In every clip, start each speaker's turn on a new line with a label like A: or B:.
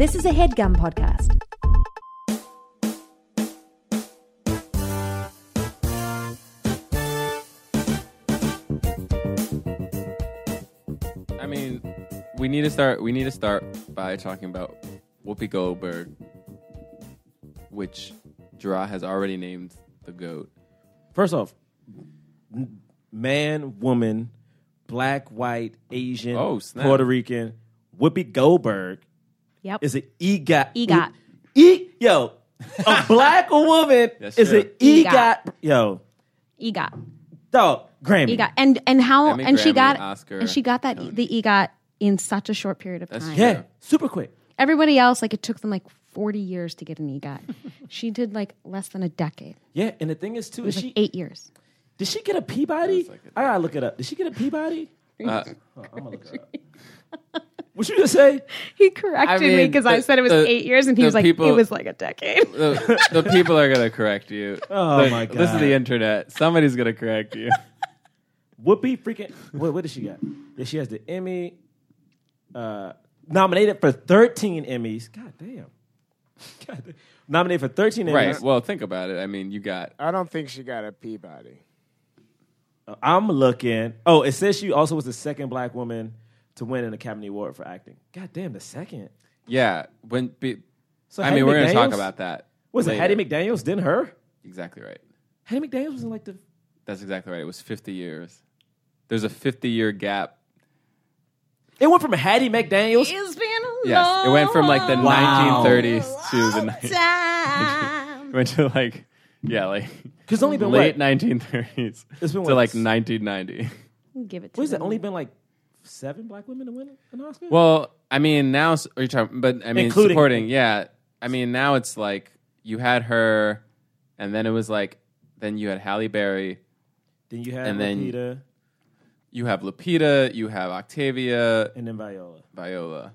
A: This is a headgum podcast.
B: I mean, we need to start. We need to start by talking about Whoopi Goldberg, which Gerard has already named the goat.
C: First off, n- man, woman, black, white, Asian,
B: Oh, snap.
C: Puerto Rican, Whoopi Goldberg
A: Yep.
C: is an EGOT.
A: EGOT.
C: E, yo, a black woman
B: That's
C: is an
B: true.
A: E
C: EGOT. Yo,
A: EGOT.
C: dog, Grammy.
A: EGOT. And and how
B: Emmy,
A: and she
B: Grammy,
A: got
B: Oscar,
A: and she got that
B: Tony.
A: the EGOT in such a short period of
B: That's
A: time.
C: Yeah, super quick.
A: Everybody else like it took them like 40 years to get an EGOT. she did like less than a decade.
C: Yeah, and the thing is too,
A: It was
C: is
A: like
C: she
A: 8 years.
C: did she get a Peabody?
B: That's like a-
C: I gotta look it up. Did she get a Peabody?
B: Uh,
C: I'm gonna look it up. What you gonna say?
A: He corrected
B: I
A: me
B: mean,
A: because I
B: the-
A: said it was
B: the-
A: eight years, and he
B: the
A: was like,
B: people-
A: it was like a decade.
B: the, the people are gonna correct you.
C: Oh
B: The-
C: my
B: This is
C: God.
B: the internet. Somebody's gonna correct you.
C: Whoopi freaking what, what does she got? Yeah, she has the Emmy uh, nominated for 13 Emmys. God damn. God damn. Nominated for 13 Emmys.
B: right. Well, think about it. I mean, you got
D: I don't think she got a Peabody.
C: I'm looking. Oh, it says she also was the second black woman to win an Academy Award for acting. God damn, the second.
B: yeah. When be,
C: So
B: I
C: Hattie
B: mean, we're gonna talk
C: McDaniels?
B: about that.
C: Was it
B: later.
C: Hattie McDaniels? Then her?
B: Exactly right.
C: Hattie McDaniels was in like the
B: That's exactly right. It was 50 years. There's a 50 year gap.
C: It went from Hattie McDaniels.
A: It's been a
B: Yes, it went from like the
C: Wow.
B: 1930s to the ni-
A: time.
B: went to like yeah, like
C: Cause it's only been
B: late
C: what?
B: 1930s
C: It's been
B: to
C: what?
B: like 1990.
A: Give it to
C: What is it?
A: them.
C: Only been like seven black women to win an Oscar?
B: Well, I mean, now s- are you talking? But I mean,
C: Including-
B: supporting. Yeah, I mean, now it's like you had her, and then it was like then you had Halle Berry,
C: then you had
B: and then-
C: Lupita
B: you have Lupita, you have Octavia
C: and then Viola.
B: Viola,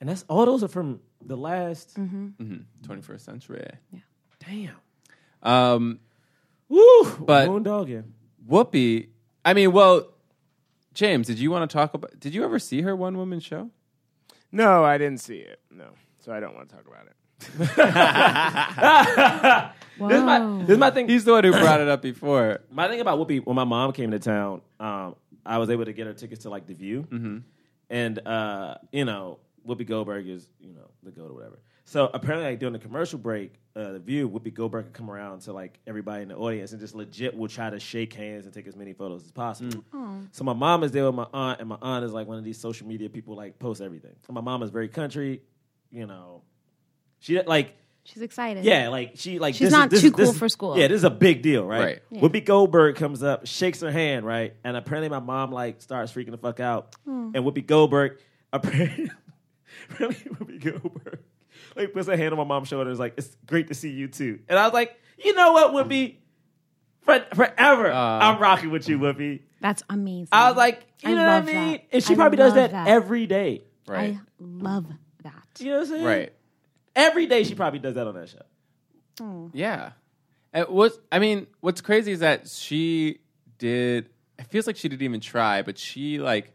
C: And that's all those are from the last.
B: 21st century.
C: Damn.
B: Um,
C: Woo!
B: But-
C: Moondogging.
B: Whoopi. I mean, well, James, did you want to talk about? Did you ever see her one woman show?
D: No, I didn't see it. No, so I don't want to talk about it.
C: This is my this is my thing.
B: He's the one who brought it up before.
C: my thing about Whoopi when my mom came to town, um, I was able to get her tickets to like the View, and uh, you know Whoopi Goldberg is you know the go to whatever. So apparently, like during the commercial break, uh, the View Whoopi Goldberg could come around to like everybody in the audience and just legit will try to shake hands and take as many photos as possible. So my mom is there with my aunt, and my aunt is like one of these social media people like post everything. So my mom is very country, you know. She like
A: She's excited.
C: Yeah, like she like
A: She's
C: this
A: not
C: is, this
A: too
C: is- this
A: cool
C: is-
A: for school.
C: Yeah, this is a big deal, right?
B: Right.
A: Yeah.
C: Whoopi Goldberg comes up, shakes her hand, right, and apparently my mom like starts freaking the fuck out,
A: Hmm.
C: and Whoopi Goldberg apparently really Whoopi Goldberg like puts her hand on my mom's shoulder, and is like, "It's great to see you too," and I was like, "You know what, Whoopi." For,
B: Uh,
C: forever, I'm rocking with you, Whoopi.
A: That's amazing.
C: I was like, you
A: I
C: know what I
A: love
C: mean?
A: that.
C: And she
A: I
C: probably does that,
A: love that.
C: every day.
B: Right.
A: I love that.
C: You know what I'm saying?
B: Right.
C: Every day she probably does that on that show.
B: Yeah. And what I mean, what's crazy is that she did. It feels like she didn't even try, but she like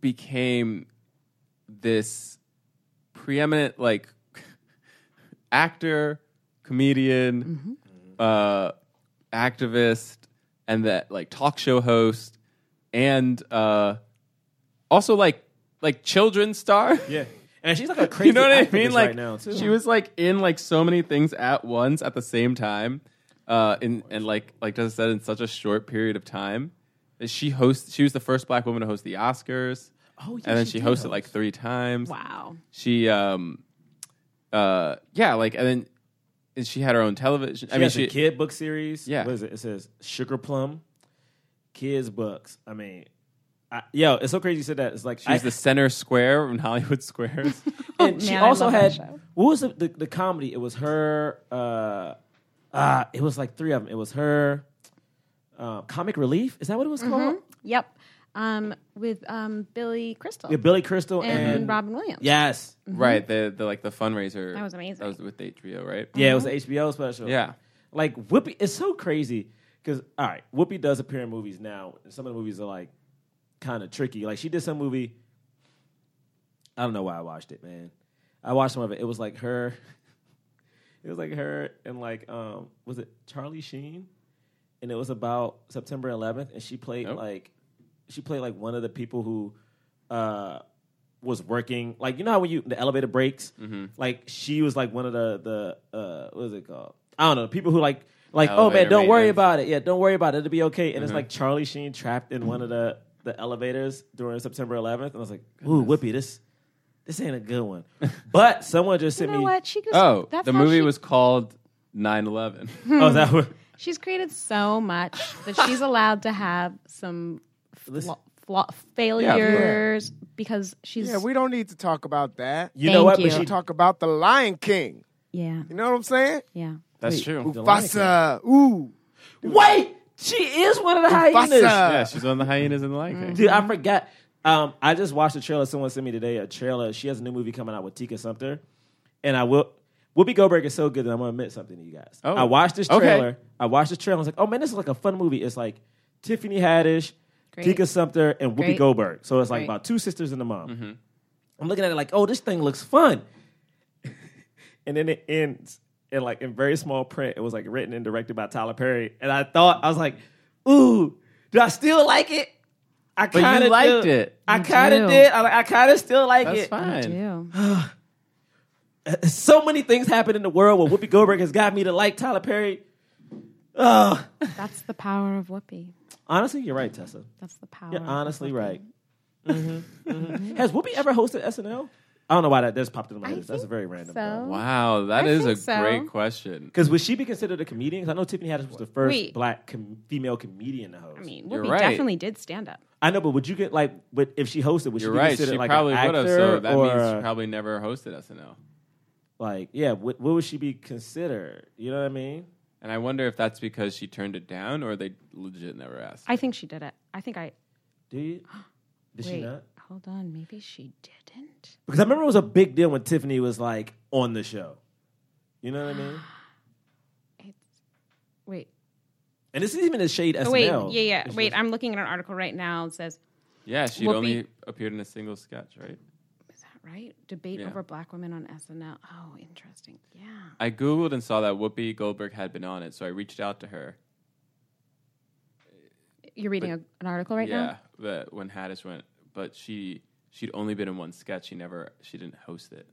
B: became this preeminent like actor, comedian, uh, activist, and that like talk show host, and uh, also like like children's star.
C: Yeah. And she's like a crazy
B: you know what I
C: activist
B: mean? Like
C: right now, too.
B: she was like in like so many things at once at the same time, uh, in, and like like Tessa said, in such a short period of time. And She host. She was the first black woman to host the Oscars.
C: Oh, yeah,
B: and then
C: she
B: she,
C: did
B: hosted
C: host.
B: like three times.
A: Wow.
B: She um, uh, yeah, like and then and she had her own television. I
C: She
B: mean,
C: has a
B: she
C: kid book series.
B: Yeah.
C: what is it? It says Sugar Plum, kids books. I mean, I, yo, it's so crazy you said that. It's like
B: she was
C: I-
B: the center square in Hollywood Squares.
C: and she
A: Man, I
C: also
A: love that
C: had
A: show.
C: what was the, the the comedy? It was her. uh uh It was like three of them. It was her. Uh, comic relief is that what it was called?
A: Yep. Um, with um, Billy Crystal
C: With Billy Crystal
A: and
C: and,
A: Robin Williams.
C: yes,
B: Right, the the like the fundraiser
A: That was amazing.
B: That was with the trio, right?
C: yeah, it was
A: Mm-hmm.
C: an HBO special.
B: yeah.
C: Like Whoopi, it's so crazy because all right, Whoopi does appear in movies now. and Some of the movies are like kind of tricky. Like she did some movie. I don't know why I watched it, man. I watched some of it. It was like her. It was like her and like um was it Charlie Sheen? And it was about September 11th, and she played
B: Oh.
C: like she played like one of the people who uh was working like you know how when you the elevator breaks
B: Mm-hmm.
C: like she was like one of the the uh what is it called I don't know people who like like oh man
B: Elevator
C: don't worry
B: maintenance. Mm-hmm.
C: about it yeah don't worry about it it'll be okay and it's like Charlie Sheen trapped in one of the the elevators during September 11th and I was like ooh whoopee this this ain't a good one but someone just
A: You
C: sent
A: know
C: me
A: what? She just,
B: Oh,
A: that's
B: the
A: how
B: movie
A: she-
B: was called 9/11.
C: oh that one
A: She's created so much that she's allowed to have some flaw,
C: Listen.
A: flaw, failures because she's
D: Yeah, we don't need to talk about that.
C: you know
A: Thank
C: what
A: you.
D: We
C: but she
D: should talk about the Lion King.
A: yeah
D: You know what I'm saying?
A: yeah.
B: That's
C: Wait,
B: true.
C: the Lion
D: Mufasa. Ooh.
C: wait she is one of the hyenas
D: Mufasa.
A: Ah.
B: Yeah, she's on the hyenas and the Lion
A: Mm.
B: King.
C: Dude, I forgot. Um, I just watched a trailer. Someone sent me today a trailer. She has a new movie coming out with Tika Sumpter, and I will. Whoopi Goldberg is so good that I'm gonna admit something to you guys.
B: Oh.
C: I watched this
B: Okay.
C: trailer. I watched this trailer. I was like, oh man, this is like a fun movie. It's like Tiffany Haddish,
A: Great.
C: Tika Sumpter, and Whoopi
A: Great.
C: Goldberg. So it's like
A: Great.
C: about two sisters and a mom.
B: Mm-hmm.
C: I'm looking at it like, oh, this thing looks fun. and then it ends in like in very small print. It was like written and directed by Tyler Perry. And I thought I was like, ooh, do I still like it? I
B: you
C: kind of
B: liked it.
C: I
A: You
C: kind
A: do.
C: of did. I, I kind of still like
B: That's
C: it.
A: I
B: fine.
A: do.
C: So many things happen in the world where Whoopi Goldberg has got me to like Tyler Perry. Oh,
A: That's the power of Whoopi.
C: honestly, you're right, Tessa.
A: That's the power.
C: You're
A: of
C: honestly
A: Whoopi.
C: right.
A: Mm-hmm.
C: Mhm, mhm. Has Whoopi ever hosted SNL? I don't know why that just popped into my
A: I
C: head. That's
A: think
C: very random.
A: So
B: Wow, that
A: I
B: is a
A: think so.
B: great question.
C: Because would she be considered a comedian? 'Cause I know Tiffany Haddish was the first
A: Wait.
C: black com- female comedian to host.
A: I mean,
B: You're
A: Whoopi
B: right.
A: definitely did stand up.
C: I know, but would you get like, would, if she hosted, would
B: You're
C: she be
B: right.
C: considered
B: She
C: like
B: probably
C: an
B: would have.
C: actor
B: So that
C: or
B: means she probably never hosted SNL.
C: like, yeah, what, what would she be considered? You know what I mean?
B: And I wonder if that's because she turned it down or they legit never asked.
A: I think she did it. I think I.
C: Do you? Did she
A: Wait,
C: not?
A: hold on. Maybe she didn't.
C: Because I remember it was a big deal when Tiffany was like on the show. You know what I mean?
A: It's, wait.
C: And this is even a shade SNL.
A: Oh, wait. Yeah, yeah.
C: It's
A: Wait.
C: just-
A: I'm looking at an article right now. It says,
B: yeah, she
A: Whoopi-
B: only appeared in a single sketch, right?
A: "Is that right? Debate
B: Yeah.
A: over black women on SNL." Oh, interesting. Yeah.
B: I Googled and saw that Whoopi Goldberg had been on it, so I reached out to her.
A: You're reading a, an article right
B: yeah,
A: now.
B: but when Haddish went, but she she'd only been in one sketch. She never she didn't host it.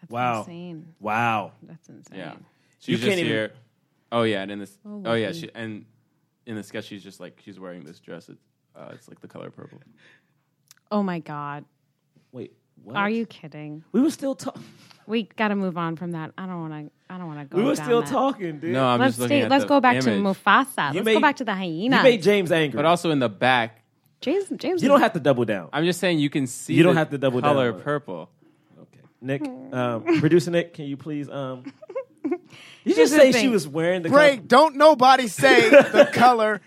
A: That's
C: Wow.
A: insane.
C: wow.
A: That's insane.
B: Yeah,
C: You
B: she's
C: can't
B: just
C: even-
B: here. Oh yeah, and in this.
A: Oh,
B: Oh, yeah,
A: Whoopi.
B: she and in the sketch she's just like she's wearing this dress. It's, uh, it's like the color purple.
A: Oh my god.
C: Wait, what?
A: Are you kidding?
C: We were still talking.
A: We got to move on from that. I don't want to. I don't want to go.
C: We were
A: down
C: still
A: that.
C: talking, dude.
B: No, I'm
A: Let's
B: just looking
A: stay,
B: at
A: let's
B: the
A: go back to
B: image.
A: Mufasa.
C: You
A: let's
C: made-
A: go back to the
C: You
A: hyena.
C: made James angry.
B: But also in the back,
A: James. James.
C: you
A: is-
C: don't have to double down.
B: I'm just saying you can see.
C: You don't
B: the
C: have to double down
B: color
C: on it.
B: purple.
C: Okay. Nick, um, producer Nick, can you please? Um, you
A: Here's
C: just
A: the
C: say she
A: thing.
C: was wearing the
D: Break. Don't nobody say the color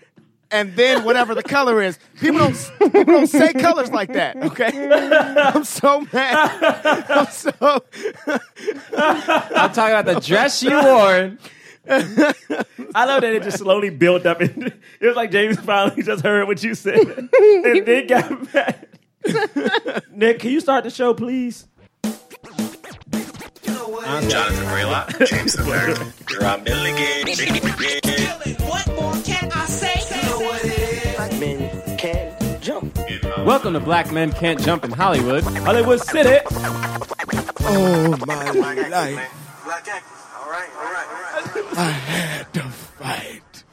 D: and then whatever the color is. People don't people don't say colors like that, okay? I'm so mad. I'm so
B: I'm talking about the dress she wore.
C: I love that it just slowly built up. And it was like James finally just heard what you said and then got mad. Nick, can you start the show, please?
E: Jonathan Raylock, James the Third, Rob Milligan.
F: What more can I say? You know what it is.
G: men can jump.
B: Welcome to Black Men Can't Jump in Hollywood.
C: Hollywood City.
D: Oh my life.
E: Black actors. All right, all right, all right.
D: I had to fight.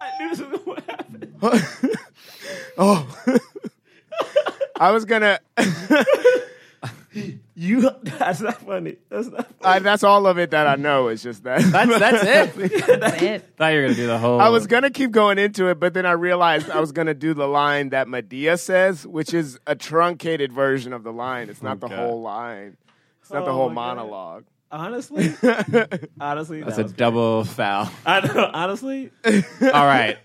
C: I knew this was what happened.
D: Oh. I was gonna
C: You, that's not funny. That's not funny.
D: I, that's all of it that I know. It's just that.
B: That's that's it.
A: That's it.
B: Thought you were gonna do the whole.
D: I was gonna keep going into it, but then I realized I was gonna do the line that Medea says, which is a truncated version of the line. It's not the
B: Okay.
D: whole line. It's not the
C: Oh
D: whole
C: my God.
D: monologue.
C: Honestly, honestly,
B: That's
C: that
B: a
C: was-
B: double foul.
C: I know. Honestly,
B: All right.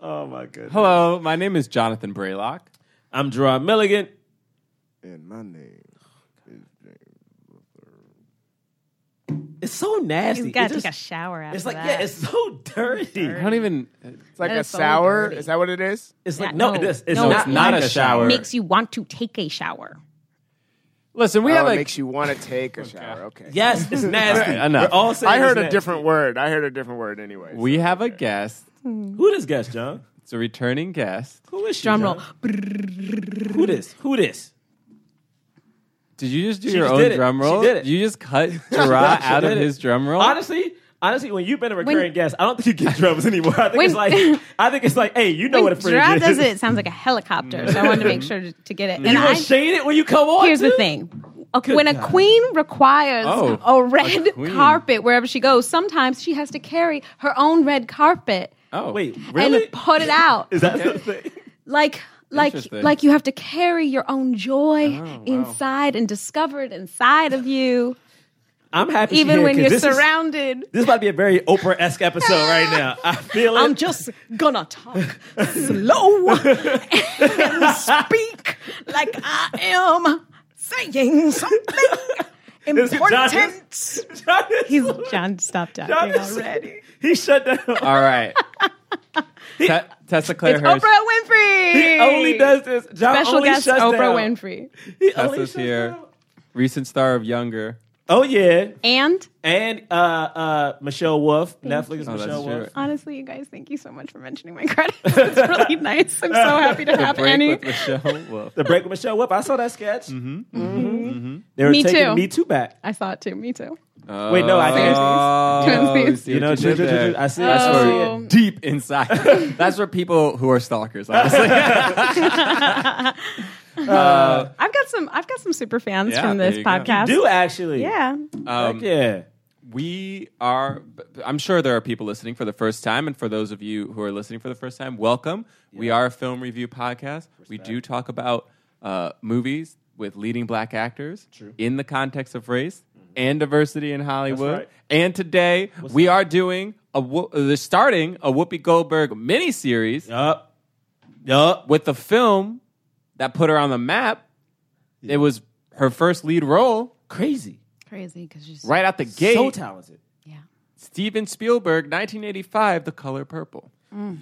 C: oh my goodness.
B: Hello, my name is Jonathan Braylock.
C: I'm Gerard Milligan.
D: And my name is James.
C: It's so nasty.
A: He's got
C: It
A: to
C: just-
A: take a shower after
C: It's like
A: that.
C: yeah, it's so dirty.
B: I don't even.
D: It's like
A: That
D: a
A: is so
D: sour.
A: dirty.
D: Is that what it is?
C: It's
A: Yeah,
C: like no,
A: no.
C: it is. It's
A: No,
C: not,
A: it's not
C: like
B: a shower.
A: makes you want to take a shower.
B: Listen, we
D: Oh,
B: have
D: it
B: a
D: makes you want to take a shower. Okay.
C: Yes, it's nasty.
B: Right, enough.
C: We're all saying
D: I heard
C: it's
D: a
C: nasty.
D: different word. I heard a different word anyway.
B: we have a guest.
C: Who this guest, John?
B: It's a returning guest.
C: Who is she?
A: Drum
C: John?
A: roll.
C: Who this? Who this?
B: Did you just do
C: She
B: your
C: just
B: own
C: did it.
B: drum
C: She
B: roll?
C: did it.
B: You just cut Gerard
C: She
B: out of
C: did it.
B: his drum roll.
C: Honestly, honestly, when you've been a recurring
A: When-
C: guest, I don't think you get drums anymore. I think
A: When-
C: it's like I think it's like, hey, you know what a
A: When
C: fridge
A: Gerard
C: is.
A: does it, it sounds like a helicopter. So I wanted to make sure to, to get it. And
C: You
A: I,
C: gonna shade it when you come on.
A: here's the
C: too?
A: thing. A- when a
C: God.
A: queen requires
B: Oh,
A: a
B: a
A: red
B: queen.
A: carpet wherever she goes, sometimes she has to carry her own red carpet
B: Oh
C: Wait, really?
A: and put it out.
C: Is that the thing?
A: like like
B: Interesting.
A: like you have to carry your own joy
C: Oh,
B: wow.
A: inside and discover it inside of you
C: I'm happy. she's
A: even
C: here
A: when
C: 'cause
A: you're
C: this is-
A: surrounded
C: this might be a very Oprah esque episode right now. I feel it.
A: i'm just gonna talk slow and speak like i am saying something
C: Is it Johnny?
A: important
C: John is-
A: he's john stop talking
C: John is-
A: already
C: He shut down.
B: All right. Te- Tessa Claire
A: it's
B: Hirsch.
A: oprah winfrey
C: He only does this. John
A: special
C: only
A: guest
C: shuts
A: oprah
C: down.
A: winfrey
C: He only
B: Tessa's
C: shuts
B: here.
C: down.
B: Recent star of Younger.
C: Oh yeah,
A: and
C: and uh, uh, Michelle Wolf. Netflix
B: Oh, that's
C: Michelle
B: true.
C: Wolf.
A: Honestly, you guys, thank you so much for mentioning my credits. It's really nice. I'm so happy to have
B: Break
A: any.
B: with Michelle Wolf.
C: The break with Michelle Wolf. I saw that sketch. Mm-hmm. Mm-hmm. They were
A: Me
C: taking
A: too.
C: Me Too back.
A: I saw it too. Me too.
C: Wait, no, I think-
B: oh,
A: Twinsies.
B: see
C: You know,
B: what you
C: ju-
B: did
C: ju- ju-
B: there.
C: ju- I see. it,
B: That's
C: I
B: where
C: see
A: Oh.
C: it.
B: deep inside. That's for people who are stalkers. Honestly,
A: I've got some. I've got some super fans
B: Yeah,
A: from
B: there
A: this
B: you go.
A: podcast.
C: Do actually?
A: Yeah.
B: Um,
C: Heck yeah.
B: we are b- b- i'm sure there are people listening for the first time and for those of you who are listening for the first time welcome we are a film review podcast we do talk about uh, movies with leading black actors in the context of race and diversity in hollywood
C: Mm-hmm. right.
B: and today we are doing a Who- uh, they're starting a whoopi goldberg miniseries
C: Yup. Yup.
B: with the film that put her on the map it was her first lead role
C: Crazy.
A: Crazy because she's
B: right out the gate
C: So talented.
A: yeah.
B: Steven Spielberg, 1985, The Color Purple.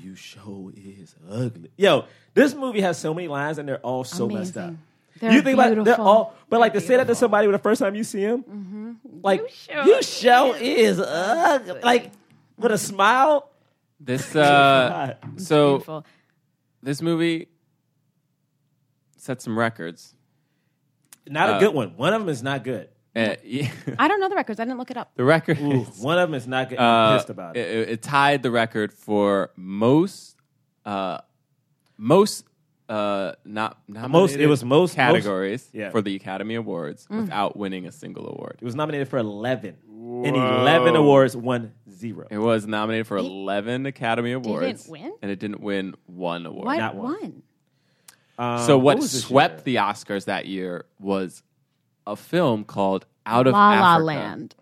C: You show is ugly. Yo, this movie has so many lines and they're all so messed up.
A: Amazing. They're
C: you think about they're
A: beautiful. Mm-hmm.
C: all, but like to say that to somebody the first time you see him, like
A: show
C: you show is ugly. Like with a smile.
B: This uh, so
A: Beautiful.
B: this movie set some records.
C: Not a good one. One of them is not good.
B: Uh, yeah,
A: I don't know the records. I didn't look it up.
B: the record
C: Ooh,
B: is,
C: one of them is not good.
B: uh,
C: I'm pissed about it.
B: It, it tied the record for most uh, most uh, not nominated
C: it was most-
B: categories
C: most- yeah. Mm.
B: for the Academy Awards without winning a single award.
C: It was nominated for 11. And 11 awards, won zero.
B: It was nominated for 11 Academy Awards
A: win?
B: and it didn't win one award.
A: What
C: Not one.
A: one?
C: Um,
B: So Uh, what
C: was this year?
B: swept the Oscars that year was a film called Out of
A: La La
B: Africa.
A: Land.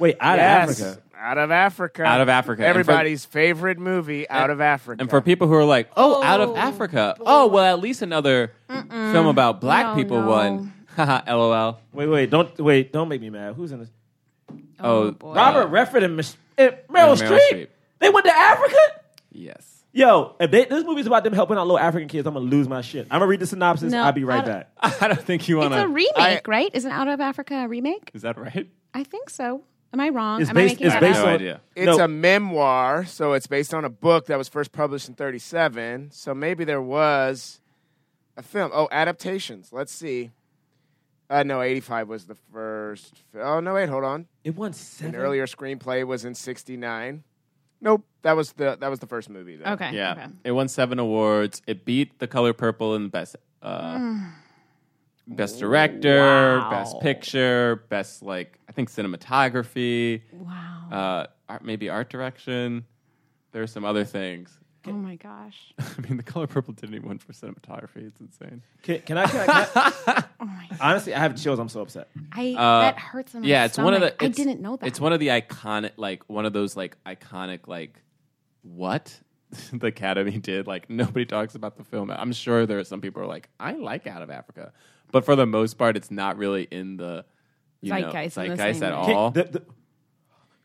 C: Wait, out
D: Yes.
C: of Africa.
D: Out of Africa.
B: Out of Africa. And for-
D: Everybody's favorite movie, Out of Africa.
B: And for people who are like, "Oh, Out of
A: Oh,
B: Africa." Oh, well, at least another film about black
A: No,
B: people
A: no.
B: won. Haha, LOL.
C: Wait, wait, don't wait, don't make me mad. Who's in this?
B: Oh,
A: boy.
C: Robert Redford and, Mich- and
B: and
C: Meryl,
B: Meryl
C: Streep.
B: Streep.
C: They went to Africa.
B: Yes.
C: Yo, if they, this movie's about them helping out little African kids, I'm gonna lose my shit. I'm gonna read the synopsis.
A: No,
C: I'll be right
A: I don't-
C: back.
B: I don't think you want
A: It's a
B: to
A: remake,
D: I-
A: right? Isn't Out of Africa a remake?
B: Is that right?
A: I think so. Am I wrong?
C: It's
A: Am
C: based-
A: I making
C: it's
A: that
C: based
B: no
A: up?
C: on-
B: idea.
D: It's um,
C: No.
D: a memoir, so it's based on a book that was first published in 37. So maybe there was a film. Oh, adaptations. Let's see. Uh, no, 85 was the first. fi- Oh, no, wait, hold on.
C: It won
D: An
C: seven.
D: earlier screenplay was in 69. Nope, that was the that was the first movie though.
A: Okay.
B: Yeah.
A: Okay.
B: It won 7 awards. It beat The Color Purple in best uh
A: Mm.
B: Best director, best picture, best like I think cinematography.
A: Wow.
B: uh, art, maybe art direction. There are some other things.
A: oh my gosh.
B: I mean, the color purple didn't even win for cinematography. It's insane.
C: Can, can I? Can I, can
A: Oh my.
C: I honestly, I have chills. I'm so upset.
A: I
B: Uh,
A: that hurts. In my
B: yeah, it's one of the.
A: stomach. I
B: it's-
A: didn't know that.
B: It's one of the iconic, like one of those like iconic, like what the Academy did. Like nobody talks about the film. I'm sure there are some people who are like, I like Out of Africa, but for the most part, it's not really in the you
A: Zeitgeist
B: know,
A: in the
B: zeitgeist
A: same
B: at
A: way.
B: all.
C: Can, the- the-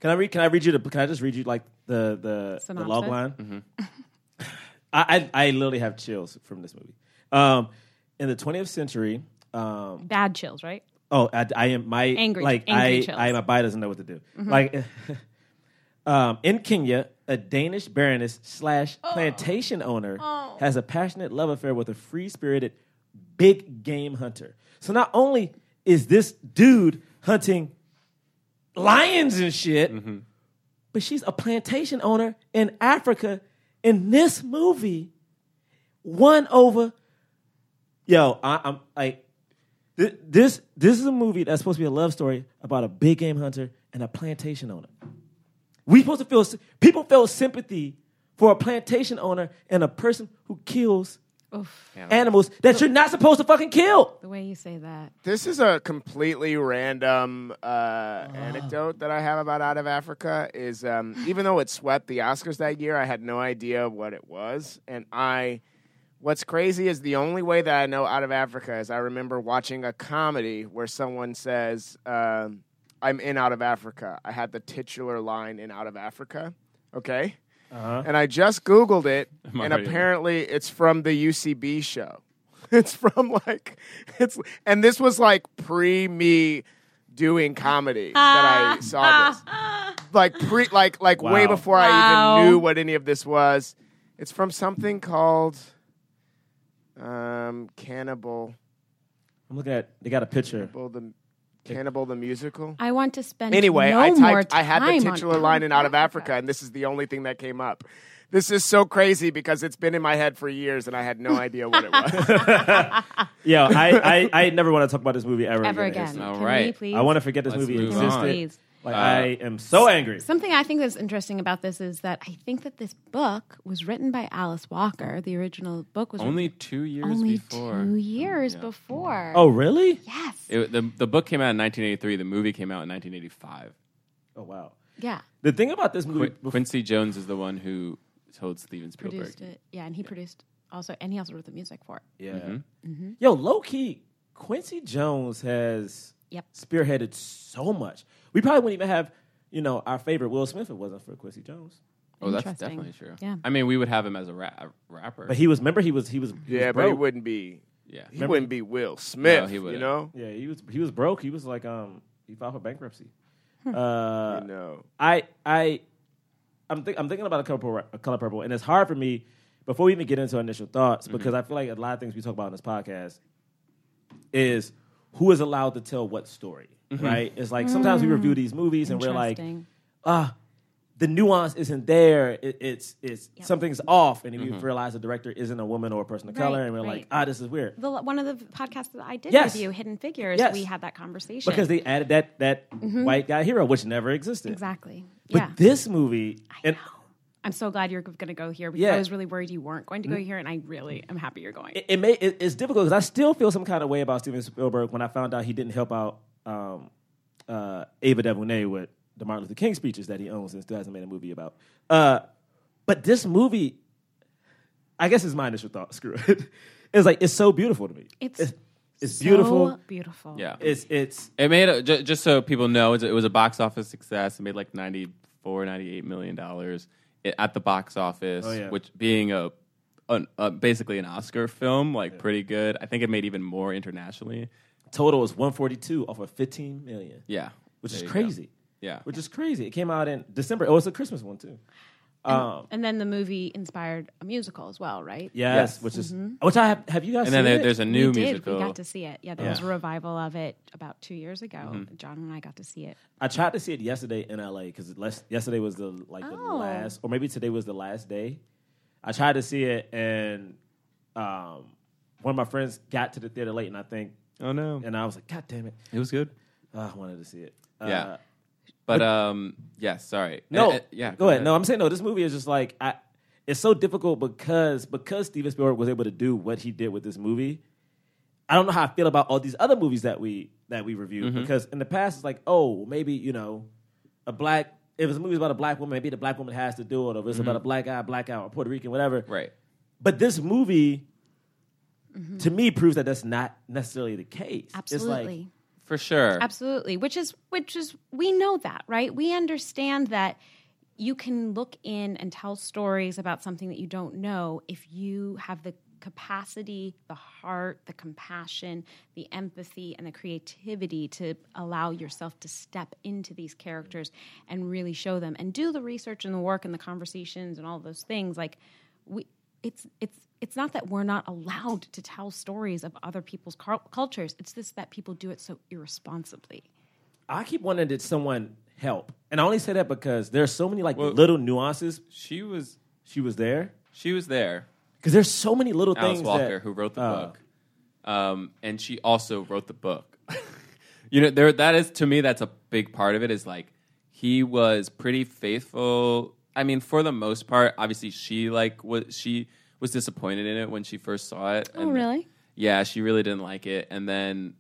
C: can I read? Can I read you the? Can I just read you like the the, the
A: Synopsis?
C: log line? I, I I literally have chills from this movie. Um, in the 20th century, um,
H: Bad chills, right?
C: oh, I, I am my
H: Angry-
C: like
H: angry
C: I,
H: chills. Mm-hmm.
C: I my body doesn't know what to do. Like um, in Kenya, a Danish baroness slash
H: Oh.
C: plantation owner has a passionate love affair with a free spirited big game hunter. So not only is this dude hunting lions and shit, but she's a plantation owner in Africa. In this movie, won over. Yo, I, I'm like, th- this this is a movie that's supposed to be a love story about a big game hunter and a plantation owner. We supposed to feel people feel sympathy for a plantation owner and a person who kills animals that you're not supposed to fucking kill.
A: The way you say that.
D: This is a completely random uh, anecdote that I have about Out of Africa. Is um, even though it swept the Oscars that year, I had no idea what it was, and I. What's crazy is the only way that I know Out of Africa is I remember watching a comedy where someone says, um, "I'm in Out of Africa." I had the titular line in Out of Africa, okay, and I just Googled it, and
B: already-
D: apparently it's from the UCB show. It's from like it's and this was like pre me doing comedy that I saw this. Like pre like like way
C: Wow.
D: before I even knew what any of this was. It's from something called um Cannibal
C: I'm looking at they got a picture.
D: well, the Cannibal the musical.
A: I want to spend
D: Anyway,
A: no
D: I
A: more
D: typed I had the
A: time on
D: titular line in Out of Africa and this is the only thing that came up. This is so crazy because it's been in my head for years and I had no idea what it was.
C: Yeah, I, I I never want to talk about this movie ever
A: ever
C: again.
A: again.
B: All
A: Can
B: right.
A: we please?
C: I want to forget this
B: Let's
C: movie
B: move
C: existed.
B: on. Uh,
A: Please.
C: Like I am so angry.
A: Something I think that's interesting about this is that I think that this book was written by Alice Walker. The original book was
B: Only two years
A: written only
B: before.
A: two years before.
C: Oh really?
A: yes,
B: It, the, the book came out in 1983. The movie came out in 1985.
C: Oh wow.
A: yeah,
C: The thing about this movie,
B: Qu- Quincy Jones is the one who told Steven Spielberg.
A: produced it. Yeah, and he produced also, and he also wrote the music for it.
C: yeah.
D: Mm-hmm.
C: Yo, low key, Quincy Jones has
A: Yep.
C: spearheaded so much. We probably wouldn't even have, you know, our favorite Will Smith if it wasn't for Quincy Jones.
B: Oh, that's
A: Interesting.
B: definitely true.
A: Yeah.
B: I mean, we would have him as a, ra- a rapper.
C: But he was. Remember, he was. He was. He
D: yeah,
C: was
D: but it
C: broke.
D: wouldn't be
B: yeah.
D: He wouldn't be Will Smith.
B: he
D: You
B: wouldn't.
D: know?
C: Yeah, he was. He was broke. He was like, um, he filed for bankruptcy.
D: You
C: uh,
D: know.
C: I I I'm think, I'm thinking about a color, purple, a color purple, and it's hard for me before we even get into initial thoughts because I feel like a lot of things we talk about in this podcast is who is allowed to tell what story, right? It's like sometimes we review these movies and we're like,
A: Mm. Interesting.
C: ah, the nuance isn't there. It, it's it's something's off, and you realize the director isn't a woman or a person of color,
A: Right,
C: and we're like,
A: right.
C: ah, this is weird.
A: The, one of the podcasts that I did
C: Yes.
A: review, Hidden Figures,
C: Yes.
A: we had that conversation
C: Because they added that that white guy hero, which never existed.
A: exactly.
C: But
A: Mm-hmm. yeah,
C: this movie, and
A: I'm so glad you're going to go here because
C: Yeah.
A: I was really worried you weren't going to go here, and I really am happy you're going.
C: it, it may it, it's difficult because I still feel some kind of way about Steven Spielberg when I found out he didn't help out um, uh, Ava DuVernay with the Martin Luther King speeches that he owns and still hasn't made a movie about. Uh, but this movie, I guess, is my initial thought. Screw it. It's like it's so beautiful to me.
A: It's
C: it's, it's
A: So
C: beautiful.
A: beautiful.
B: yeah.
C: It's it's
B: It made a, ju- just so people know, it's- it was a box office success. It made like 94, 98 million dollars i- at the box office,
C: Oh, yeah.
B: which being a, an, uh, basically an Oscar film, like pretty good. I think it made even more internationally.
C: total is one forty two off of fifteen million,
B: Yeah,
C: which is
B: There you go.
C: crazy.
B: Yeah,
C: Which is crazy. It came out in December. Oh, it's a Christmas one too.
A: And then the movie inspired a musical as well, right?
C: Yes, which is
A: Mm-hmm.
C: which I have. Have you guys?
B: and
C: seen
B: then there,
C: it?
B: there's a new
A: we did.
B: musical.
A: We got to see it. Yeah, there was a
C: Yeah. Mm-hmm.
A: revival of it about two years ago. John and I got to see it.
C: I tried to see it yesterday in LA because yesterday was the like the
A: Oh.
C: last, or maybe today was the last day. I tried to see it, and um, one of my friends got to the theater late, and I think,
B: oh no,
C: and I was like, God damn it,
B: it was good.
C: Ah, I wanted to see it.
B: Yeah.
C: Uh,
B: But um, yeah, sorry.
C: no,
B: Uh, uh, yeah,
C: go, ahead. No, I'm saying no. This movie is just like I. It's so difficult because because Steven Spielberg was able to do what he did with this movie. I don't know how I feel about all these other movies that we that we reviewed because in the past it's like oh maybe you know a black if it's a movie about a black woman maybe the black woman has to do it or if it's about a black guy black guy or Puerto Rican whatever
B: Right.
C: but this movie to me proves that that's not necessarily the case
A: Absolutely.
C: it's
B: For sure.
A: Absolutely. Which is which is we know that, right? We understand that you can look in and tell stories about something that you don't know if you have the capacity, the heart, the compassion, the empathy, and the creativity to allow yourself to step into these characters and really show them and do the research and the work and the conversations and all those things. Like we, it's it's it's not that we're not allowed to tell stories of other people's cul- cultures. It's just that people do it so irresponsibly.
C: I keep wondering did someone help? And I only say that because there's so many like little nuances.
B: She was
C: She was there
B: she was there.
C: because there's so many little
B: Alice
C: things.
B: Walker,
C: that,
B: who wrote the
C: uh,
B: book, um, and she also wrote the book. you know, there that is to me that's a big part of it. Is like he was pretty faithful. I mean, for the most part, obviously she like was she was disappointed in it when she first saw it. and-
A: really?
B: Yeah, she really didn't like it, and then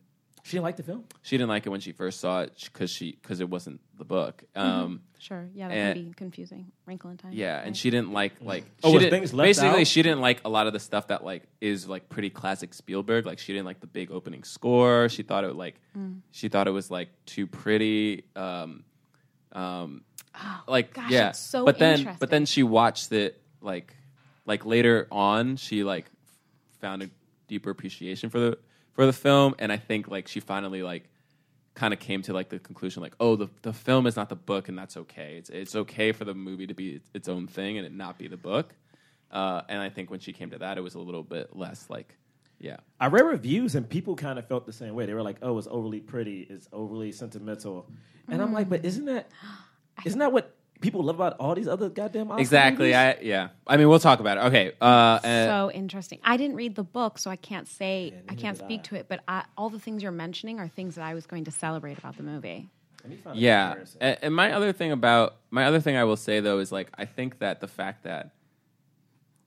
C: She didn't like the film.
B: she didn't like it when she first saw it because she because it wasn't the book. Um,
A: Sure. Yeah, that
B: And-
A: can be confusing. Wrinkle in time.
B: yeah, and
A: Right.
B: she didn't like like
C: Oh,
B: she
C: was
B: didn't-
C: things left
B: basically
C: out?
B: she didn't like a lot of the stuff that like is like pretty classic Spielberg. Like she didn't like the big opening score. She thought it like she thought it was like too pretty. Um, um, like
A: gosh,
B: yeah,
A: it's so
B: but then
A: interesting.
B: but then she watched it like like later on she like f- found a deeper appreciation for the for the film, and I think like she finally like kind of came to like the conclusion like oh the, the film is not the book and that's okay it's it's okay for the movie to be its, its own thing and it not be the book uh, and i think when she came to that it was a little bit less like yeah
C: I read reviews and people kind of felt the same way. They were like, "Oh, it's overly pretty. It's overly sentimental," and I'm like, "But isn't that isn't that what people love about all these other goddamn Oscar
B: exactly
C: movies?
B: i yeah i mean we'll talk about it okay uh, uh,
A: so interesting. I didn't read the book, so I can't say I can't
C: did
A: speak
C: I.
A: to it. But I, all the things you're mentioning are things that I was going to celebrate about the movie.
C: Let me find a
B: yeah
C: comparison.
B: and, and my other thing about my other thing i will say though is like i think that the fact that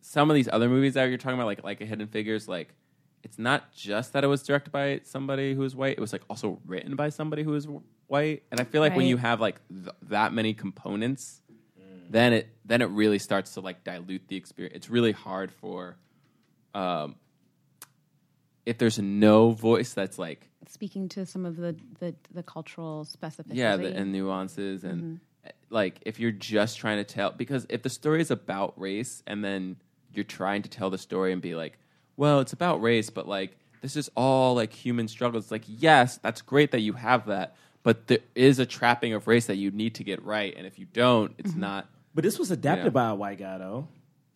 B: some of these other movies that you're talking about like like hidden figures like it's not just that it was directed by somebody who was white it was like also written by somebody who was white and i feel like when
A: Right.
B: you have like th- that many components then it then it really starts to like dilute the experience it's really hard for um if there's no voice that's like
A: Speaking to some of the the, the cultural specificity.
B: yeah the, and nuances and
C: Mm-hmm.
B: uh, like if you're just trying to tell because if the story is about race and then you're trying to tell the story and be like well it's about race but like this is all like human struggles It's like yes that's great that you have that but there is a trapping of race that you need to get right and if you don't it's
C: Mm-hmm.
B: not
C: but this was adapted
B: Yeah.
C: by a white guy though.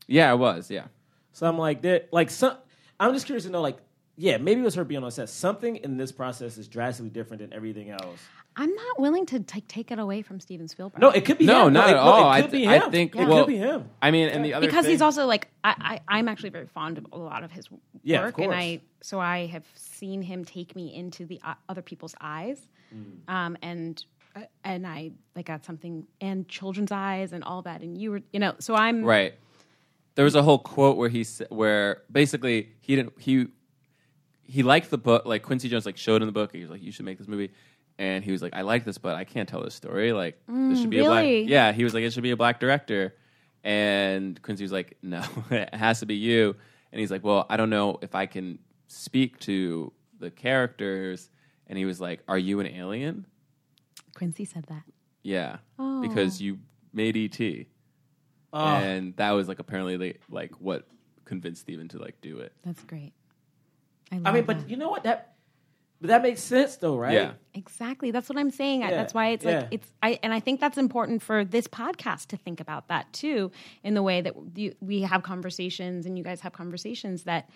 B: yeah it was yeah
C: So I'm like, there, like some. I'm just curious to know, like, yeah, maybe it was her being on set. Something in this process is drastically different than everything else.
A: I'm not willing to t- take it away from Steven Spielberg.
C: No, it could be
B: no
C: him.
B: not
C: it-
B: at all
C: It
B: I,
C: could
B: th-
C: be
B: I
C: him.
B: think
C: it
B: well,
C: could be him.
B: i mean and the other
A: because he's
B: thing-
A: also like I, I I'm actually very fond of a lot of his work,
C: Yeah, of
A: and
C: course.
A: I so I have seen him take me into the uh, other people's eyes,
C: Mm.
A: um, and uh, and I like got something and children's eyes and all that, and you were you know so I'm
B: Right. There was a whole quote where he s- where basically he didn't he he liked the book like Quincy Jones like showed in the book he was like you should make this movie and he was like I like this but I can't tell this story like this should be a
A: really?
B: black yeah he was like it should be a black director and Quincy was like no it has to be you and he's like well I don't know if I can speak to the characters and he was like are you an alien
A: Quincy said that.
B: yeah
A: Oh.
B: because you made ET
C: Oh,
B: and that was like apparently the, like what convinced Steven to like do it.
A: That's great. I, love
C: I mean, but
A: that.
C: you know what? That but that makes sense though, right?
B: Yeah,
A: exactly. That's what I'm saying. I
C: Yeah,
A: That's why it's
C: yeah.
A: like it's. I and I think that's important for this podcast to think about that too, in the way that you, we have conversations and you guys have conversations. That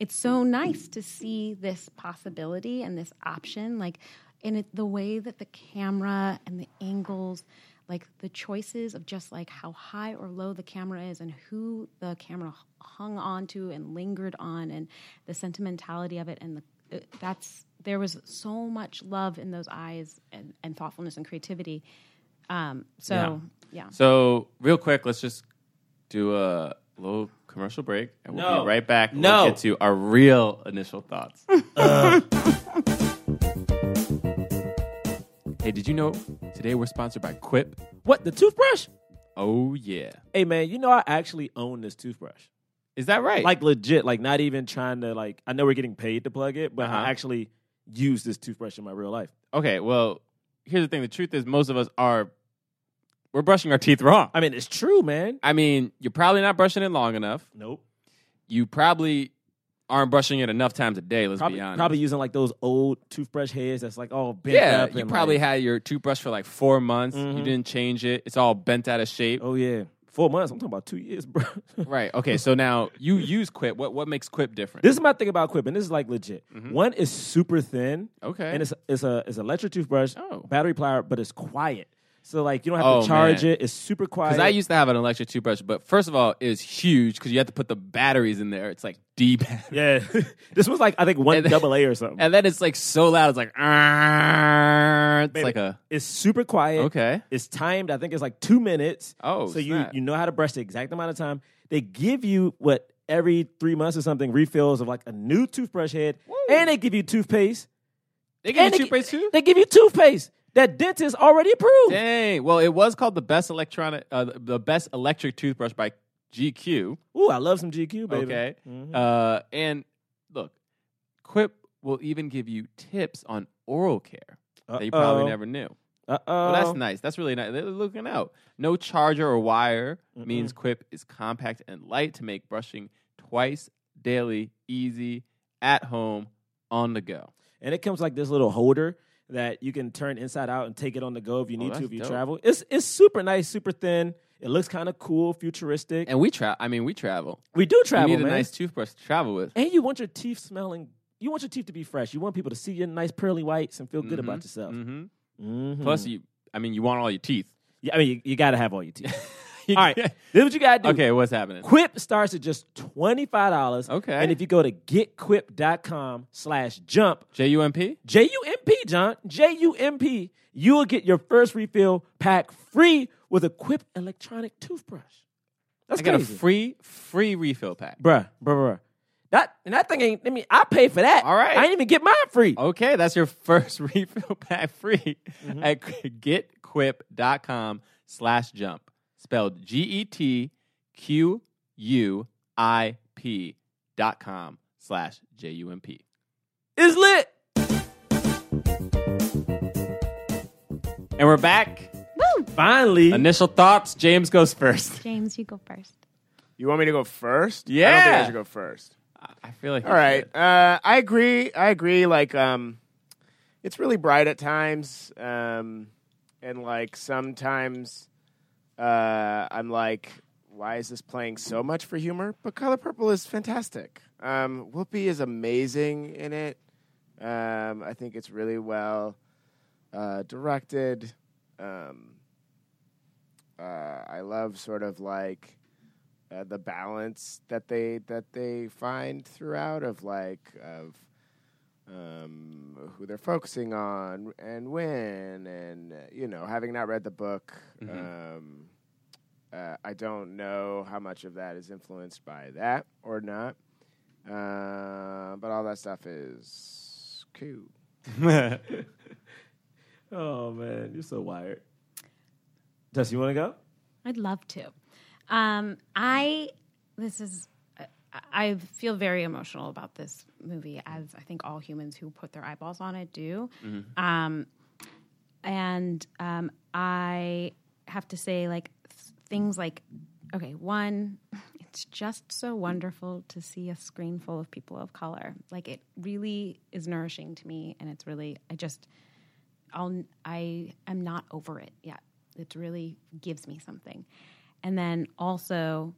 A: it's so nice to see this possibility and this option, like in it, the way that the camera and the angles. Like the choices of just like how high or low the camera is and who the camera h- hung on to and lingered on and the sentimentality of it and the it- that's there was so much love in those eyes and, and thoughtfulness and creativity. Um, so yeah.
B: So real quick, let's just do a little commercial break, and we'll
C: No.
B: be right back.
C: No.
B: we'll get to our real initial thoughts. hey, did you know today we're sponsored by Quip?
C: What the toothbrush?
B: Oh yeah,
C: Hey man, you know I actually own this toothbrush.
B: is that right?
C: Like legit, like not even trying to like I know we're getting paid to plug it, but
B: Uh-huh.
C: I actually use this toothbrush in my real life.
B: okay, well, here's the thing: the truth is, most of us are we're brushing our teeth wrong.
C: I mean, it's true, man.
B: I mean, you're probably not brushing it long enough.
C: Nope.
B: you probably arm brushing it enough times a day. Let's
C: Probably,
B: be honest.
C: probably using like those old toothbrush heads that's like all bent
B: yeah,
C: up.
B: you
C: and,
B: probably
C: like,
B: had your toothbrush for like four months. You didn't change it. It's all bent out of shape.
C: Oh yeah, four months. I'm talking about two years, bro.
B: Right. Okay. So now you use Quip. What what makes Quip different?
C: This is my thing about Quip, and this is like legit. One is super thin.
B: Mm-hmm. Okay.
C: And it's it's a it's an electric toothbrush,
B: Oh.
C: battery powered, but it's quiet. So like you don't have
B: Oh,
C: to charge
B: man.
C: it. It's super quiet.
B: Because I used to have an electric toothbrush, but first of all, it's huge because you have to put the batteries in there. It's like deep.
C: yeah. this was like I think one
B: And then-
C: double A or something.
B: And then it's like so loud. It's like, "Arrgh." it's
C: Baby,
B: like a.
C: it's super quiet.
B: Okay.
C: It's timed. I think it's like two minutes.
B: Oh,
C: so you
B: snap.
C: you know how to brush the exact amount of time. They give you what every three months or something refills of like a new toothbrush head, and they give you toothpaste.
B: They give
C: and
B: you
C: they
B: toothpaste
C: gi-
B: too?
C: They give you toothpaste that dentist already approved.
B: Dang. Well, it was called the best electronic, uh, the best electric toothbrush by GQ.
C: Ooh, I love some GQ, baby. Mm-hmm.
B: Okay. Uh, and look, Quip will even give you tips on oral care that you probably
C: Uh-oh.
B: never knew.
C: Uh
B: Well,
C: oh.
B: that's nice. That's really nice. They're looking out. No charger or wire means Quip is compact and light to make brushing twice daily easy at home on the go.
C: And it comes like this little holder that you can turn inside out and take it on the go if you need
B: Oh,
C: to
B: that's
C: if you
B: dope.
C: travel. It's it's super nice, super thin. It looks kind of cool, futuristic.
B: And we travel. I mean, we travel.
C: we do travel,
B: we need a
C: man.
B: nice toothbrush to travel with.
C: and you want your teeth smelling. You want your teeth to be fresh. You want people to see your nice pearly whites and feel good about yourself.
B: hmm
C: Mhm.
B: Plus, you. I mean, you want all your teeth.
C: Yeah, I mean, you, you got to have all your teeth. all right, this is what you got to do.
B: okay, what's happening?
C: Quip starts at just twenty five dollars.
B: Okay.
C: and if you go to getquip.com slash jump,
B: J U M P.
C: J U M P, John. J U M P. You will get your first refill pack free with a Quip electronic toothbrush. That's
B: I got
C: crazy.
B: a free free refill pack.
C: bruh, bruh, bruh. That and that thing ain't. I mean, I pay for that.
B: All right. Oh.
C: I didn't even get mine free.
B: Okay, that's your first refill pack free at getquip.com slash jump. Spelled G E T Q U I P dot com slash J U M P.
C: It's lit.
B: And we're back.
C: Finally,
B: Initial thoughts. James goes first.
A: James, you go first.
D: You want me to go first? I don't think
B: Yeah.
D: I should go first.
B: I feel like.
D: All right. Uh, I agree. I agree. Like, um, it's really bright at times, um, and like sometimes, uh, I'm like, why is this playing so much for humor? But Color Purple is fantastic. Um, Whoopi is amazing in it. Um, I think it's really well uh, directed. Um, uh, I love sort of like uh, the balance that they that they find throughout of like of um, who they're focusing on and when and uh, you know having not read the book um, uh, I don't know how much of that is influenced by that or not uh, but all that stuff is cool
C: oh man, you're so wired. Jess, you want to go?
A: I'd love to. Um, I this is I- I feel very emotional about this movie, as I think all humans who put their eyeballs on it do. Um, and um, I have to say, like th- things like, okay, one, it's just so wonderful to see a screen full of people of color. Like it really is nourishing to me, and it's really I just I'll I am not over it yet. It really gives me something. And then also,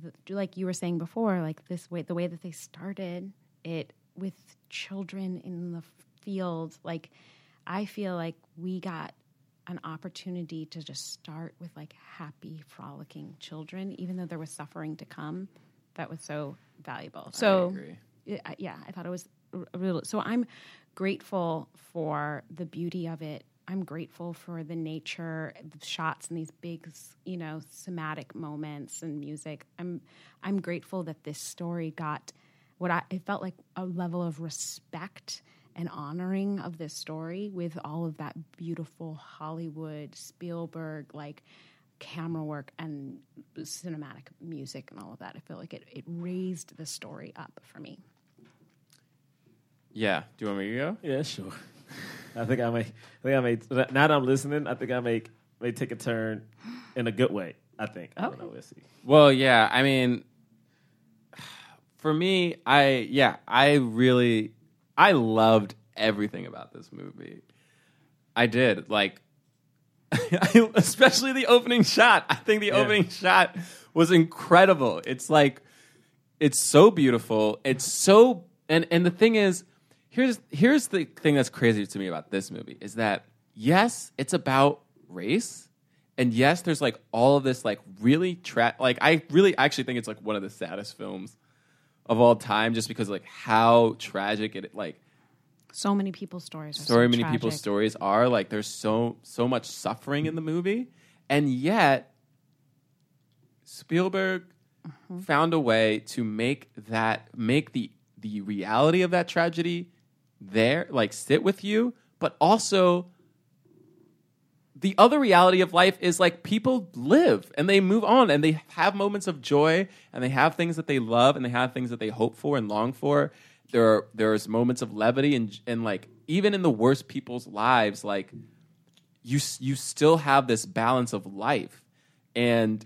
A: the, like you were saying before, like this way, the way that they started it with children in the field, like I feel like we got an opportunity to just start with like happy, frolicking children, even though there was suffering to come. That was so valuable. So
B: agree.
A: yeah, I- yeah, I thought it was r- real. So I'm grateful for the beauty of it. I'm grateful for the nature, the shots, and these big, s- you know, somatic moments and music. I'm I'm grateful that this story got what I it felt like a level of respect and honoring of this story with all of that beautiful Hollywood Spielberg like camera work and cinematic music and all of that. I feel like it, it raised the story up for me.
B: Yeah. Do you want me to go?
C: Yeah, sure. I think I may. I think I may. Now that I'm listening, I think I may may take a turn in a good way. I think. I don't know. We'll see.
B: Well, yeah. I mean, for me, I yeah, I really I loved everything about this movie. I did. Like I, especially the opening shot. I think the opening shot was incredible. It's like it's so beautiful. It's so and and the thing is, here's here's the thing that's crazy to me about this movie is that yes, it's about race. And yes, there's like all of this like really tra- like I really actually think it's like one of the saddest films of all time just because like how tragic it like
A: So many people's stories. Are
B: so many
A: tragic.
B: people's stories are like there's so so much suffering in the movie and yet spielberg
A: Mm-hmm.
B: found a way to make that make the the reality of that tragedy there like sit with you but also the other reality of life is like people live and they move on and they have moments of joy and they have things that they love and they have things that they hope for and long for. There are there's moments of levity and and like even in the worst people's lives, like you s- you still have this balance of life and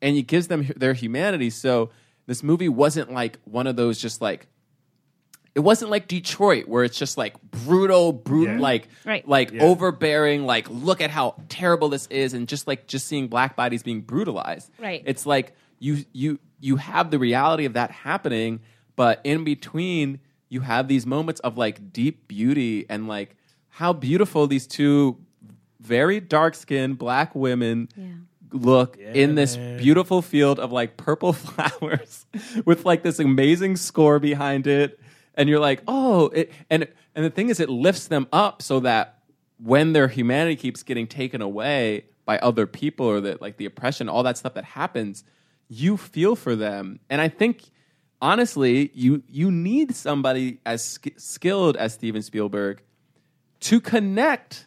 B: and it gives them hu- their humanity. So this movie wasn't like one of those just like it wasn't like Detroit where it's just like brutal, brutal,
C: Yeah.
B: like
A: Right.
B: like overbearing, like look at how terrible this is, and just like just seeing black bodies being brutalized.
A: Right.
B: It's like you you you have the reality of that happening, but in between you have these moments of like deep beauty and like how beautiful these two very dark skinned black women look in this beautiful field of like purple flowers with like this amazing score behind it and you're like oh it and and the thing is it lifts them up so that when their humanity keeps getting taken away by other people or that like the oppression all that stuff that happens you feel for them and i think honestly you you need somebody as sk- skilled as steven spielberg to connect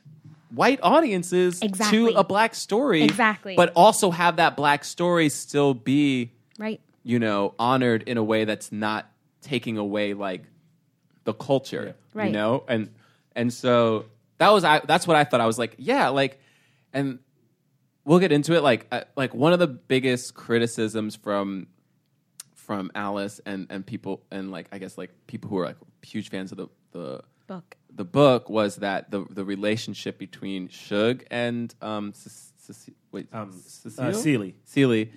B: white audiences
A: Exactly.
B: to a black story
A: Exactly.
B: but also have that black story still be
A: Right.
B: you know honored in a way that's not taking away like the culture you
A: Right.
B: know and and so that was i that's what i thought i was like yeah like and we'll get into it like uh, like one of the biggest criticisms from from alice and and people and like i guess like people who are like huge fans of the the
A: Book.
B: the book was that the the relationship between Suge and um, Ce- Ce- wait,
C: Um,
B: Cecile?
C: uh, Seeley.
B: Seeley,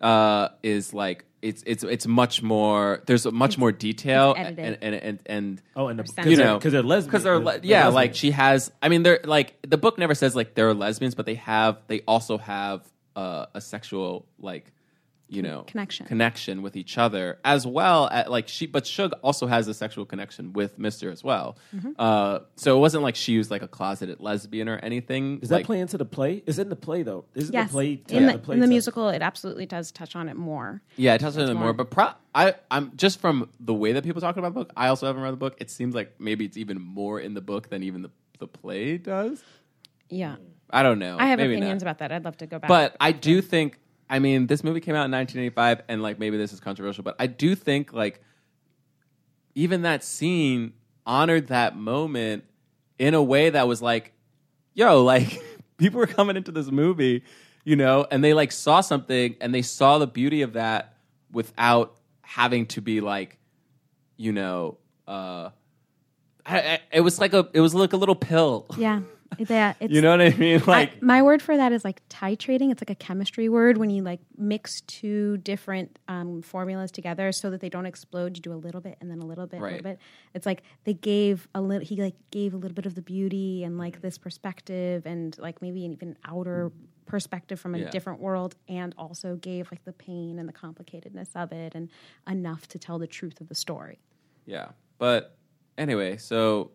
B: uh, is like it's it's it's much more. There's much more detail and
A: edited.
B: and and and.
C: Oh, and
A: Percent.
C: the,
B: you
A: they're-
B: know,
C: because they're lesbians.
B: Because they're, le- yeah, like she has. I mean, they're like the book never says like they're lesbians, but they have. They also have uh, a sexual like, you know,
A: connection.
B: connection with each other as well. At, like she, but Suge also has a sexual connection with Mister as well.
A: Mm-hmm.
B: Uh, so it wasn't like she was like a closeted lesbian or anything.
C: Does
B: like,
C: that play into the play? Is it in the play though? Is it
A: Yes.
C: the play?
A: in the,
C: the play
A: in the
C: text?
A: musical, it absolutely does touch on it more.
B: Yeah, it touches on it more,
A: more.
B: but pro- I, I'm just from the way that people talk about the book. I also haven't read the book. It seems like maybe it's even more in the book than even the the play does.
A: Yeah.
B: I don't know.
A: I have
B: Mm. Maybe
A: opinions
B: not.
A: about that. I'd love to go back.
B: But I do think, I mean, this movie came out in 1985, and like maybe this is controversial, but I do think like even that scene honored that moment in a way that was like, yo, like people were coming into this movie, you know, and they like saw something and they saw the beauty of that without having to be like, you know, uh, I, I, it was like a it was like a little pill.
A: yeah. Yeah. It's,
B: You know what I mean? Like
A: I- my word for that is like titrating. It's like a chemistry word when you like mix two different um, formulas together so that they don't explode. You do a little bit and then a little bit, a
B: Right.
A: little bit. It's like they gave a little. He like gave a little bit of the beauty and like this perspective and like maybe an even outer perspective from a
B: Yeah.
A: different world, and also gave like the pain and the complicatedness of it and enough to tell the truth of the story.
B: Yeah. But anyway, so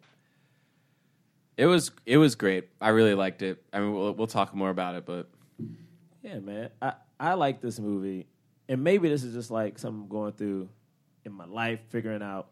B: it was it was great. I really liked it. I mean, we'll, we'll talk more about it, but
C: Yeah, man. I, I like this movie. And maybe this is just like something I'm going through in my life, figuring out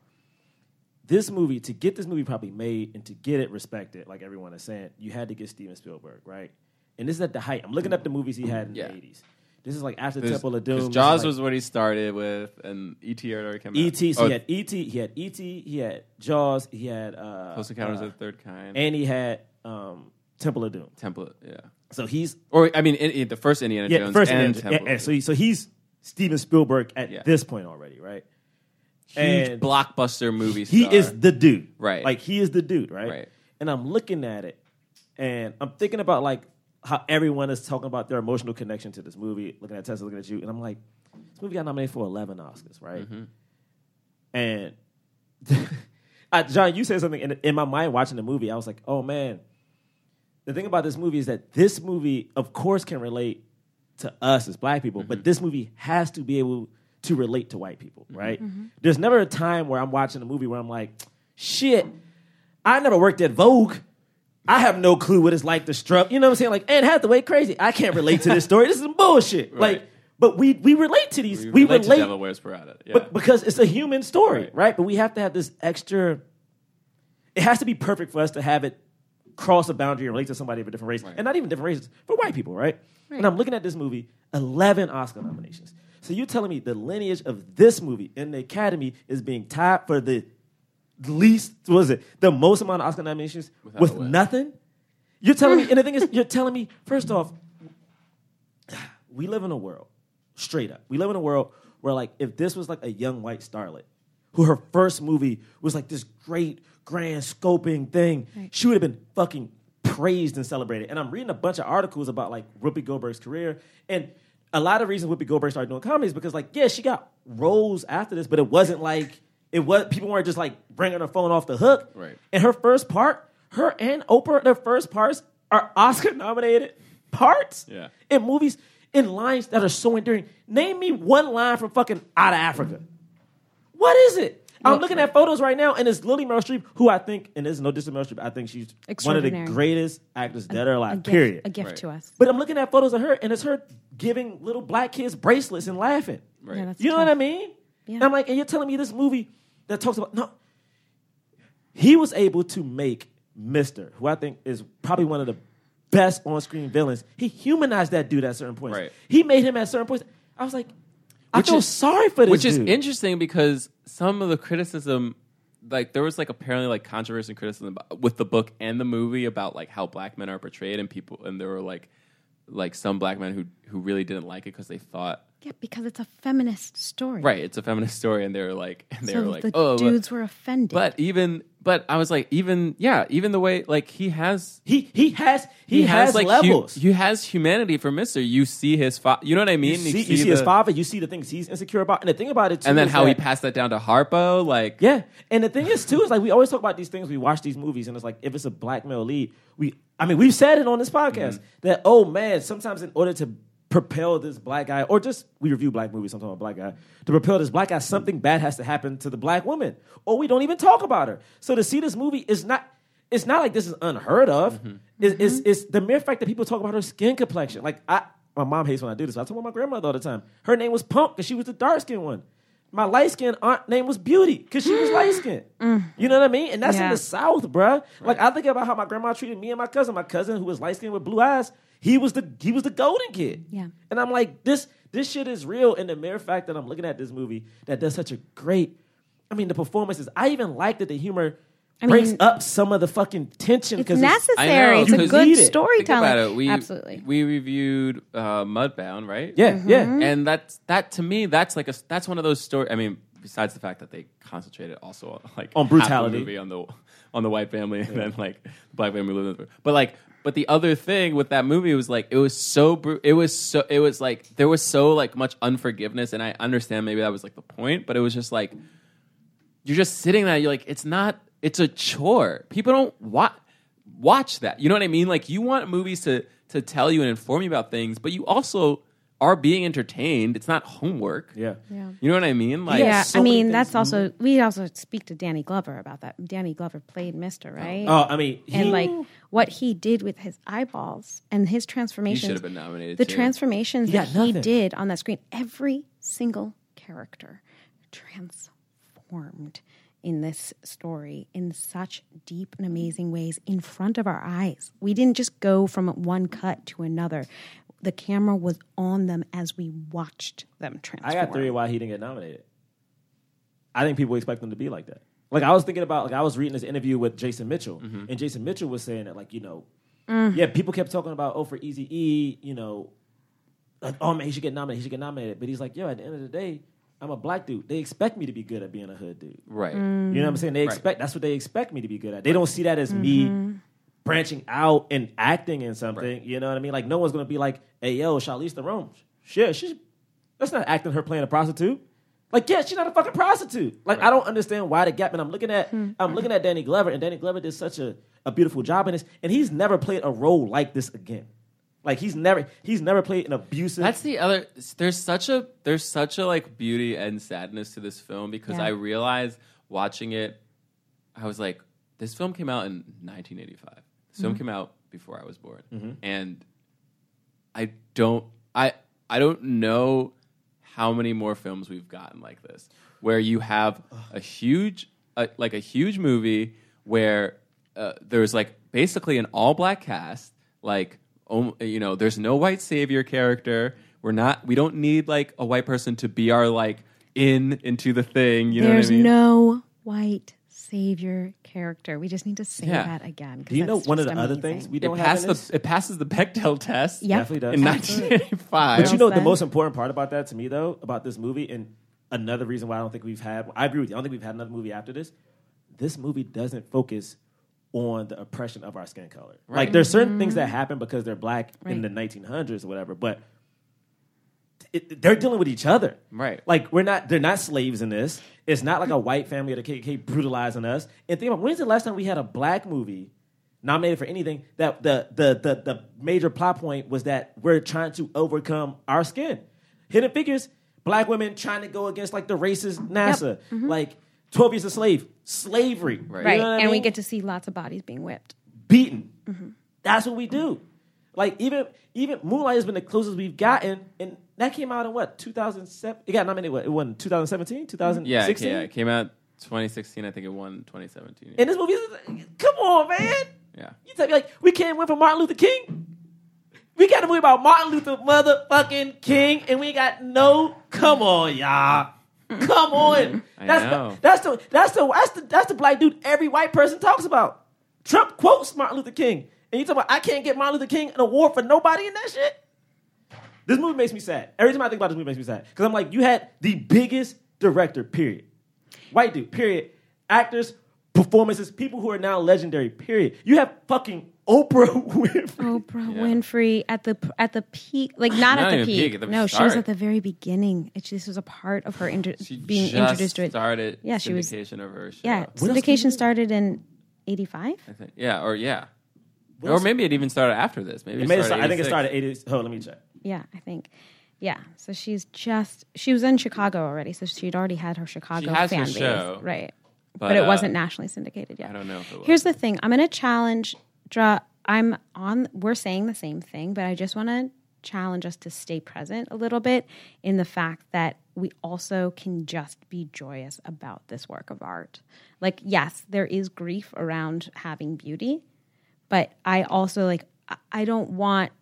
C: this movie, to get this movie probably made and to get it respected, like everyone is saying, you had to get Steven Spielberg, right? And this is at the height. I'm looking up the movies he had in
B: Yeah.
C: the 80s. This is like after
B: there's-
C: Temple of Doom.
B: 'cause
C: this is
B: Jaws
C: like-
B: was what he started with, and ET already came out.
C: E.T. So
B: Oh,
C: he had E.T., he had E.T., he had Jaws, he had uh,
B: Close Encounters
C: uh,
B: of the Third Kind,
C: and he had um, Temple of Doom.
B: Temple. Yeah,
C: So he's
B: or I mean, in, in the first Indiana
C: yeah,
B: Jones
C: first
B: and
C: Indiana-
B: Temple.
C: yeah, yeah, so, he- so he's Steven Spielberg at
B: Yeah.
C: this point already, right?
B: Huge
C: And-
B: blockbuster movie star.
C: he is the dude.
B: Right.
C: Like he is the dude, right?
B: Right.
C: And I'm looking at it and I'm thinking about like how everyone is talking about their emotional connection to this movie, looking at Tessa, looking at you, and I'm like, this movie got nominated for eleven Oscars, right?
B: Mm-hmm.
C: And I, John, you said something in, in my mind watching the movie, I was like, oh man. The thing about this movie is that this movie, of course, can relate to us as black people, but this movie has to be able to relate to white people, right? There's never a time where I'm watching a movie where I'm like, shit, I never worked at Vogue. I have no clue what it's like to strut. You know what I'm saying? Like Anne Hathaway, crazy. I can't relate to this story. This is bullshit.
B: Right.
C: Like, but we we relate to these. We, relate,
B: to Devil Wears Prada. Yeah.
C: but because it's a human story,
B: Right.
C: right. But we have to have this extra. It has to be perfect for us to have it cross a boundary and relate to somebody of a different race, and not even different races, but white people, right? And I'm looking at this movie, eleven Oscar nominations. So you're telling me the lineage of this movie in the Academy is being tied for the least, what is it, the most amount of Oscar nominations
B: Without a
C: with
B: win.
C: nothing? You're telling me, and the thing is, you're telling me, first off, we live in a world, straight up, we live in a world where, like, if this was like a young white starlet who her first movie was like this great, grand, scoping thing, she would have been fucking praised and celebrated. And I'm reading a bunch of articles about, like, Whoopi Goldberg's career, and a lot of reasons Whoopi Goldberg started doing comedy is because, like, yeah, she got roles after this, but it wasn't like, it was people weren't just like bringing her phone off the hook.
B: Right.
C: And her first part, her and Oprah, their first parts are Oscar nominated parts
B: Yeah.
C: in movies in lines that are so endearing. Name me one line from fucking Out of Africa. What is it? I'm looking at photos right now, and it's Lily Meryl Streep, who I think, and there's no diss to Meryl Streep, I think she's one of the
A: Extraordinary.
C: greatest actors dead or
A: a
C: alive,
A: gift,
C: period.
A: A gift
B: Right.
A: to us.
C: But I'm looking at photos of her, and it's her giving little black kids bracelets and laughing.
B: Right.
A: Yeah, that's
C: You know
A: tough.
C: what I mean?
A: Yeah.
C: And I'm like, and you're telling me this movie that talks about no. He was able to make Mister, who I think is probably one of the best on-screen villains. He humanized that dude at certain points.
B: Right.
C: He made him at certain points. I was like, I
B: Which
C: feel
B: is-
C: sorry for this.
B: which is
C: dude.
B: interesting because some of the criticism like there was like apparently like controversy and criticism ab- with the book and the movie about like how black men are portrayed and people and there were like like some black men who who really didn't like it because they thought
A: Yeah, because it's a feminist story.
B: right it's a feminist story and they were like and they
A: So
B: were like
A: the
B: oh but-
A: dudes were offended.
B: but even but I was like even yeah even the way like he has
C: He he has he, has,
B: like hu-
C: levels.
B: he has humanity for Mister you see his fa- you know what I mean
C: you see, you see his
B: the-
C: father. You see the things he's insecure about, and the thing about it too.
B: and then
C: is
B: how he
C: that-
B: passed that down to Harpo like
C: Yeah, and the thing is too is like we always talk about these things. We watch these movies, and it's like if it's a black male lead, we I mean we've said it on this podcast that oh man, sometimes in order to propel this black guy or just we review black movies sometimes about black guy to propel this black guy something bad has to happen to the black woman or we don't even talk about her so to see this movie is not it's not like this is unheard of it's, it's, it's the mere fact that people talk about her skin complexion like i my mom hates when i do this but i talk about my grandmother all the time her name was pump because she was the dark skinned one my light skinned aunt name was Beauty because she was light skinned. You know what I mean? And that's in
A: Yeah.
C: the South, bruh. Like I think about how my grandma treated me and my cousin. My cousin who was light skinned with blue eyes, he was the he was the golden kid.
A: Yeah.
C: And I'm like, this this shit is real. And the mere fact that I'm looking at this movie that does such a great, I mean, the performances. I even like that the humor
A: I
C: breaks
A: mean-
C: up some of the fucking tension
A: it's
C: because
A: necessary.
B: I know,
A: it's a
B: because-
A: good
C: Need it.
B: Think
A: storytelling.
B: about it. We,
A: Absolutely.
B: We reviewed uh, Mudbound, right?
C: Yeah,
A: Mm-hmm.
C: yeah.
B: And that's that to me. That's like a that's one of those stories. I mean, besides the fact that they concentrated also on, like
C: On
B: half the
C: brutality.
B: movie on the on the white family, and then like the black family living. with- But like, but the other thing with that movie was like it was so bru- it was so it was like there was so like much unforgiveness, and I understand maybe that was like the point, but it was just like you're just sitting there. You're like, it's not. It's a chore. People don't watch watch that. You know what I mean? Like you want movies to to tell you and inform you about things, but you also are being entertained. It's not homework.
C: Yeah.
A: Yeah.
B: You know what I mean? Like
A: yeah,
C: so
A: I
C: many
A: mean
C: things
A: that's also
B: Mm-hmm.
A: we also speak to Danny Glover about that. Danny Glover played Mister, right?
C: Oh, I mean, he,
A: and like what he did with his eyeballs and his
B: you
A: transformations.
B: should have been nominated.
A: the
B: too.
A: transformations
C: Yeah,
A: that he
C: nothing.
A: did on that screen every single character transformed in this story in such deep and amazing ways in front of our eyes we didn't just go from one cut to another the camera was on them as we watched them transform
C: I got three why he didn't get nominated. I think people expect him to be like that. Like I was thinking about like I was reading this interview with Jason Mitchell, and Jason Mitchell was saying that like you know, yeah, people kept talking about oh for Easy E, you know, like oh man he should get nominated, he should get nominated, but he's like yo at the end of the day. I'm a black dude. They expect me to be good at being a hood dude.
B: Mm-hmm. Right.
A: mm.
B: Mm-hmm.
C: You know what I'm saying? They expect that's what they expect me to be good at. They don't see that as me branching out and acting in something.
B: Right.
C: You know what I mean? Like no one's gonna be like, "Hey, yo, Charlize Theron, shit, she's that's not acting her playing a prostitute." Like yeah, she's not a fucking prostitute. Like I don't understand why the gap. And I'm looking at
B: Hmm.
C: I'm looking at Danny Glover, and Danny Glover did such a, a beautiful job in this, and he's never played a role like this again. Like he's never he's never played an abusive.
B: That's the other. There's such a there's such a like beauty and sadness to this film because
A: Yeah.
B: I realized watching it, I was like, this film came out in 1985. This
A: Mm-hmm.
B: film came out before I was born, and I don't I I don't know how many more films we've gotten like this where you have a huge a, like a huge movie where uh, there's like basically an all black cast like om- you know there's no white savior character we're not we don't need like a white person to be our like in into the thing you know what
A: There's
B: I mean
A: no white savior character. We just need to say
B: Yeah.
A: that again. 'cause
C: do you know
A: that's
C: one of the
A: just
C: other
A: amazing.
C: things we
B: it
C: don't have
B: passed
C: in this?
B: the it passes the Bechdel test
A: Yep.
C: Definitely does.
B: in
A: Absolutely.
B: 1985
A: Well,
C: But you know
A: then-
C: the most important part about that to me though, about this movie, and another reason why I don't think we've had I agree with you, I don't think we've had another movie after this. This movie doesn't focus on the oppression of our skin color. Like there's certain things that happen because they're black in
A: Right.
C: the 1900s or whatever, but it, they're dealing with each other.
B: Right.
C: Like we're not they're not slaves in this. It's not like a white family or the KKK brutalizing us. And think about when's the last time we had a black movie nominated for anything that the the the, the major plot point was that we're trying to overcome our skin. Hidden figures, black women trying to go against like the racist NASA. Like 12 years a slave, slavery. Right.
A: Mm-hmm. Right. and we get to see lots of bodies being whipped.
C: beaten. That's what we do. Like even even Moonlight has been the closest we've gotten, and that came out in what 2007. It got nominated. What, it won 2017, 2016.
B: yeah, it ca- yeah it came out 2016 I think it won 2017
C: And this movie, is, come on, man.
B: yeah
C: You tell me like we can't win for Martin Luther King. We got a movie about Martin Luther motherfucking King, and we got no. Come on, y'all. Come on.
B: I
C: that's
B: know.
C: The, that's the that's the that's the that's the black dude every white person talks about. Trump quotes Martin Luther King, and you talk about I can't get Martin Luther King an award for nobody in that shit. This movie makes me sad. Every time I think about this movie, it makes me sad because I'm like, you had the biggest director, period. White dude, period. Actors, performances, people who are now legendary, period. You have fucking Oprah Winfrey.
A: Oprah Winfrey at the at the peak, like
B: Not
A: not, at the
B: even
A: peak.
B: peak, at the
A: no, she was
B: start.
A: at the very beginning. It, this was a part of her inter-
B: she
A: being
B: just
A: introduced to it.
B: started
A: Yeah, she was-
B: syndication of her show.
A: Yeah,
C: else did she do?
A: syndication started in '85.
B: I think. Yeah, or yeah. or
C: else-
B: maybe it even started after this. Maybe it
C: It may have
B: started E
C: started- I think it
B: 86.
C: started 80s. Hold on, let me check.
A: Yeah, I think. Yeah, so she's just she was in Chicago already, so she'd already had her Chicago
B: has her
A: fan
B: show,
A: base, right?
B: but,
A: But, it
B: uh,
A: wasn't nationally syndicated yet.
B: I don't know if it was.
A: Here's the thing: I'm going to challenge. Draw. I'm on. We're saying the same thing, but I just want to challenge us to stay present a little bit in the fact that we also can just be joyous about this work of art. Like, yes, there is grief around having beauty, but I also like I- I don't want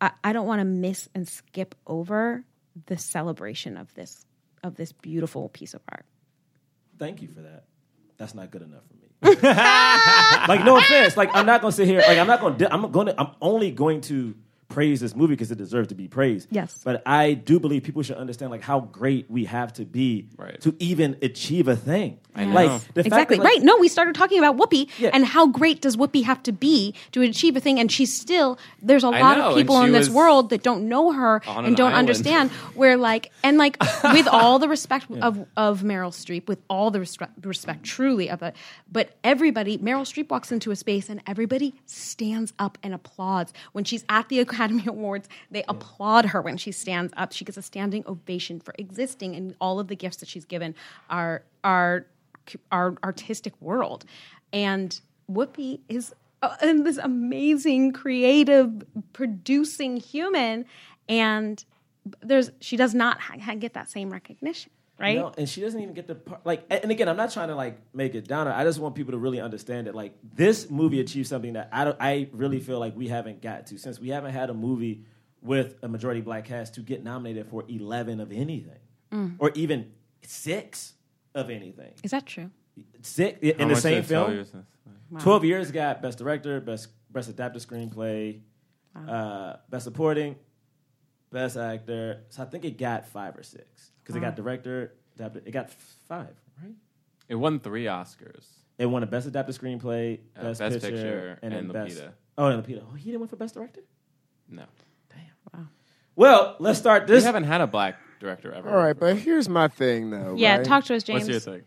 A: I, I don't want to miss and skip over the celebration of this of this beautiful piece of art.
C: Thank you for that. That's not good enough for me. like no offense. Like I'm not gonna sit here. Like I'm not gonna. di- I'm gonna. I'm only going to praise this movie because it deserves to be praised.
A: Yes.
C: But I do believe people should understand like how great we have to be
B: Right.
C: to even achieve a thing.
B: know.
C: Like the fact
A: Exactly.
C: that, like,
A: right. No, we started talking about Whoopi
C: Yeah.
A: and how great does Whoopi have to be to achieve a thing. And she's still, there's a lot
B: know,
A: of
B: and
A: people
B: she
A: in this
B: was
A: world that don't know her
B: on an
A: and don't
B: island.
A: understand. Where, like, and like, with all the respect of, of Meryl Streep, with all the respe- respect truly of it, but everybody, Meryl Streep walks into a space and everybody stands up and applauds. When she's at the Academy Awards, they applaud her when she stands up. She gets a standing ovation for existing, and all of the gifts that she's given are, are, our artistic world. And Whoopi is uh, and this amazing, creative, producing human, and there's she does not ha- ha- get that same recognition, right?
C: No, and she doesn't even get the part. Like, a- and again, I'm not trying to like make it downer. I just want people to really understand it. Like, this movie achieved something that I don't, I really feel like we haven't got to since we haven't had a movie with a majority black cast to get nominated for 11 of anything, or even six of anything.
A: Is that true?
C: Six in
B: How
C: the
B: much
C: same
B: did it E sell
C: film.
B: you since?
C: 12 years got best director, best best adapted screenplay, uh, best supporting, best actor. So I think it got five or six because it got director, adapted. It got five, right?
B: It won three Oscars.
C: It won a best adapted screenplay,
B: Uh,
C: best,
B: Best
C: picture,
B: Picture,
C: and,
B: and
C: then best.
B: Lupita.
C: Oh, and Lupita. Oh, he didn't win for best director.
B: No,
C: Well, let's start
B: we
C: this.
B: haven't had a black director ever.
D: All right, but here's my thing though.
A: Yeah,
D: right?
A: talk to us, James.
B: What's your thing?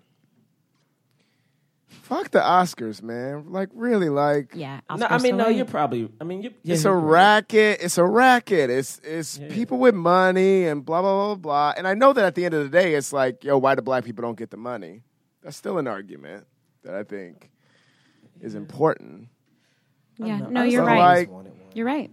D: Fuck the Oscars, man. Like really, like
A: Yeah,
C: no, I
A: Oscar
C: mean, no,
A: Soleil.
C: you're probably. I mean, you, yeah,
D: it's
C: you're
D: a
C: probably-
D: racket. It's a racket. It's it's
C: Yeah.
D: people with money and blah blah blah blah. And I know that at the end of the day, it's like, yo, why do black people don't get the money? That's still an argument that I think is important.
A: Yeah,
C: know.
A: no,
C: I
A: you're
D: So,
C: don't
A: right.
D: like-
A: you're right.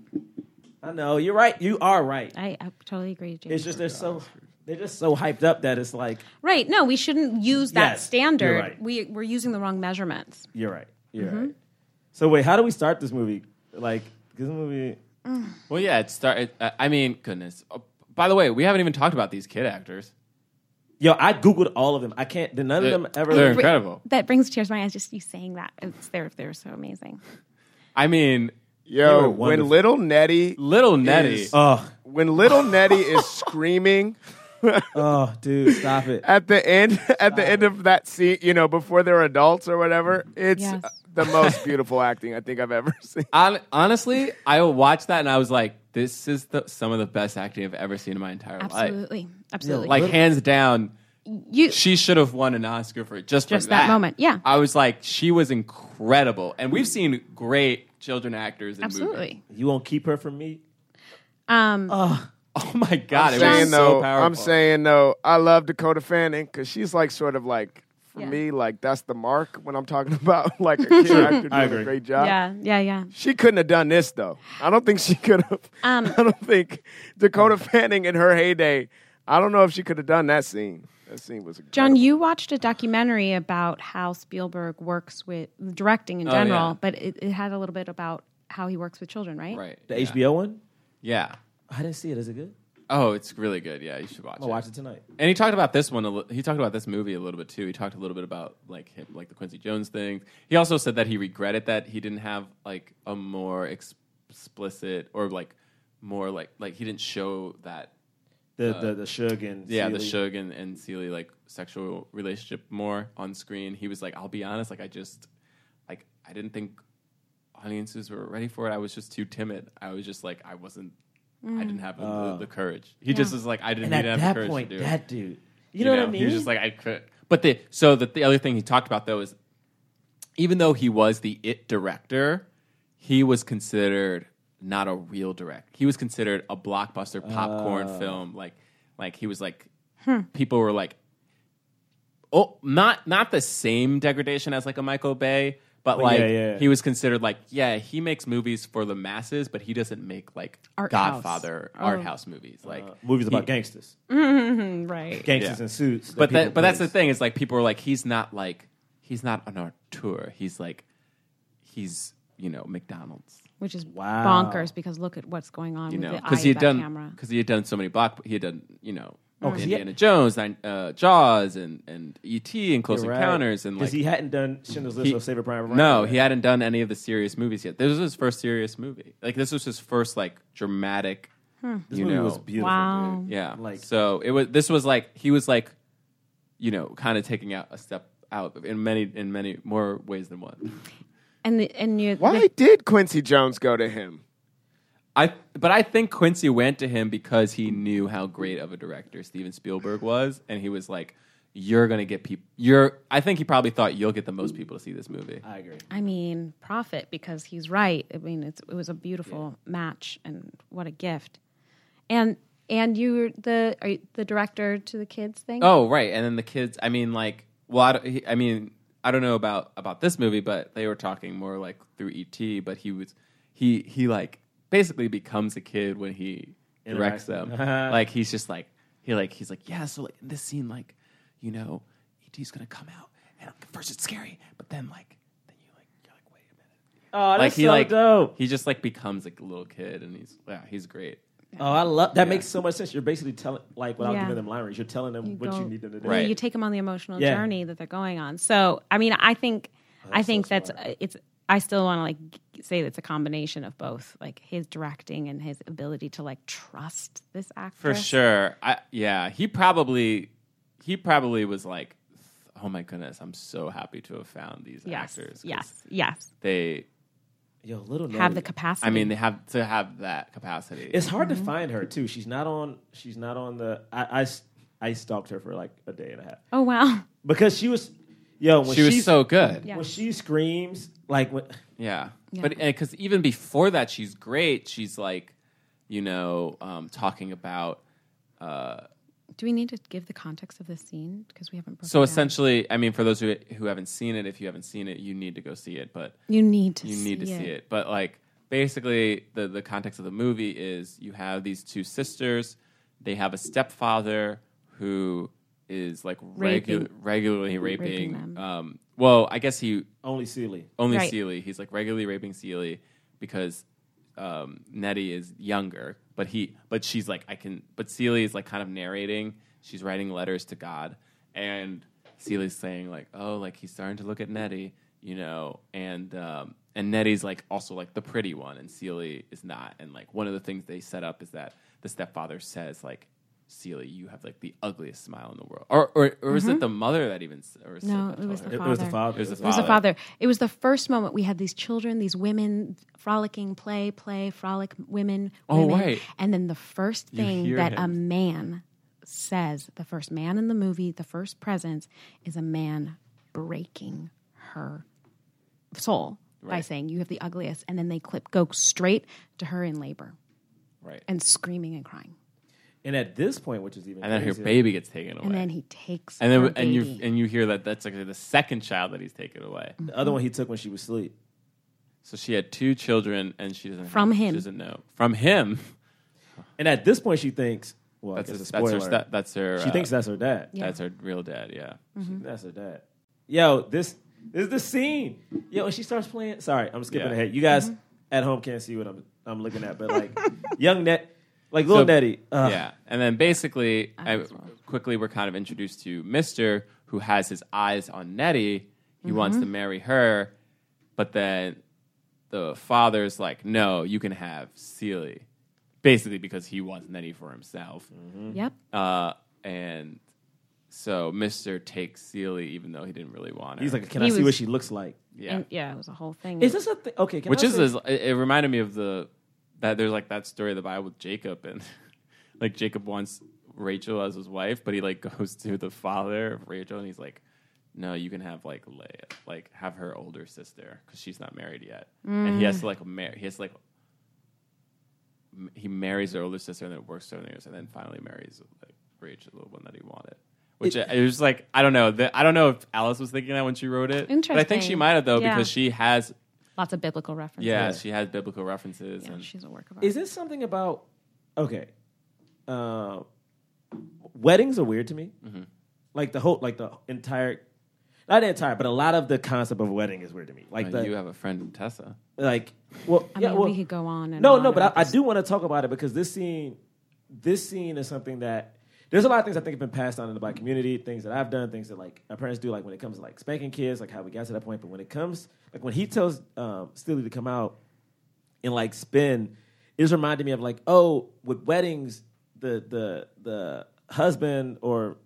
C: I know you're right. You are right.
A: I, I totally agree, James.
C: It's just they're so they're just so hyped up that it's like
A: right. No, we shouldn't use that
C: Yes, you're
A: standard.
C: right.
A: We we're using the wrong measurements.
C: you're right. You're right. So wait, how do we start this movie? Like this movie.
B: Well, yeah, it started. I I mean, goodness. Uh, by the way, we haven't even talked about these kid actors.
C: Yo, I googled all of them. I can't. Did none of them ever?
B: They're
A: Wait,
B: incredible.
A: That brings tears to my eyes just you saying that. It's they're they're so amazing.
B: I mean,
C: You were
D: Yo,
C: wonderful.
D: when little Nettie,
B: little Nettie.
D: Is-
C: oh,
D: when little Nettie is screaming
C: oh, dude, stop it.
D: at the end, at the end of that scene, you know, before they're adults or whatever, it's
A: Yes.
D: uh, the most beautiful acting I think I've ever seen.
B: Hon- honestly, I watched that and I was like, this is the some of the best acting I've ever seen in my entire life.
A: Absolutely, absolutely.
B: Like hands down,
A: you,
B: she should have won an Oscar for just
A: Just
B: for
A: that moment, yeah.
B: I was like, she was incredible, and we've seen great children actors. In Movies.
A: absolutely.
C: You won't keep her from me.
A: Um,
C: Uh-huh.
B: Oh my god, it was
D: saying
B: so
D: though,
B: powerful.
D: I'm saying though, I love Dakota Fanning because she's like sort of like for
A: Yeah.
D: me, like that's the mark when I'm talking about like a kid actor
C: I
D: doing
C: agree.
D: a great job.
A: yeah, yeah, yeah.
D: She couldn't have done this though. I don't think she could have.
A: Um,
D: I don't think Dakota Fanning in her heyday. I don't know if she could have done that scene. That scene was
A: John,
D: incredible.
A: you watched a documentary about how Spielberg works with directing in
B: Oh,
A: general,
B: yeah.
A: but it, it had a little bit about how he works with children, right?
B: right?
C: The
B: yeah.
C: HBO one.
B: Yeah.
C: I didn't see it. Is it good?
B: Oh, it's really good. Yeah, you should watch
C: I'll
B: it.
C: watch it tonight.
B: And he talked about this one. A li- he talked about this movie a little bit too. He talked a little bit about like him, like the Quincy Jones thing. He also said that he regretted that he didn't have like a more ex- explicit or like more like like he didn't show that
C: The the the Suge and
B: Uh, yeah the
C: Seeley.
B: Suge and, and Celie like sexual relationship more on screen. He was like, I'll be honest, like I just like I didn't think audiences were ready for it. I was just too timid. I was just like I wasn't. I didn't have the, the, the courage. He just was like, I didn't
C: Mm. Oh.
B: need
C: And
B: to have
C: at
B: the
C: that
B: courage
C: point,
B: to do it.
C: that dude. You know, what I mean?
B: He was just like, I could. But the so the, the other thing he talked about though is, even though he was the it director, he was considered not a real direct. He was considered a blockbuster popcorn
C: Uh.
B: film. Like, like he was like,
A: Hmm.
B: people were like, oh, not not the same degradation as like a Michael Bay. But like
C: Oh, yeah, yeah.
B: he was considered like yeah he makes movies for the masses but he doesn't make like
A: Art house. Oh.
B: Godfather art house movies like
C: Uh,
B: he-
C: movies about gangsters,
A: Right.
C: gangsters
B: Yeah.
C: and suits.
B: but
C: people
B: that, but that's the
C: plays.
B: thing is like people are like he's not like he's not an artur he's like he's you know mcdonald's
A: Which is
C: Wow.
A: bonkers because look at what's going on
B: you
A: with
B: know
A: the eye
B: because he
A: of
B: had
A: that
B: done
A: camera. Oh,
B: because he had done so many block he had done you know
C: he-
B: indiana jones and, uh, jaws and and et and close
C: You're right.
B: encounters and
C: 'Cause
B: like
C: he hadn't done Schindler's List
B: he-
C: or Saving Private Ryan.
B: no
C: yet.
B: he hadn't done any of the serious movies yet this was his first serious movie like this was his first like dramatic
C: This
A: Hmm.
B: you
C: movie
B: know
C: was beautiful.
A: Wow.
C: dude.
B: Yeah.
C: Like-
B: so it was this was like he was like you know kind of taking out a step out in many in many more ways than one.
A: And the, and you
D: Why
A: the-
D: did Quincy Jones go to him?
B: I but I think Quincy went to him because he knew how great of a director Steven Spielberg was and he was like you're going to get people you're I think he probably thought you'll get the most people to see this movie.
C: I agree.
A: I mean, profit because he's right. I mean, it's, it was a beautiful match, and what a gift. And and you were the are you the director to the kids thing.
B: Oh, right. And then the kids, I mean like well I, don't- he- I mean I don't know about about this movie but they were talking more like through ET but he was he he like basically becomes a kid when he directs them.
C: Interacts.
B: like he's just like he like he's like yeah so like in this scene like you know E ET's going to come out and first it's scary but then like then you like you're like wait a minute.
C: Oh, that's
B: like
C: so
B: like
C: dope.
B: he just like becomes like, a little kid and he's yeah, he's great.
C: Oh, I love that. Makes so much sense. You're basically telling, like, without
A: Yeah.
C: giving them line reads, you're telling them what you
A: go-
C: need them to do.
B: Right.
A: you take them on the emotional
C: Yeah.
A: journey that they're going on. So, I mean, I think
C: Oh,
A: I think that's it's. I still want to like g- say that's a combination of both, like his directing and his ability to like trust this actor
B: For sure. I yeah, he probably he probably was like, "Oh my goodness, I'm so happy to have found these
A: Yes,
B: actors." 'cause
A: yes, yes.
B: They,
C: Yo, little
A: Have the
C: Nelly.
A: capacity.
B: I mean, they have to have that capacity.
C: It's hard
A: mm-hmm.
C: to find her too. She's not on. She's not on the. I, I s- I stalked her for like a day and a half
A: oh wow,
C: because she was. Yo, when
B: she was
C: she's-
B: so good.
A: Yeah.
C: when she screams like when,
B: Yeah.
A: Yeah.
B: But because even before that, she's great. She's like, you know, um, talking about. Uh,
A: do we need to give the context of this scene because we haven't? broken
B: so
A: down.
B: essentially, I mean, for those who, who haven't seen it, if you haven't seen it, you need to go see it. But
A: you need to
B: you need to see it. But like basically, the the context of the movie is you have these two sisters. They have a stepfather who is like regu-
A: Raping-
B: regularly raping.
A: raping them.
B: um, well, I guess he
C: only Seeley.
B: only
A: Right.
B: Seeley. He's like regularly raping Seeley because um, Nettie is younger, but he, but she's like, I can, but Seeley is like kind of narrating. She's writing letters to God, and Seeley's saying like, oh, like he's starting to look at Nettie, you know, and um, and Nettie's like also like the pretty one, and Seeley is not. And like one of the things they set up is that the stepfather says like. Seeley, you have like the ugliest smile in the world, or or, or is it the mother that even? s- Or said
A: Mm-hmm. No,
B: that
A: it
B: to
A: was
B: her?
C: It,
A: the
C: it was the
A: Father.
C: father.
B: It was the
A: It was the father. It was the first moment we had these children, these women frolicking, play, play, frolic, women.
B: Oh,
A: women.
B: right.
A: And then the first
B: You
A: thing
B: hear
A: that a
B: him.
A: man says, the first man in the movie, the first presence, is a man breaking her soul by
B: Right.
A: saying, "You have the ugliest." And then they clip go straight to her in labor
B: right?
A: and screaming and crying.
C: And at this point, which is even
B: and then her
C: crazier,
B: baby gets taken away.
A: And then he takes
B: and then
A: her
B: and you
A: baby. Mm.
B: and you hear that that's like the second child that he's taken away.
C: the other one he took when she was asleep.
B: So she had two children, and she doesn't
A: From
B: she
A: him.
B: doesn't know from him.
C: And at this point, she thinks, well,
B: That's
C: I
B: her,
C: guess a
B: that's her
C: spoiler.
B: sta- that's her.
C: she
B: uh,
C: thinks that's her dad.
A: Yeah. Mm-hmm.
B: that's her real dad. Yeah,
C: She- That's her dad. Yo, this, this is the scene. Yo, and she starts playing. Sorry, I'm skipping
B: Yeah.
C: ahead. You guys at home can't see what I'm I'm looking at, but like young net, like little
B: So-
C: Nettie. Uh,
B: yeah. And then basically, I,
A: was wrong.
B: quickly we're kind of introduced to Mister, who has his eyes on Nettie. He
A: Mm-hmm.
B: wants to marry her, but then the father's like, "No, you can have Celie," basically because he wants Nettie for himself.
A: yep.
B: Uh, and so Mister takes Sealy, even though he didn't really want her.
C: He's like, can
A: He
C: I see
A: was-
C: what she looks like?
B: yeah,
A: And yeah, it was a whole thing.
C: Is this a thing? Okay, can
B: which
C: I
B: is
C: say-
B: is- it, it reminded me of the that there's like that story of the Bible with Jacob and like Jacob wants Rachel as his wife, but he like goes to the father of Rachel and he's like, no, you can have like Leia, like have her older sister because she's not married yet, and he has to like marry. He has to like. m- He marries her older sister and then works seven years and then finally marries like Rachel, the one that he wanted. Which uh, it, it was like I don't know. The, I don't know if Alice was thinking that when she wrote it, but I think she
A: Interesting.
B: might have though
A: Yeah.
B: because she has
A: Lots of biblical references.
B: yeah, she has biblical references,
A: Yeah,
B: and
A: she's a work of art.
C: Is this something about okay? Uh, weddings are weird to me. Like the whole, like the entire, not the entire, but a lot of the concept of wedding is weird to me. Like
B: uh,
C: the
B: you have a friend Tessa.
C: like, well,
A: I
C: yeah,
A: mean,
C: well,
A: we could go on. And
C: no,
A: on
C: no, but
A: about
C: I, I
A: this.
C: do want to talk about it because this scene, this scene is something that there's a lot of things I think have been passed on in the black community. Things that I've done, things that like our parents do, like when it comes to like spanking kids, like how we got to that point. But when it comes, like when he tells um, Steely to come out and like spin, it's reminded me of like oh, with weddings, the the the husband or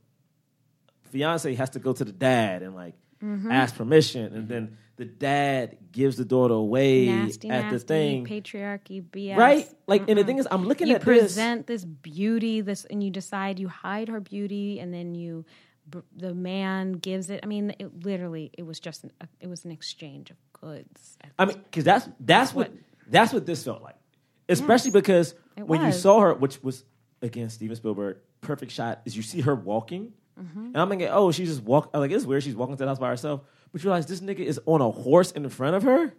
C: fiance has to go to the dad and like
A: Mm-hmm.
C: ask permission, and then the dad gives the daughter away
A: nasty,
C: at
A: nasty
C: the thing
A: patriarchy BS.
C: right? Like, and the thing is, I'm looking
A: you
C: at
A: present this. beauty, this, and you decide you hide her beauty, and then you, br- the man gives it. I mean, it literally, it was just, an, it was an exchange of goods.
C: this. I mean, because that's that's what that's what this felt like, especially because
A: It
C: when you
A: was.
C: saw her, which was again Steven Spielberg, perfect shot is you see her walking,
A: Mm-hmm.
C: and I'm thinking, oh, she's just walking. Like it's weird, she's walking to the house by herself. But you realize this nigga is on a horse in front of her,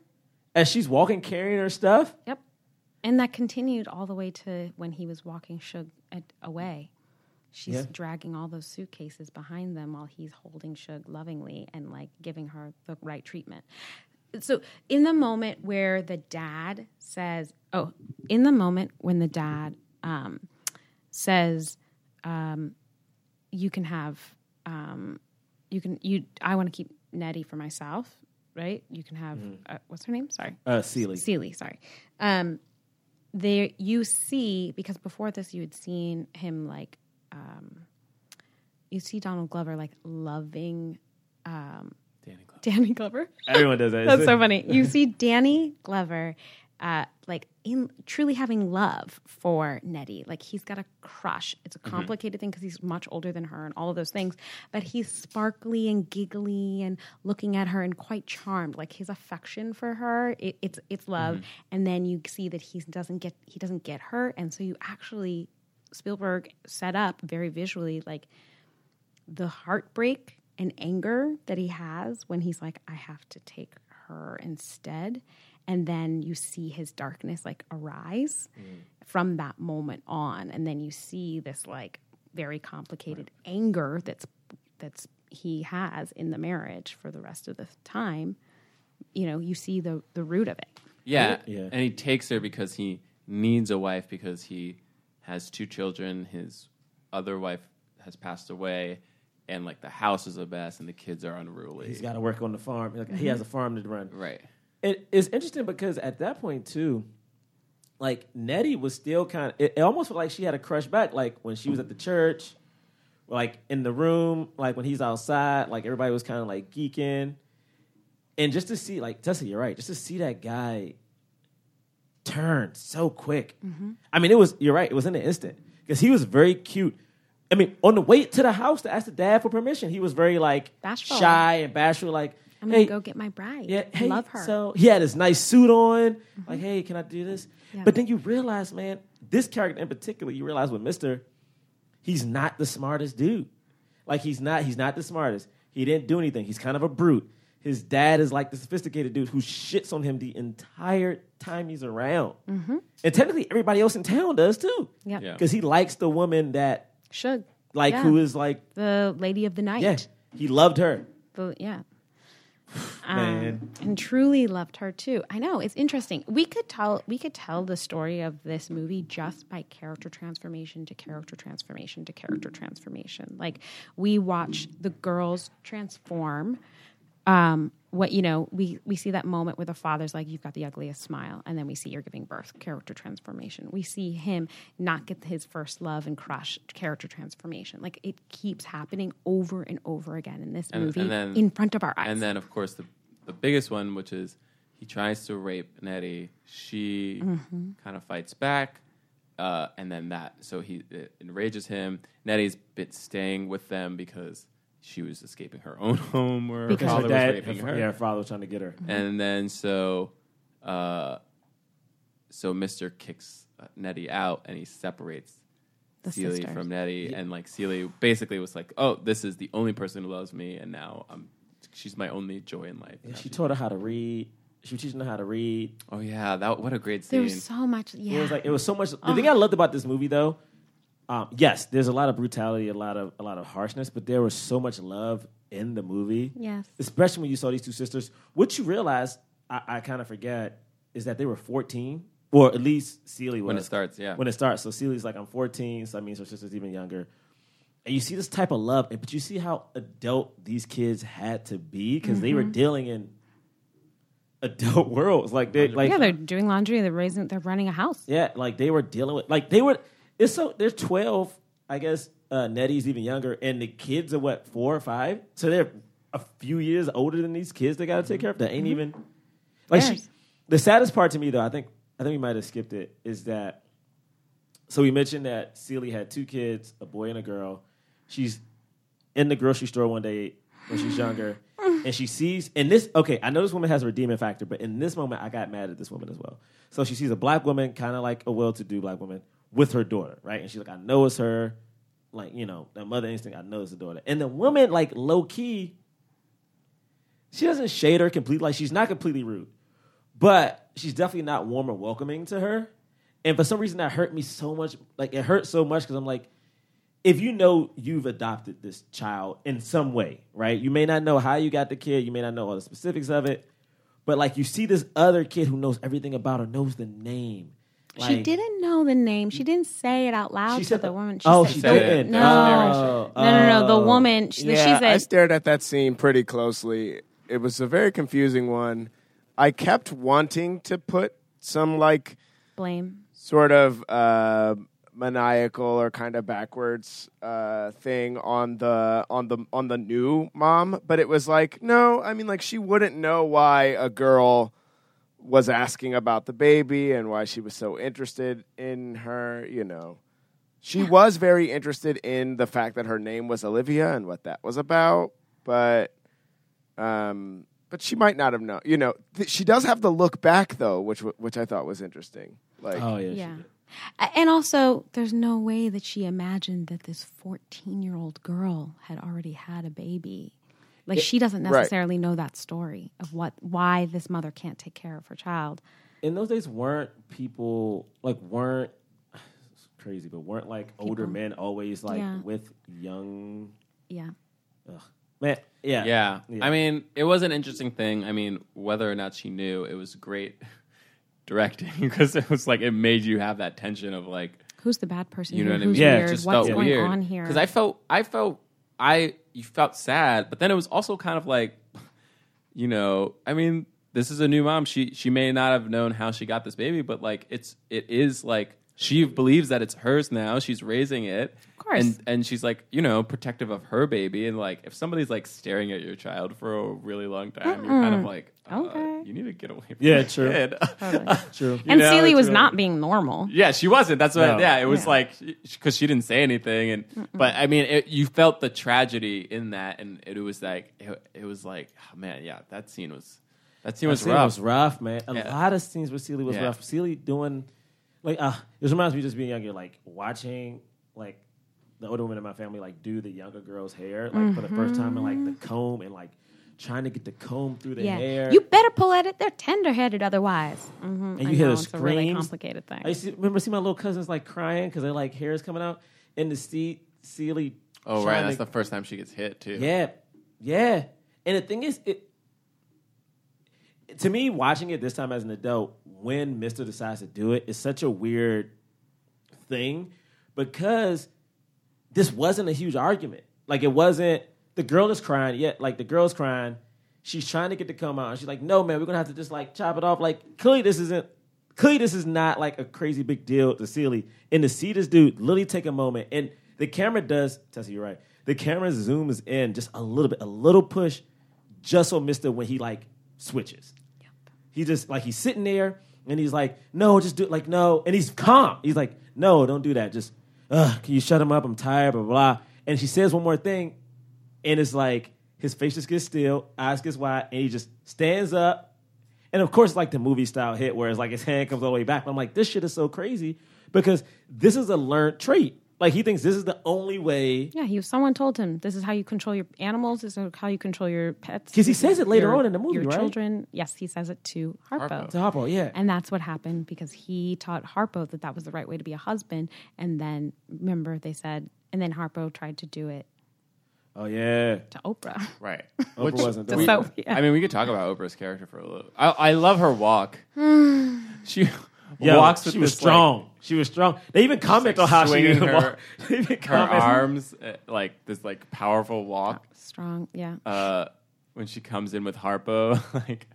C: as she's walking carrying her stuff.
A: Yep, and that continued all the way to when he was walking Suge at, away. She's
C: Yeah.
A: dragging all those suitcases behind them while he's holding Suge lovingly and like giving her the right treatment. So, in the moment where the dad says, Oh, in the moment when the dad um, says, um, You can have, um, you can, you, I want to keep Nettie for myself, right? You can have, uh, what's her name? Sorry.
C: Uh, Seeley.
A: Seeley, sorry. Um, there you see because before this you had seen him like um, you see Donald Glover like loving um,
B: Danny Glover.
A: Danny Glover.
C: Everyone does that.
A: That's so funny. You see Danny Glover, uh, like in truly having love for Nettie. Like he's got a crush. It's a complicated thing because he's much older than her and all of those things. But he's sparkly and giggly and looking at her and quite charmed. Like his affection for her, it, it's it's love. And then you see that he doesn't get he doesn't get her, and so you actually Spielberg set up very visually like the heartbreak and anger that he has when he's like, I have to take her instead. And then you see his darkness like arise
C: Mm.
A: from that moment on. And then you see this like very complicated anger that's that's he has in the marriage for the rest of the time. You know, you see the the root of it.
B: Yeah.
C: Yeah.
B: And he takes her because he needs a wife because he has two children. His other wife has passed away, and like the house is a mess, and the kids are unruly.
C: He's got to work on the farm. Like, he has a farm to run.
B: right.
C: It, it's interesting because at that point too, like Nettie was still kind of. It, it almost felt like she had a crush back. Like when she was at the church, like in the room, like when he's outside, like everybody was kind of like geeking, and just to see, like Tessa, you're right. Just to see that guy turn so quick.
A: Mm-hmm.
C: I mean, it was. You're right. It was in an instant because he was very cute. I mean, on the way to the house to ask the dad for permission, he was very like
A: Bashful.
C: shy and bashful. Like,
A: I'm gonna
C: "Hey,
A: go get my bride.
C: yeah,
A: I
C: hey,
A: love her. Mm-hmm.
C: So he had his nice suit on. Like, hey, can I do this?
A: Yeah.
C: But then you realize, man, this character in particular, you realize with Mister, he's not the smartest dude. Like he's not he's not the smartest. He didn't do anything. He's kind of a brute. His dad is like the sophisticated dude who shits on him the entire time he's around. And technically, everybody else in town does too.
A: Mm-hmm. Yep.
B: Yeah.
A: yeah.
C: because he likes the woman that
A: Shug.
C: like
A: Yeah.
C: who is like
A: the lady of the night.
C: yeah he loved her.
A: The, yeah. Um,
C: Man.
A: and truly loved her too. I know it's interesting. We could tell we could tell the story of this movie just by character transformation to character transformation to character transformation. Like we watch the girls transform. Um, what you know, we we see that moment where the father's like, "You've got the ugliest smile," and then we see you're giving birth. Character transformation. We see him not get his first love and crush. Character transformation. Like it keeps happening over and over again in this
B: And-
A: movie
B: and then-
A: in front of our eyes.
B: And then, of course, the the biggest one, which is he tries to rape Nettie. She kind of fights back, uh, and then that so he it enrages him. Nettie's been staying with them because she was escaping her own home, where her
A: Because
B: father
C: Her
B: was
C: dad,
B: raping her.
C: yeah, her father was trying to get her.
B: And then so, uh, so Mister kicks uh, Nettie out, and he separates
A: The
B: Seely
A: sisters.
B: from Nettie, and like Seely basically was like, "Oh, this is the only person who loves me, and now I'm." She's my only joy in life.
C: Yeah, she taught her how to read. She was teaching her how to read.
B: Oh yeah, that what a great scene.
A: There's so much. Yeah.
C: It was like it was so much. The thing
A: Um,
C: I loved about this movie, though, um, yes, there's a lot of brutality, a lot of a lot of harshness, but there was so much love in the movie.
A: Yes.
C: especially when you saw these two sisters. What you realize, I, I kind of forget, is that they were 14, or at least Celie was
B: When it starts, yeah.
C: when it starts. So Celie's like, I'm 14, so that means her sister's even younger. And you see this type of love, and- but you see how adult these kids had to be because they
A: Mm-hmm.
C: were dealing in adult worlds. Like they, like
A: yeah, they're doing laundry. They're raising. They're running a house.
C: yeah, like they were dealing with like they were it's so they're twelve, I guess uh Nettie's even younger, and the kids are what, four or five? So they're a few years older than these kids they gotta take care of. That ain't even like she,
A: Yes.
C: the saddest part to me though, I think I think we might have skipped it, is that so we mentioned that Celie had two kids, a boy and a girl. She's in the grocery store one day when she's younger, and she sees and this. Okay, I know this woman has a redeeming factor, but in this moment, I got mad at this woman as well. So she sees a black woman, kind of like a well-to-do black woman, with her daughter, right? And she's like, "I know it's her." Like you know, that mother instinct. I know it's the daughter, and the woman, like low key, she doesn't shade her completely. Like she's not completely rude, but she's definitely not warm or welcoming to her. And for some reason, that hurt me so much. Like it hurt so much because I'm like, if you know you've adopted this child in some way, right? You may not know how you got the kid, you may not know all the specifics of it, but like you see this other kid who knows everything about her, knows the name.
A: she
C: Like,
A: didn't know the name. She didn't say it out loud
C: Mm. She
A: to
C: said
A: the
C: the-
A: woman.
C: oh,
A: said-
C: she
B: said it.
A: No,
B: That's
A: no, no, no. The
C: Oh.
A: woman. She,
D: yeah, I
A: she said.
D: stared at that scene pretty closely. It was a very confusing one. I kept wanting to put some like
A: blame.
D: sort of uh, maniacal or kind of backwards uh, thing on the on the on the new mom, but it was like no, I mean like she wouldn't know why a girl was asking about the baby and why she was so interested in her, you know. She was very interested in the fact that her name was Olivia and what that was about, but um but she might not have known. You know, th- she does have the look back though, which w- which I thought was interesting. Like
C: Oh yeah, she
A: Yeah.
C: did.
A: A- And also, there's no way that she imagined that this 14 year old girl had already had a baby. Like she doesn't
D: Right.
A: necessarily know that story of what why this mother can't take care of her child.
C: in those days weren't people like weren't it's crazy but weren't like older men always like
A: Yeah.
C: with young
A: Yeah.
C: man yeah
B: Yeah.
C: Yeah.
B: I mean, it was an interesting thing. I mean, whether or not she knew, it was great directing because it was like it made you have that tension of like
A: Who's the bad person?
B: you know what
A: here?
B: I mean?
A: Who's
C: Yeah, it
A: weird?
B: just
A: What's
B: felt
A: going
B: weird.
A: on here?
B: Because I felt, I felt, I you felt sad, but then it was also kind of like, you know, I mean, this is a new mom. She she may not have known how she got this baby, but like it's it is like she believes that it's hers now. She's raising it, of
A: course.
B: and and she's like you know protective of her baby. And like if somebody's like staring at your child for a really long time, you're kind of like, uh,
A: Okay.
B: you need to get away. from
C: Yeah,
B: that
C: true.
B: kid.
C: true
A: and
B: know,
A: Celie
B: it's
A: was
B: really-
A: not being normal.
B: Yeah, she wasn't. That's what.
C: No.
B: Yeah, it was
A: Yeah.
B: like because she didn't say anything, and but I mean, it, you felt the tragedy in that, and it was like it, it was like oh, man, yeah, that scene was that scene was
C: Celie
B: rough.
C: was rough, man. A
B: Yeah.
C: lot of scenes with Celie was
B: Yeah.
C: rough. Celie doing like uh this reminds me just being younger, like watching like the older women in my family like do the younger girl's hair like for the first time and like the comb and like trying to get the comb through the
A: Mm-hmm. Yeah.
C: hair.
A: You better pull at it. They're tender headed otherwise. hmm
C: and
A: I
C: you hear
A: know,
C: the
A: it's a really
C: screams.
A: complicated thing.
C: I used to remember seeing my little cousins like crying because their like hair is coming out and to see Celie.
B: Oh right,
C: trying
B: that's
C: to-
B: the first time she gets hit too.
C: Yeah, yeah. And the thing is, it to me watching it this time as an adult, when Mister decides to do it, is such a weird thing because this wasn't a huge argument. Like it wasn't the girl is crying. Yet, like the girl's crying. She's trying to get the come out. and She's like, no, man, we're gonna have to just like chop it off. Like clearly this isn't. Clearly this is not like a crazy big deal to Celie. And to see this dude literally take a moment, and the camera does. Tessa, you're right. The camera zooms in just a little bit, a little push, just so Mister when he like switches. He just like he's sitting there and he's like, no, just do like no, and he's calm. He's like, no, don't do that. Just, Ugh, can you shut him up? I'm tired, blah blah. blah. And she says one more thing, and it's like his face just gets still, eyes gets wide, and he just stands up. And of course, like the movie style hit where it's like his hand comes all the way back. I'm like, this shit is so crazy because this is a learned trait. Like he thinks this is the only way
A: Yeah, he was. Someone told him this is how you control your animals. This is how you control your pets.
C: 'Cause he says it later
A: your-
C: on in the movie,
A: Your
C: right?
A: children. Yes, he says it to Harpo.
C: to hop on. Yeah,
A: And that's what happened because he taught Harpo that that was the right way to be a husband. And then remember they said, and then Harpo tried to do it
C: oh yeah.
A: to Oprah.
B: right.
C: Oprah wasn't doing
B: we-
A: So, yeah.
B: I mean, we could talk about Oprah's character for a little. I, I love her walk. she
C: Yo,
B: walks with
C: she was
B: this, like,
C: strong. she was strong. They even comment on how she
B: swinging her-
C: walk. They even
B: her
C: comment.
B: arms, uh, like this, like powerful walk.
A: Strong, yeah.
B: uh, when she comes in with Harpo, like,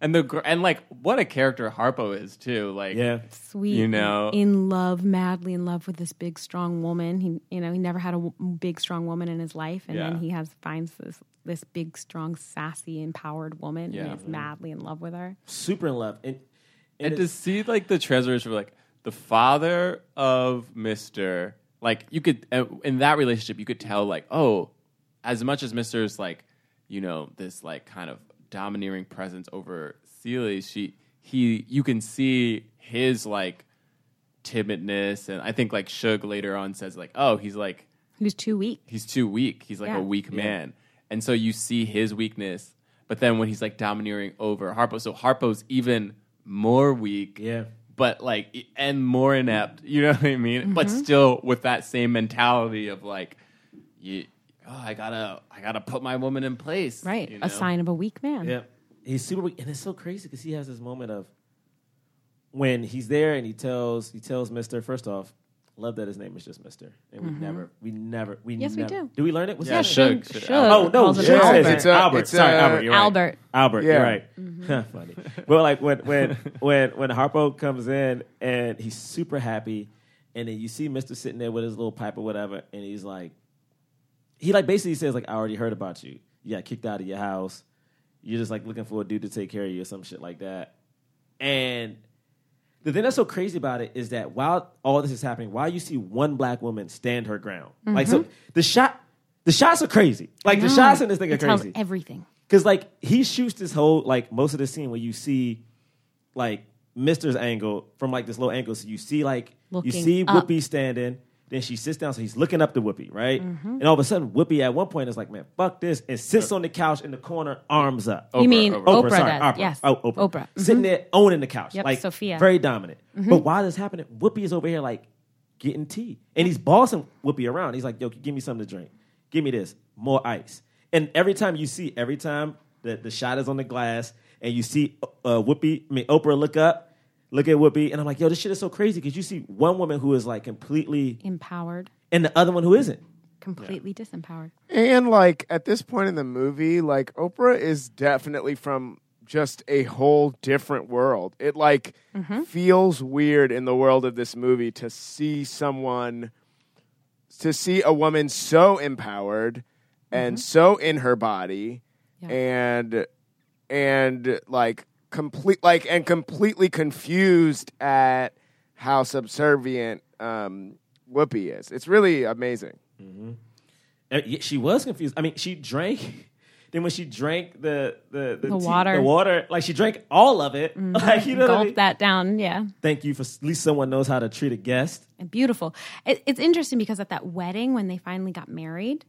B: and the gr- and like what a character Harpo is too, like,
C: Yeah,
A: Sweet.
B: you know-
A: In love, madly in love with this big, strong woman. He, you know, he never had a w- big, strong woman in his life. And
B: Yeah.
A: then he has finds this, this big, strong, sassy, empowered woman.
B: Yeah.
A: And he's madly in love with her.
C: super in love. And,
B: And
C: and it-
B: to see like the treasures were like the father of Mister, like you could uh, in that relationship you could tell like oh, as much as Mister is like you know this like kind of domineering presence over Celie, she he you can see his like timidness and I think like Suge later on says like oh he's like
A: He was too weak.
B: he's too weak. He's like
A: Yeah.
B: a weak man. And so you see his weakness, but then when he's like domineering over Harpo, so Harpo's even more weak.
C: Yeah.
B: But like e- and more inept, you know what I mean? But
A: Mm-hmm.
B: still with that same mentality of like you oh, I got to I got to put my woman in place.
A: Right.
B: you know?
A: A sign of a weak man.
C: yeah, he's super weak, and it's so crazy because he has this moment of when he's there and he tells he tells Mister. First off, love that his name is just Mister, and we never, we never, we
A: Mm-hmm. Yes, we
C: never,
A: do.
C: we learn it? Was
B: Yeah,
C: that-
B: Suge.
A: Suge-
B: Suge.
A: Suge
C: Oh no,
A: calls
C: Suge
A: him
C: says
D: Yeah,
A: Albert.
C: it.
D: it's a-
C: Albert.
D: it's
C: Sorry,
D: a-
C: Albert. You're right.
A: Albert.
C: Albert,
D: Yeah.
C: you're right. Funny. But like when when when when Harpo comes in and he's super happy And then you see Mister sitting there with his little pipe or whatever, and he's like, he like basically says like, I already heard about you. You got kicked out of your house. You're just like looking for a dude to take care of you or some shit like that. And the thing that's so crazy about it is that while all this is happening, while you see one black woman stand her ground, like
A: Mm-hmm.
C: so the shot, the shots are crazy. Like the shots in this thing are
A: It tells
C: crazy.
A: everything.
C: Because like he shoots this whole like most of the scene where you see like Mister's angle from like this low angle, so you see like you
A: Looking
C: see
A: up.
C: Whoopi standing. Then she sits down, so he's looking up to Whoopi, right?
A: Mm-hmm.
C: And all of a sudden, Whoopi at one point is like, "Man, fuck this!" and sits on the couch in the corner, arms up.
A: you mean
B: Oprah,
A: Oprah,
C: sorry,
A: does?
C: Oprah.
A: Yes.
C: Oh, Oprah.
A: Oprah. Mm-hmm. Mm.
C: Sitting there owning the couch,
A: Yep,
C: like
A: Sophia.
C: very dominant. But while this happening, Whoopi is over here like getting tea, and he's bossing Whoopi around. He's like, "Yo, give me something to drink. Give me this. More ice." And every time you see, every time the the shot is on the glass, and you see uh, Whoopi, I mean Oprah, look up, look at Whoopi, and I'm like, "Yo, this shit is so crazy." Because you see one woman who is like completely,
A: Empowered,
C: and the other one who isn't.
A: completely disempowered.
D: And like at this point in the movie, like Oprah is definitely from just a whole different world. It like feels weird in the world of this movie to see someone to see a woman so empowered and so in her body
A: Yeah.
D: and and like complete like and completely confused at how subservient um Whoopi is. It's really amazing.
C: Uh, yeah, she was confused. I mean, she drank. Then when she drank the the,
A: The water.
C: the water, like she drank all of it. Like you know, what I mean?
A: Gulp that down. Yeah.
C: thank you for at least someone knows how to treat a guest.
A: And beautiful. It, it's interesting because at that wedding, when they finally got married,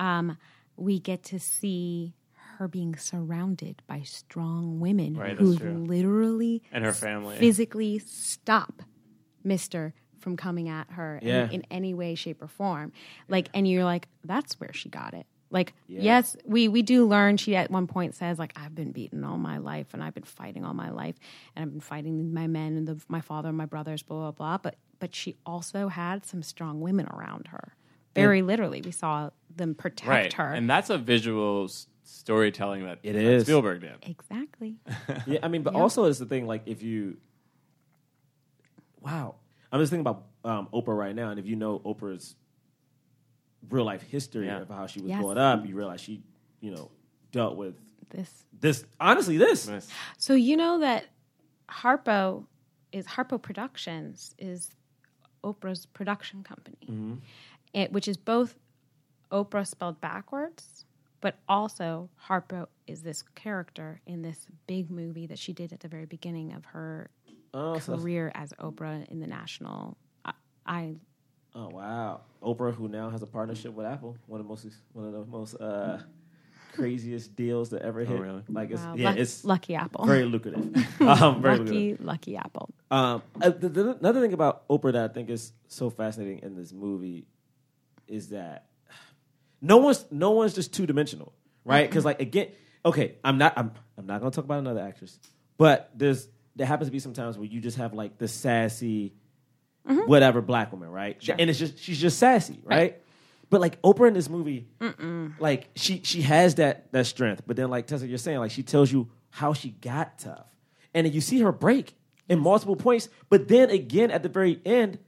A: um, we get to see her being surrounded by strong women
H: Right,
A: who
H: that's true.
A: literally
H: And her family.
A: physically stop Mister from coming at her in-
C: Yeah.
A: in, any way, shape, or form. Like, and you're like, that's where she got it. Like, yes, we we do learn. She at one point says, like, I've been beaten all my life, and I've been fighting all my life, and I've been fighting my men and the, my father and my brothers, blah blah blah. But but she also had some strong women around her. Very literally, we saw them protect
H: right.
A: her.
H: And that's a visual s- storytelling that,
C: It
H: that
C: is.
H: Spielberg did.
A: exactly.
C: Yeah, I mean, but also it's the thing like if you, wow, I'm just thinking about um, Oprah right now, and if you know Oprah's real life history
H: Yeah.
C: of how she was
A: Yes.
C: brought up, you realize she, you know, dealt with
A: This
C: this. Honestly, this
H: Yes.
A: So you know that Harpo is Harpo Productions is Oprah's production company,
C: Mm-hmm.
A: it, which is both Oprah spelled backwards, but also Harpo is this character in this big movie that she did at the very beginning of her
C: Oh, so-
A: career as Oprah in the National. I, I
C: Oh wow, Oprah, who now has a partnership with Apple, one of the most one of the most uh, craziest deals that ever hit.
H: really?
C: Like it's
A: wow,
C: yeah,
A: uh, luck-
C: it's
A: lucky apple,
C: very lucrative. um, very lucrative.
A: lucky lucky apple.
C: Um, uh, the, the, another thing about Oprah that I think is so fascinating in this movie is that no one's no one's just two dimensional, right?
A: Mm-hmm.
C: Because like again, okay, I'm not I'm I'm not gonna talk about another actress, but there's there happens to be some times where you just have like the sassy,
A: Mm-hmm.
C: whatever black woman, right? And it's just she's just sassy, right? But like Oprah in this movie, like she she has that that strength, but then like Tessa, you're saying like she tells you how she got tough, and then you see her break in multiple points, but then again at the very end,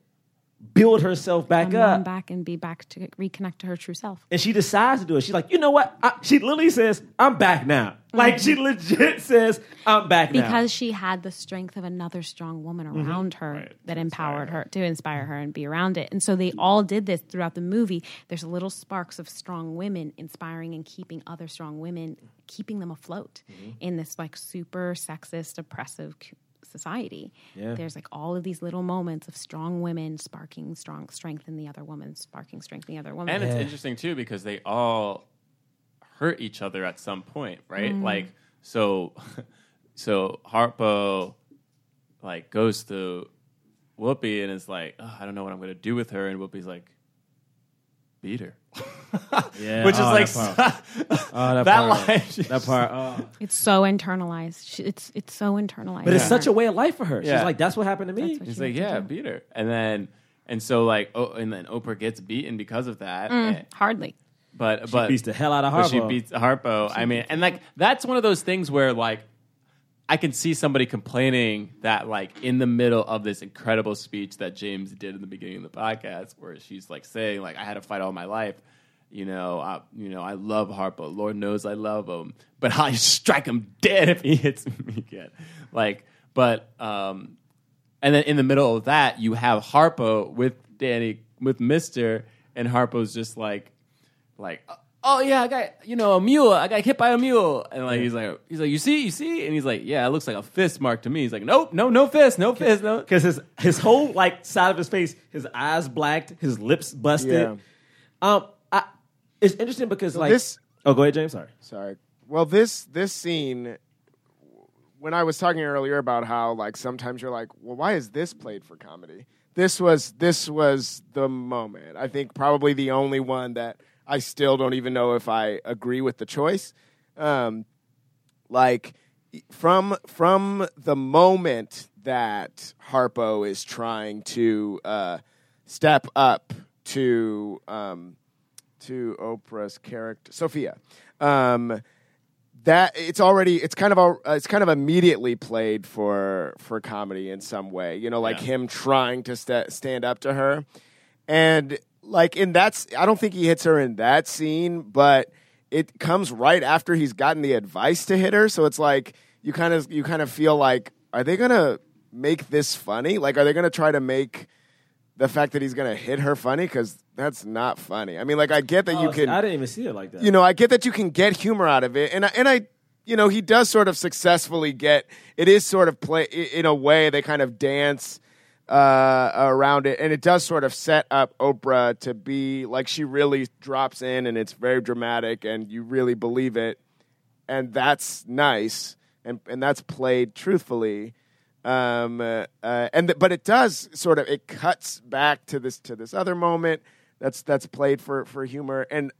C: build herself back
A: Come
C: up
A: on back and be back to reconnect to her true self.
C: and she decides to do it. She's like, you know what? I, she literally says, "I'm back now." Like she legit says, "I'm back now."
A: because she had the strength of another strong woman
C: Mm-hmm.
A: around her that empowered her to inspire her and be around it and so
C: Mm-hmm.
A: they all did this throughout the movie there's little sparks of strong women inspiring and keeping other strong women keeping them afloat
C: Mm-hmm.
A: in this like super sexist oppressive c- society there's like all of these little moments of strong women sparking strong strength in the other woman sparking strength in the other woman
H: And it's interesting too because they all hurt each other at some point, right? Like so so Harpo like goes to Whoopi and is like, "Ugh, I don't know what I'm gonna do with her and Whoopi's like, beat her.
C: yeah,
H: Which is
C: oh,
H: like
C: that part.
H: that,
C: Oh, that, part.
H: line she's-
C: That part, oh.
A: it's so internalized She- it's it's so internalized
C: But it's
A: for
C: such
A: her.
C: a way of life for her.
H: Yeah.
C: She's like, "That's what happened to me."
A: That's what
H: He's
A: she
H: like,
A: had to
H: Yeah,
A: do.
H: beat her. And then and so like oh and then Oprah gets beaten because of that.
A: Mm.
H: And-
A: hardly
H: but but
C: beats the hell out of
H: but
C: Harpo.
H: She beats Harpo. I mean, and like that's one of those things where like
B: I can see somebody complaining that like in the middle of this incredible speech that James did in the beginning of the podcast, where she's like saying like I had to fight all my life, you know, I, you know, I love Harpo. Lord knows I love him, but I strike him dead if he hits me again. Like, but um, and then in the middle of that, you have Harpo with Danny with Mister, and Harpo's just like, like, oh yeah, I got you know a mule. I got hit by a mule, and like he's like he's like you see you see, and he's like yeah, it looks like a fist mark to me. He's like nope, no no fist, no fist, no.
C: because his his whole like side of his face, his eyes blacked, his lips busted.
D: Yeah.
C: Um, I, it's interesting because like
D: this-
C: Oh, go ahead, James. Sorry.
D: Sorry. Well, this this scene when I was talking earlier about how like sometimes you're like, well, why is this played for comedy? This was this was the moment. I think probably the only one that I still don't even know if I agree with the choice. Um, like e, from from the moment that Harpo is trying to uh, step up to um, to Oprah's character Sophia. Um, that it's already it's kind of al- uh, it's kind of immediately played for for comedy in some way. You know, like him trying to sta stand up to her, and like in that s- I don't think he hits her in that scene, but it comes right after he's gotten the advice to hit her. So it's like you kind of you kind of feel like are they gonna make this funny? Like are they gonna try to make the fact that he's gonna hit her funny because that's not funny. I mean, like I get that
C: Oh,
D: you can
C: I didn't even see it like that.
D: you know, I get that you can get humor out of it, and I, and I, you know, he does sort of successfully get. It is sort of play i- in a way they kind of dance uh, around it, and it does sort of set up Oprah to be like she really drops in, and it's very dramatic, and you really believe it, and that's nice, and and that's played truthfully. Um, uh, uh, and th- but it does sort of it cuts back to this to this other moment that's that's played for for humor and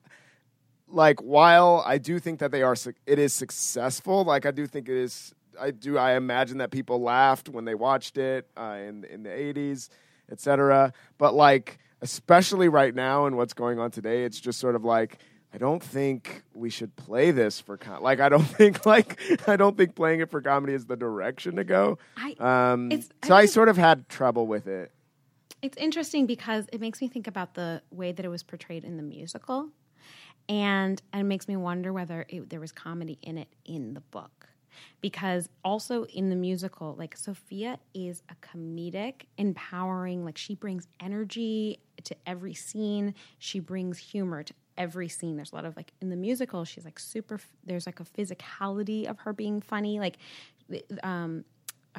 D: like while I do think that they are suc- it is successful, like I do think it is I do I imagine that people laughed when they watched it uh, in in the 80s, etc. But like especially right now and what's going on today, it's just sort of like I don't think we should play this for com- like I don't think like I don't think playing it for comedy is the direction to go.
A: I-
D: um,
A: it's- I
D: so I
A: think-
D: sort of had trouble with it.
A: It's interesting because it makes me think about the way that it was portrayed in the musical, and and it makes me wonder whether it, there was comedy in it in the book, because also in the musical, like Sophia is a comedic, empowering, like she brings energy to every scene. She brings humor to every scene. There's a lot of like in the musical, she's like super. There's like a physicality of her being funny, like. Um,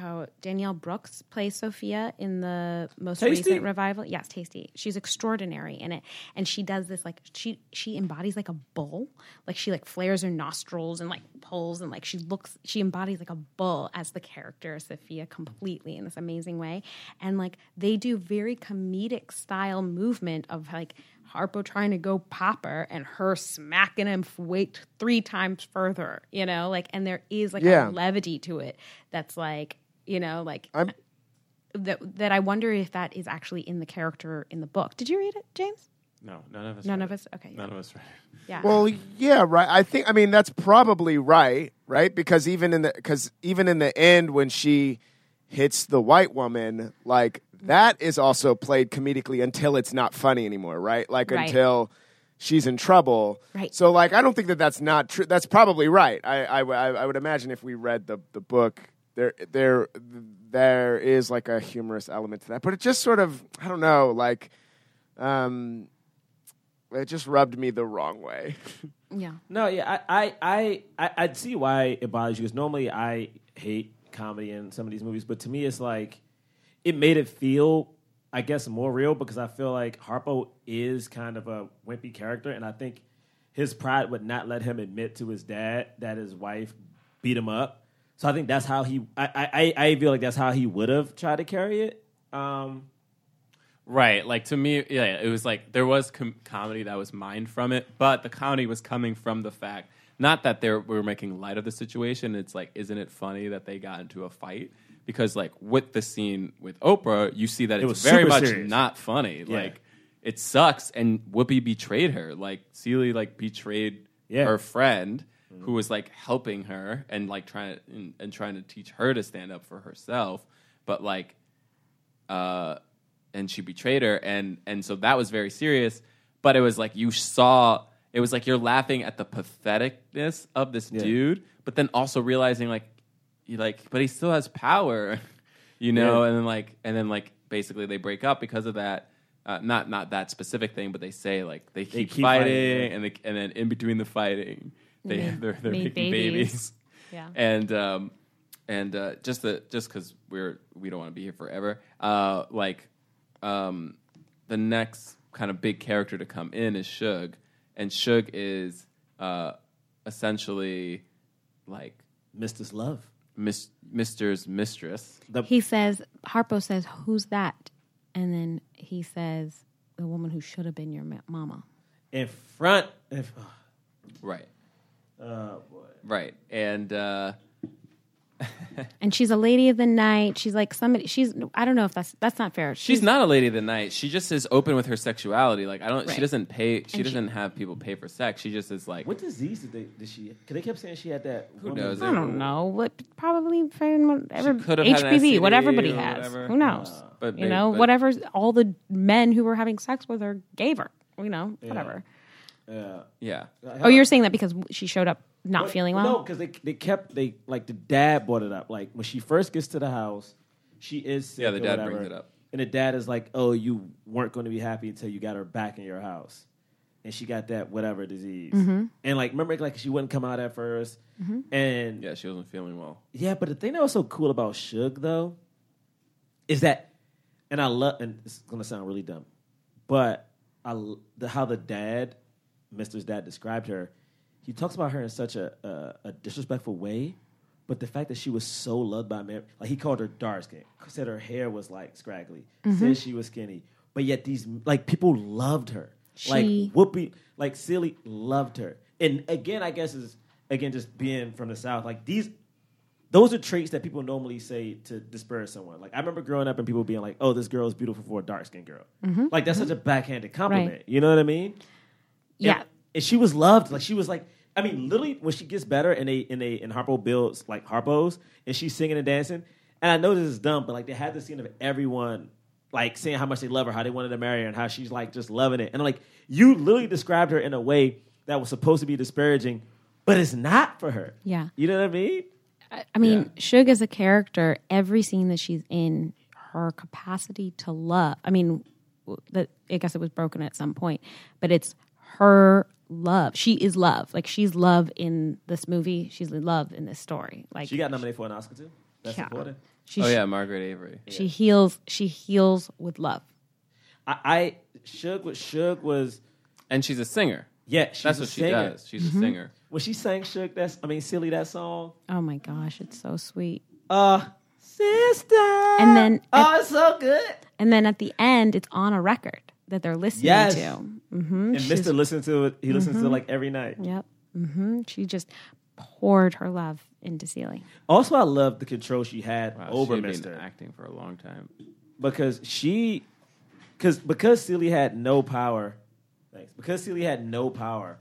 A: Oh, Danielle Brooks plays Sophia in the most
C: Tasty?
A: recent revival. Yes, Tasty. She's extraordinary in it, and she does this like she she embodies like a bull. Like she like flares her nostrils and like pulls and like she looks she embodies like a bull as the character Sophia completely in this amazing way, and like they do very comedic style movement of like. Harpo trying to go popper and her smacking him f- weight three times further, you know, like, and there is like a
D: Yeah.
A: levity to it that's like, you know, like
D: I'm
A: that that I wonder if that is actually in the character in the book. Did you read it, James?
B: No, none of us.
A: None
B: read
A: of
B: it.
A: us. Okay.
B: None of us. read it.
A: yeah.
D: Well, yeah, right. I think I mean that's probably right, right? Because even in the because even in the end when she hits the white woman, like that is also played comedically until it's not funny anymore, right? Like
A: Right.
D: until she's in trouble.
A: Right.
D: So like I don't think that that's not true. That's probably right. I I, w- I- I would imagine if we read the the book there there there is like a humorous element to that, but it just sort of I don't know like. Um, it just rubbed me the wrong way.
A: yeah.
C: No, yeah, I, I, I, I I'd see why it bothers you because normally I hate comedy in some of these movies, but to me, it's like it made it feel, I guess, more real because I feel like Harpo is kind of a wimpy character, and I think his pride would not let him admit to his dad that his wife beat him up. So I think that's how he. I, I, I feel like that's how he would have tried to carry it. Um,
B: Right. Like to me, yeah, it was like there was com- comedy that was mined from it, but the comedy was coming from the fact not that they were making light of the situation. It's like, isn't it funny that they got into a fight? Because like with the scene with Oprah, you see that it's
C: was
B: very
C: super
B: much
C: serious.
B: not funny. Like it sucks, and Whoopi betrayed her. Like Celie like betrayed
C: Yeah. Mm-hmm.
B: her friend, who was like helping her and like trying to, and, and trying to teach her to stand up for herself, but like uh, and she betrayed her and and so that was very serious but it was like you saw it was like you're laughing at the patheticness of this dude but then also realizing like you like but he still has power you know
C: Yeah.
B: and then like and then like basically they break up because of that uh, not not that specific thing but they say like they keep,
C: keep
B: fighting,
C: fighting, yeah.
B: and they, and then in between the fighting they
A: Made-
B: they're, they're
A: made
B: making
A: babies.
B: babies
A: Yeah.
B: and um and uh just the just because we're we don't want to be here forever uh like um the next kind of big character to come in is Suge, and Suge is uh essentially like
C: Mrs. Love.
B: mis- Mister's mistress
A: He says, Harpo says, who's that? And then he says, the woman who should have been your ma- mama.
C: In front. In,
B: right
C: oh, boy.
B: right and uh
A: And she's a lady of the night. She's like somebody, she's, I don't know if that's, that's not fair.
B: She's not a lady of the night. She just is open with her sexuality. Like I don't.
A: Right.
B: She doesn't pay. She
A: And she-
B: doesn't have people pay for sex. She just is like.
C: What disease did they did she? Because they kept saying she had that. Who
B: knows?
A: I don't know. What probably whatever
B: She could have had an
A: HPV, what
B: STD
A: everybody
B: or
A: has.
B: whatever. Uh,
A: Who knows?
B: But
A: you
B: may-
A: know,
B: but-
A: whatever all the men who were having sex with her gave her. You know, whatever.
C: Yeah.
B: Yeah.
A: Oh, you're saying that because she showed up not
C: But-
A: feeling well.
C: No, because they they kept they like the dad brought it up. Like when she first gets to the house, she is sick
B: Yeah, the
C: or
B: dad
C: whatever,
B: brings it up.
C: and the dad is like, "Oh, you weren't going to be happy until you got her back in your house." And she got that whatever disease,
A: Mm-hmm.
C: and like remember, like she wouldn't come out at 1st and
B: Yeah. She wasn't feeling well.
C: yeah, but the thing that was so cool about Suge though is that, and I love, and it's gonna sound really dumb, but I l- the, how the dad, Mister's dad, described her. He talks about her in such a, a a disrespectful way, but the fact that she was so loved by men, like he called her dark skin, said her hair was like scraggly, said she was skinny, but yet these like people loved her,
A: She-
C: like Whoopi, like Silly loved her, and again, I guess is again just being from the south, like these those are traits that people normally say to disparage someone. Like I remember growing up and people being like, "Oh, this girl is beautiful for a dark skinned girl." Like that's such a backhanded compliment.
A: Mm-hmm. Right.
C: You know what I mean?
A: yeah,
C: And, and she was loved. Like she was like, I mean, literally when she gets better and they and they and Harpo builds like Harpo's and she's singing and dancing. And I know this is dumb, but like they had the scene of everyone like saying how much they love her, how they wanted to marry her, and how she's like just loving it. And like you literally described her in a way that was supposed to be disparaging, but it's not for her.
A: Yeah.
C: You know what I mean?
A: I mean, Suge is a character. Every scene that she's in, her capacity to love. I mean, w- that I guess it was broken at some point, but it's her love. She is love. Like she's love in this movie. She's love in this story. Like
C: She got nominated for an Oscar too. That's
A: Yeah.
C: important.
A: She,
B: Oh yeah, Margaret Avery.
A: She heals. She heals with love.
C: I, I Suge was Suge was
B: And she's a singer.
C: yeah. She's
B: That's
C: a
B: what she
C: singer.
B: does. She's a singer. Mm-hmm.
C: When she sang Suge, that's I mean silly that song.
A: Oh my gosh, it's so sweet.
C: Uh, sister.
A: And then
C: oh, it's so good.
A: And then at the end, it's on a record that they're listening
C: Yes.
A: to. Mm-hmm,
C: And Mister listens to it. He listens to it like every night.
A: Yep. hmm She just poured her love into Celie.
C: Also, I love the control she had
B: Wow,
C: over
B: Uh, she had
C: Mister.
B: been acting for a long time.
C: because she because because Celie had no power thanks because Celie had no power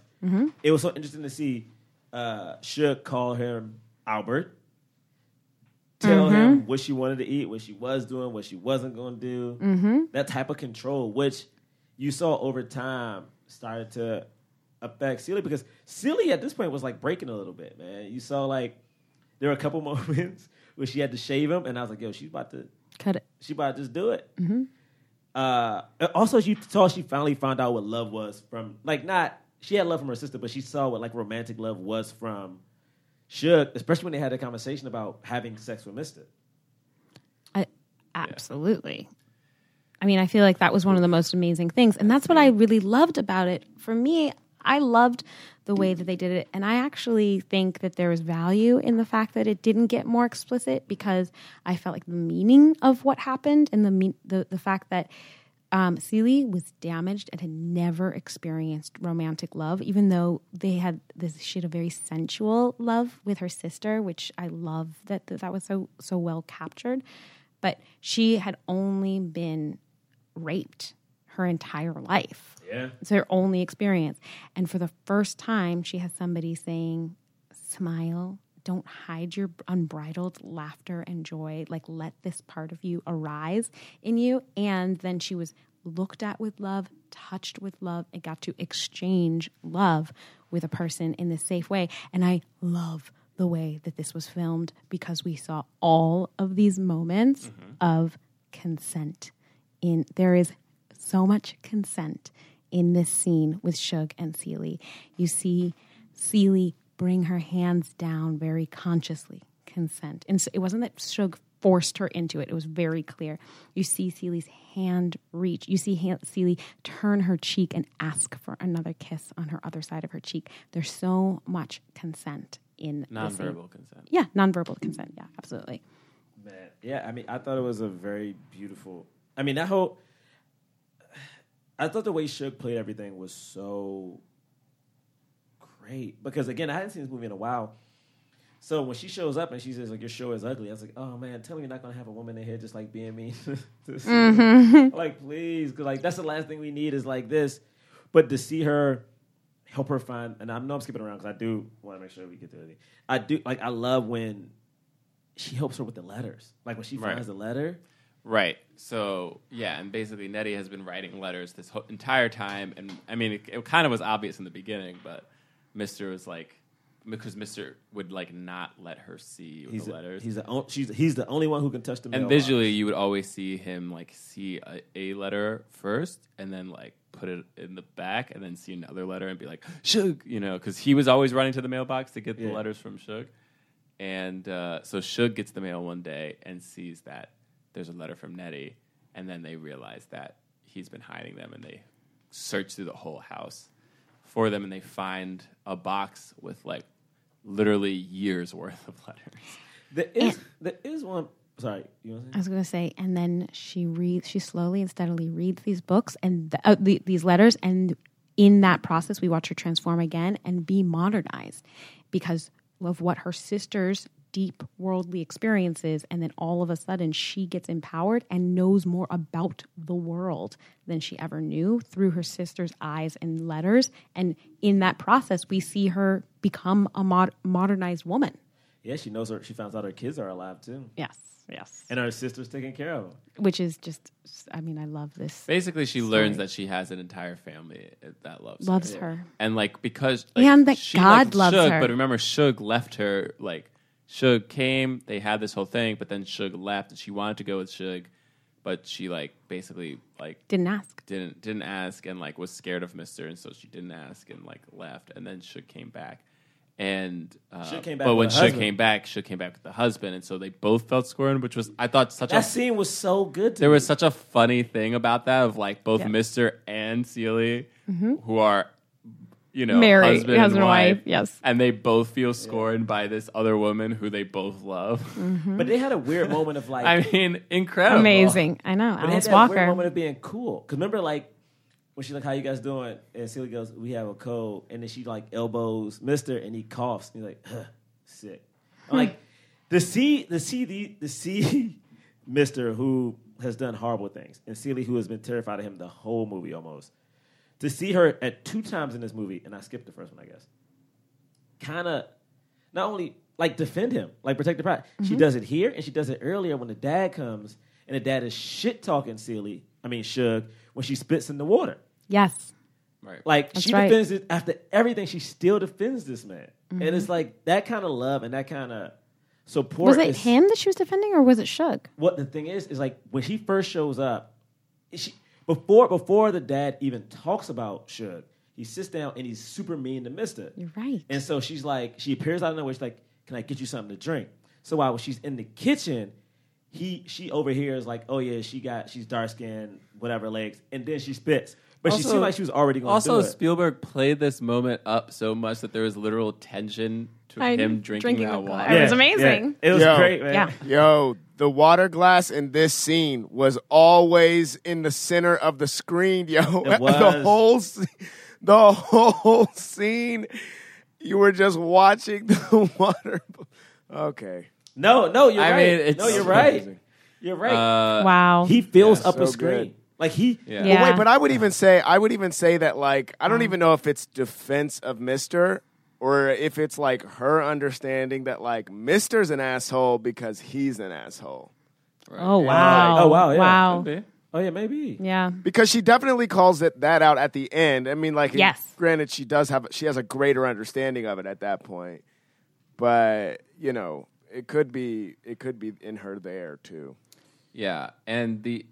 C: it was so interesting to see uh Suge call him Albert tell him what she wanted to eat what she was doing what she wasn't going to do that type of control which you saw over time started to affect Celie because Celie at this point was like breaking a little bit man you saw like there were a couple moments where she had to shave him and I was like yo she's about to
A: Cut it.
C: she about to just do it. Uh, and also, she saw she finally found out what love was from. Like, not she had love from her sister, but she saw what like romantic love was from Suge, especially when they had a conversation about having sex with Mister.
A: I, absolutely. I mean, I feel like that was one of the most amazing things. And that's what I really loved about it. For me, I loved the way that they did it. And I actually think that there was value in the fact that it didn't get more explicit because I felt like the meaning of what happened and the, mean, the, the fact that um, Celie was damaged and had never experienced romantic love, even though they had this she had a very sensual love with her sister, which I love that that, that was so so well captured. But she had only been raped her entire life.
C: Yeah.
A: It's her only experience, and for the first time, she has somebody saying, smile. Don't hide your unbridled laughter and joy. Like, let this part of you arise in you. And then she was looked at with love, touched with love, and got to exchange love with a person in this safe way. And I love the way that this was filmed because we saw all of these moments of consent. In there is so much consent in this scene with Shug and Seely. You see Seely bring her hands down very consciously, consent. And so it wasn't that Shug forced her into it, it was very clear. You see Seely's hand reach, you see Han- Seely turn her cheek and ask for another kiss on her other side of her cheek. There's so much consent in the scene.
B: Nonverbal consent.
A: Yeah, nonverbal consent. Yeah, absolutely.
C: Man, yeah. I mean, I thought it was a very beautiful. I mean, that whole. I thought the way Suge played everything was so great because again, I hadn't seen this movie in a while. So when she shows up and she says like your show is ugly, I was like, oh man, tell me you're not gonna have a woman in here just like being mean. to Sue. Like please, 'cause, like that's the last thing we need is like this. But to see her help her find, and I know I'm skipping around because I do want to make sure we get to it. I do like I love when she helps her with the letters, like when she
B: Right.
C: finds the letter.
B: Right. So yeah, and basically Nettie has been writing letters this whole entire time, and I mean it, it kind of was obvious in the beginning, but Mister was like, because Mister would like not let her see
C: He's
B: the
C: the
B: letters.
C: He's the on, she's he's the only one who can touch the
B: and
C: mailbox.
B: visually, you would always see him like see a, a letter first, and then like put it in the back, and then see another letter and be like, Shug, you know, because he was always running to the mailbox to get the
C: Yeah.
B: letters from Shug. And uh, so Shug gets the mail one day and sees that there's a letter from Nettie, and then they realize that he's been hiding them, and they search through the whole house for them, and they find a box with like literally years worth of letters.
C: there is there is one. Sorry, you want to
A: I was going to say, and then she reads. She slowly and steadily reads these books and th- uh, the, these letters, and in that process, we watch her transform again and be modernized because of what her sister's deep worldly experiences, and then all of a sudden, she gets empowered and knows more about the world than she ever knew through her sister's eyes and letters. And in that process, we see her become a mod- modernized woman.
C: Yeah, she knows her. She finds out her kids are alive too,
A: Yes. Yes.
C: and her sister's taking care of them.
A: Which is just, I mean, I love this.
B: Basically, she learns that she has an entire family that loves
A: loves
B: her.
A: her.
B: and like because like,
A: And that
B: liked
A: God loves
B: Suge,
A: her.
B: But remember, Suge left her. Like Suge came, they had this whole thing, but then Suge left, and she wanted to go with Suge, but she like basically like
A: Didn't ask.
B: didn't didn't ask and like was scared of Mister, and so she didn't ask and like left, and then Suge came back. And uh,
C: Suge came back
B: but when
C: with a
B: Suge
C: husband.
B: came back, Suge came back with the husband, and so they both felt scorned, which was I thought such
C: That
B: a
C: scene was so good. To
B: there
C: me.
B: was such a funny thing about that of like both
A: Yeah. Mm-hmm.
B: Mr. and Seely, who are you know
A: Married,
B: husband,
A: husband
B: and
A: and
B: wife,
A: wife, yes.
B: and they both feel scorned by this other woman who they both love.
A: Mm-hmm.
C: but they had a weird moment of like
B: I mean, incredible,
A: Amazing. I know.
C: Oh, But it had
A: Alice
C: that Weird
A: Walker.
C: moment of being cool. Cause remember, like when she's like, "How you guys doing?" and Celia goes, "We have a cold," and then she like elbows Mister, and he coughs. And he's like, "Huh, "Sick." I'm like the see the see the the see Mister who has done horrible things, and Celia who has been terrified of him the whole movie almost. To see her at two times in this movie, and I skipped the first one, I guess. Kind of not only like defend him, like protect the pride. She
A: Mm-hmm.
C: does it here and she does it earlier when the dad comes and the dad is shit talking Sealy. I mean Shug when she spits in the water.
A: Yes.
C: Like
A: That's
C: she
A: right.
C: defends it after everything. She still defends this man,
A: Mm-hmm.
C: and it's like that kind of love and that kind of support.
A: Was it
C: is-
A: him that she was defending or was it Shug?
C: What the thing is is like when she first shows up, she before before the dad even talks about Shug, he sits down and he's super mean to Mister.
A: You're right.
C: And so she's like, she appears out of nowhere. She's like, "Can I get you something to drink?" So while she's in the kitchen, he she overhears like, "Oh yeah, she got she's dark skinned, whatever legs," and then she spits. But she
B: Also-
C: seemed like she was already going to do
B: Also,
C: it.
B: Spielberg played this moment up so much that there was literal tension to
A: I-
B: him drinking,
A: drinking
B: that
A: the
B: water.
A: glass. It was amazing.
C: yeah. It was
D: Yo.
C: great, man.
A: Yeah.
D: Yo, the water glass in this scene was always in the center of the screen, yo. the
C: was.
D: whole se- the whole scene you were just watching the water. Okay.
C: No, no, you're
B: I
C: right.
B: mean, it's Uh,
C: no, Oh, you're right.
D: amazing.
C: You're right.
A: wow.
C: he fills
D: yeah,
C: up
D: so
C: a screen.
D: good.
C: Like he,
B: Yeah.
A: Yeah.
C: Mm.
D: Wait, but I would even say I would even say that like I don't even know if it's defense of Mister. or if it's like her understanding that like Mister's an asshole because he's an asshole.
A: Oh wow!
C: oh, wow, yeah.
A: Wow.
B: Could be.
C: Oh yeah, maybe.
A: Yeah.
D: Because she definitely calls it that out at the end. I mean, like,
A: Yes.
D: granted, she does have she has a greater understanding of it at that point, but you know, it could be it could be in her there too.
B: Yeah, and the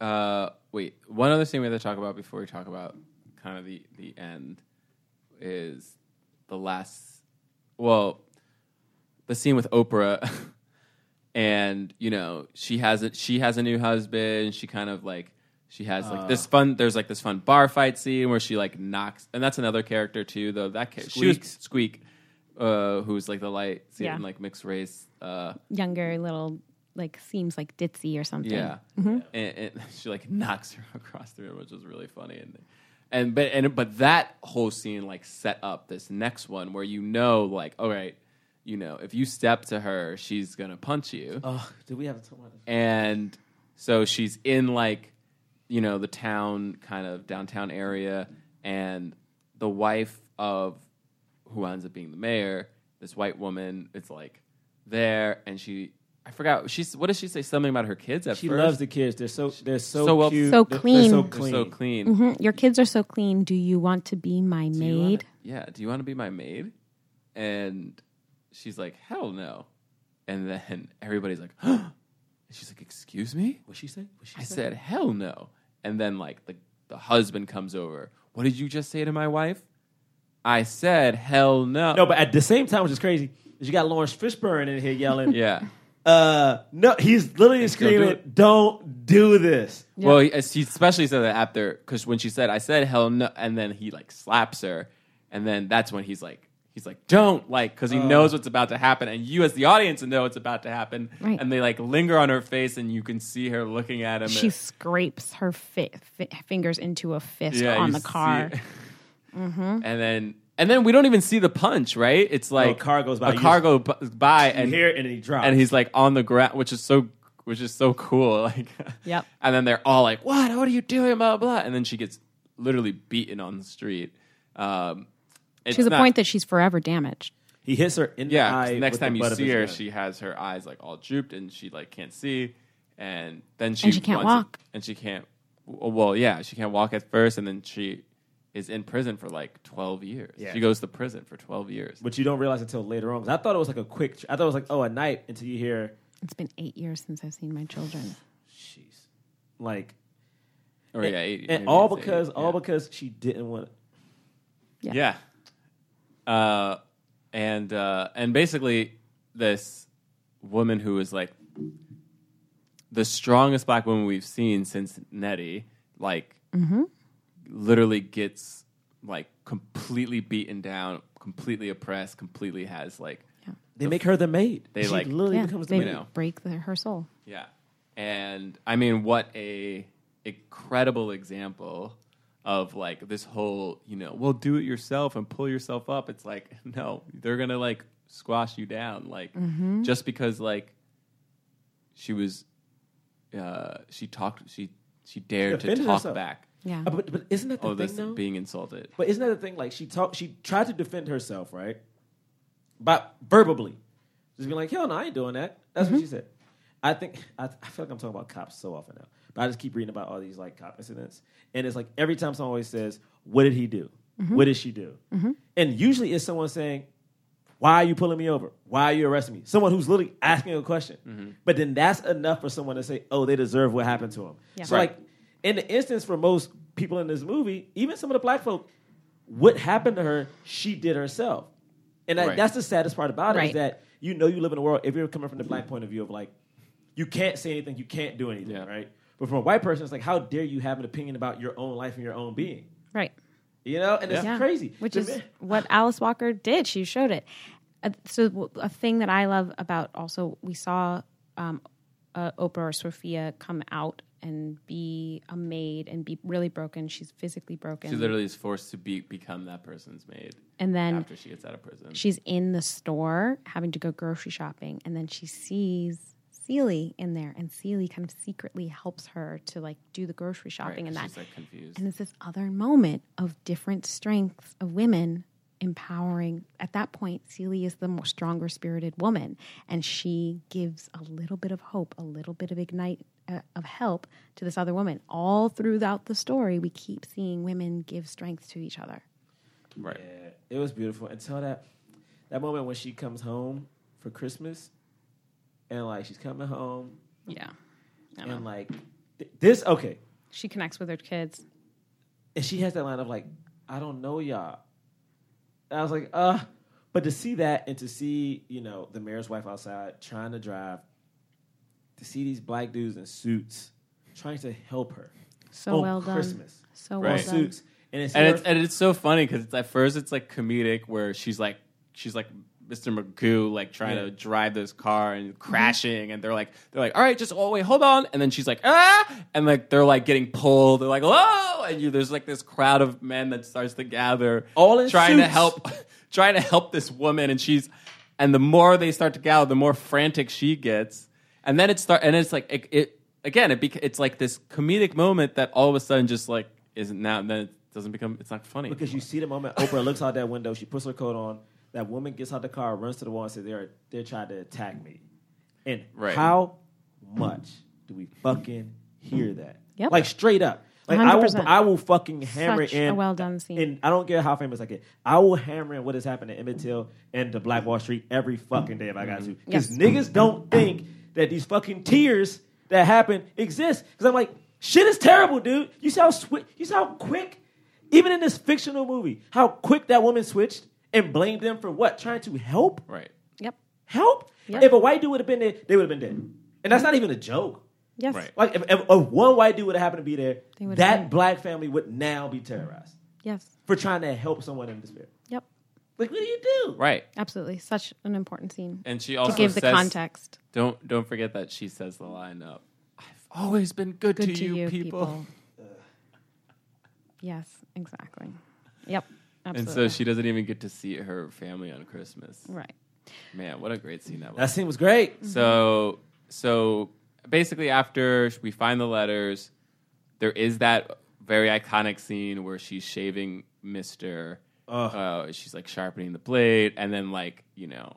B: uh, wait, one other thing we have to talk about before we talk about kind of the the end is the last, well, the scene with Oprah, and you know she has a, she has a new husband. She kind of like she has like this fun. There's like this fun bar fight scene where she like knocks, and that's another character too. Though that ca- she was
C: Squeak.
B: Squeak, uh, who's like the light,
A: Yeah.
B: and like mixed race. Uh,
A: Younger little like seems like ditzy or something.
B: yeah,
C: Mm-hmm.
B: and, and she like knocks her across the room, which was really funny. And and but and but that whole scene like set up this next one where you know like all right, you know if you step to her, she's gonna punch you,
C: Oh, do we have to talk about this?
B: and so she's in like you know the town kind of downtown area, and the wife of who ends up being the mayor, this white woman, is like there, and she. I forgot. She's what does she say? Something about her kids at
C: She
B: first.
C: loves the kids. They're so they're so,
B: So well-
C: cute.
A: So
C: They're-
A: clean.
C: They're so
B: They're
C: clean.
B: so clean.
A: Mhm. Your kids are so clean. Do you want to be my
B: Do you wanna-
A: maid?
B: yeah. Do you want to be my maid? And she's like, hell no. And then everybody's like, and she's like, excuse me?
C: What she say? What she
B: I said, hell no. And then like the, the husband comes over. What did you just say to my wife? I said, hell no.
C: No, but at the same time, which is crazy, is you got Lawrence Fishburne in here yelling.
B: yeah.
C: Uh, no, he's literally
B: don't do
C: screaming,
B: it.
C: "Don't do this."
B: Well, he, she especially said that after because when she said, "I said hell no," and then he like slaps her, and then that's when he's like, he's like, "Don't like," because he knows what's about to happen, and you as the audience know what's about to happen,
A: Right.
B: and they like linger on her face, and you can see her looking at him.
A: She
B: and-
A: scrapes her fi- fi- fingers into a fist
B: yeah,
A: on
B: you
A: the
B: see-
A: car.
B: and then and then we don't even see the punch, right? It's like
C: car goes by,
B: a
C: you
B: car
C: just-
B: goes bu- by,
C: And
B: and
C: here, and he drops.
B: and he's like on the ground, which is so which is so cool. Like,
A: Yep.
B: And then they're all like, "What? What are you doing?" Blah blah. And then she gets literally beaten on the street. Um, it's
A: to the
B: not-
A: point that she's forever damaged.
C: he hits her in
B: yeah.
C: the
B: 'cause
C: eye.
B: next
C: with the
B: time you
C: butt of
B: see
C: his
B: her,
C: gun.
B: she has her eyes like all drooped, and she like can't see, and then she
A: And she can't
B: wants-
A: walk.
B: and she can't. w- Well, yeah, she can't walk at first, and then she is in prison for like twelve years.
C: Yeah.
B: She goes to prison for twelve years.
C: but you don't realize until later on. 'Cause I thought it was like a quick. I thought it was like oh a night until you hear
A: It's been eight years since I've seen my children.
C: like
B: Or yeah, eight,
C: and
B: maybe
C: all
B: it's eight,
C: because all
B: yeah.
C: because she didn't want.
B: Yeah. Uh, and uh, and basically, this woman who is like the strongest black woman we've seen since Nettie, like, literally gets like completely beaten down, completely oppressed, completely has like,
C: They make her the maid.
B: They
C: she
B: like-
C: literally
A: yeah,
C: becomes the
A: they
B: you
C: maid.
B: know.
A: break the, her soul.
B: yeah. And I mean, what a incredible example of like this whole, you know, well, do it yourself and pull yourself up. It's like, no, they're gonna like squash you down, like
A: Mm-hmm.
B: just because like she was, uh, she talked, she she dared to
C: offended
B: talk
C: herself.
B: back.
A: Yeah.
C: Uh, But, but isn't that the
B: Oh,
C: thing
B: this
C: though?
B: being insulted.
C: But isn't that the thing? Like she talked, she tried to defend herself, right? But verbally, just being like, "Hell no, I ain't doing that." That's what she said. I think I, I feel like I'm talking about cops so often now, but I just keep reading about all these like cop incidents, and it's like every time someone always says, "What did he do? What did she do?" And usually it's someone saying, "Why are you pulling me over? Why are you arresting me?" Someone who's literally asking a question.
B: Mm-hmm.
C: But then that's enough for someone to say, "Oh, they deserve what happened to them." So
B: Right.
C: like in the instance for most people in this movie, even some of the black folk, what happened to her, she did herself. And I,
B: Right.
C: that's the saddest part about it is
A: Right.
C: that you know you live in a world, if you're coming from the black point of view of like, you can't say anything, you can't do anything,
B: Yeah.
C: right? But from a white person, it's like, how dare you have an opinion about your own life and your own being?
A: Right.
C: You know? And it's
A: Yeah.
C: crazy.
A: Which
C: The
A: is
C: man-
A: what Alice Walker did. She showed it. Uh, so w- a thing that I love about also we saw um, uh, Oprah or Sophia come out and be a maid and be really broken. She's physically broken.
B: She literally is forced to be become that person's maid
A: and then
B: after she gets out of prison.
A: she's in the store having to go grocery shopping and then she sees Seely in there and Seely kind of secretly helps her to like do the grocery shopping
B: Right,
A: and that
B: she's like confused.
A: and it's this other moment of different strengths of women empowering. At that point, Celie is the more stronger spirited woman, and she gives a little bit of hope, a little bit of ignite uh, of help to this other woman. All throughout the story, we keep seeing women give strength to each other.
B: Right.
C: Yeah, it was beautiful until that that moment when she comes home for Christmas, and like she's coming home,
A: Yeah,
C: and like th- this okay,
A: she connects with her kids.
C: and she has that line of like, I don't know y'all. And I was like, uh, but to see that and to see, you know, the mayor's wife outside trying to drive, to see these black dudes in suits trying to help her.
A: So
C: on
A: Oh, well done.
C: Christmas.
A: So
C: on
A: well
B: Oh, Right.
A: done.
C: suits. And it's,
B: and
C: her-
B: it's and it's so funny because at first it's like comedic where she's like she's like Mr. Magoo like trying
C: Yeah. Mm-hmm.
B: to drive this car and crashing and they're like they're like all right just oh wait hold on and then she's like ah and like they're like getting pulled they're like whoa and you there's like this crowd of men that starts to gather
C: All in
B: trying to
C: suits.
B: help trying to help this woman and she's and the more they start to gather the more frantic she gets and then it start and it's like it, it again it bec- it's like this comedic moment that all of a sudden just like isn't now and then it doesn't become it's not funny
C: Because you see the moment Oprah looks out that window, she puts her coat on. That woman gets out the car, runs to the wall, and says, "They're they're trying to attack me." And
B: Right.
C: how much do we fucking hear that?
A: Yep.
C: Like straight up. Like I will,
A: 100%.
C: I will fucking hammer
A: Such
C: in
A: a well done scene.
C: And I don't care how famous I get. I will hammer in what has happened to Emmett Till and the Black Wall Street every fucking day if I got to. Because
A: Mm-hmm. Yes.
C: niggas don't think that these fucking tears that happen exist. Because I'm like, shit is terrible, dude. You see how swi- you see how quick, even in this fictional movie, how quick that woman switched and blamed them for what? Trying to help?
B: right
A: Yep.
C: Help?
A: Yeah.
C: If a white dude would have been there, they would have been dead. And that's not even a joke.
A: Yes.
B: Right.
C: Like if, if, if one white dude would have happened to be there,
A: They would've
C: that
A: been-
C: black family would now be terrorized
A: Yes.
C: for trying to help someone in despair.
A: Yep.
C: Like, what do you do?
B: right
A: Absolutely. Such an important scene.
B: and she also
A: to give the
B: says-
A: context.
B: don't don't forget that she says the line up I've always been good,
A: Good
B: to, you, people,
A: yes, exactly. Yep.
B: and
A: Absolutely.
B: so she doesn't even get to see her family on Christmas
A: Right.
B: man what a great scene that was
C: That scene was great.
B: So so basically, after we find the letters, there is that very iconic scene where she's shaving Mister. Uh, she's like sharpening the blade, and then like you know.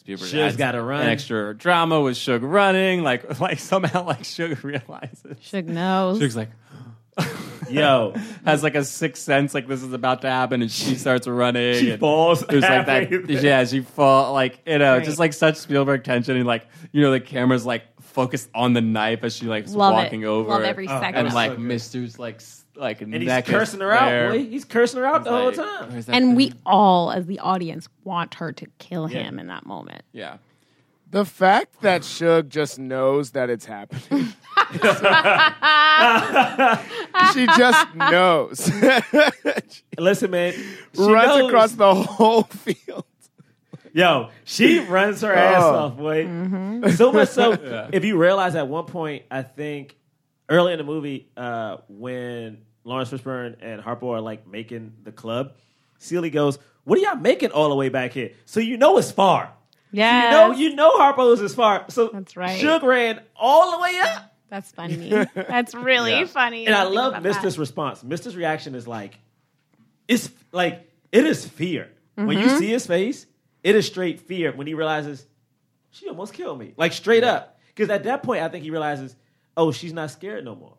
B: Spielberg
C: Suge's
B: adds
C: gotta run.
B: An extra drama with Suge running, like like somehow like Suge realizes.
A: Suge knows.
B: Suge's like
C: Yo,
B: has like a sixth sense, like this is about to happen, and she starts running.
C: She
B: and
C: falls
B: There's like that,
C: halfway there.
B: yeah. She fall like you know,
A: Right.
B: just like such Spielberg tension, and like you know, the camera's like focused on the knife as she like is
A: Love it.
B: walking over,
A: Love every Oh, second
B: and
A: of
B: like
C: it.
B: Mister's like s- like
C: and he's cursing her out, boy. He's cursing her out the whole time.
A: and we all, as the audience, want her to kill him in that moment.
B: yeah.
D: The fact that Suge just knows that it's happening. she just knows. she
C: Listen, man, she
D: runs
C: knows.
D: across the whole field.
C: Yo, she runs her ass
D: Oh.
C: off, boy.
A: Mm-hmm.
C: So much so, if you realize at one point, I think early in the movie, uh, when Lawrence Fishburne and Harper are like making the club, Celie goes, "What are y'all making all the way back here?" So you know it's far. You
A: Yeah.
C: know, you know Harpo's is far. So
A: That's right.
C: Suge ran all the way up.
A: That's funny. That's really funny.
C: And I
A: Think
C: love
A: about that.
C: Mister's response. Mister's reaction is like, it's like it is fear. When
A: Mm-hmm.
C: you see his face, it is straight fear when he realizes she almost killed me. Like straight up. Because at that point, I think he realizes, oh, she's not scared no more.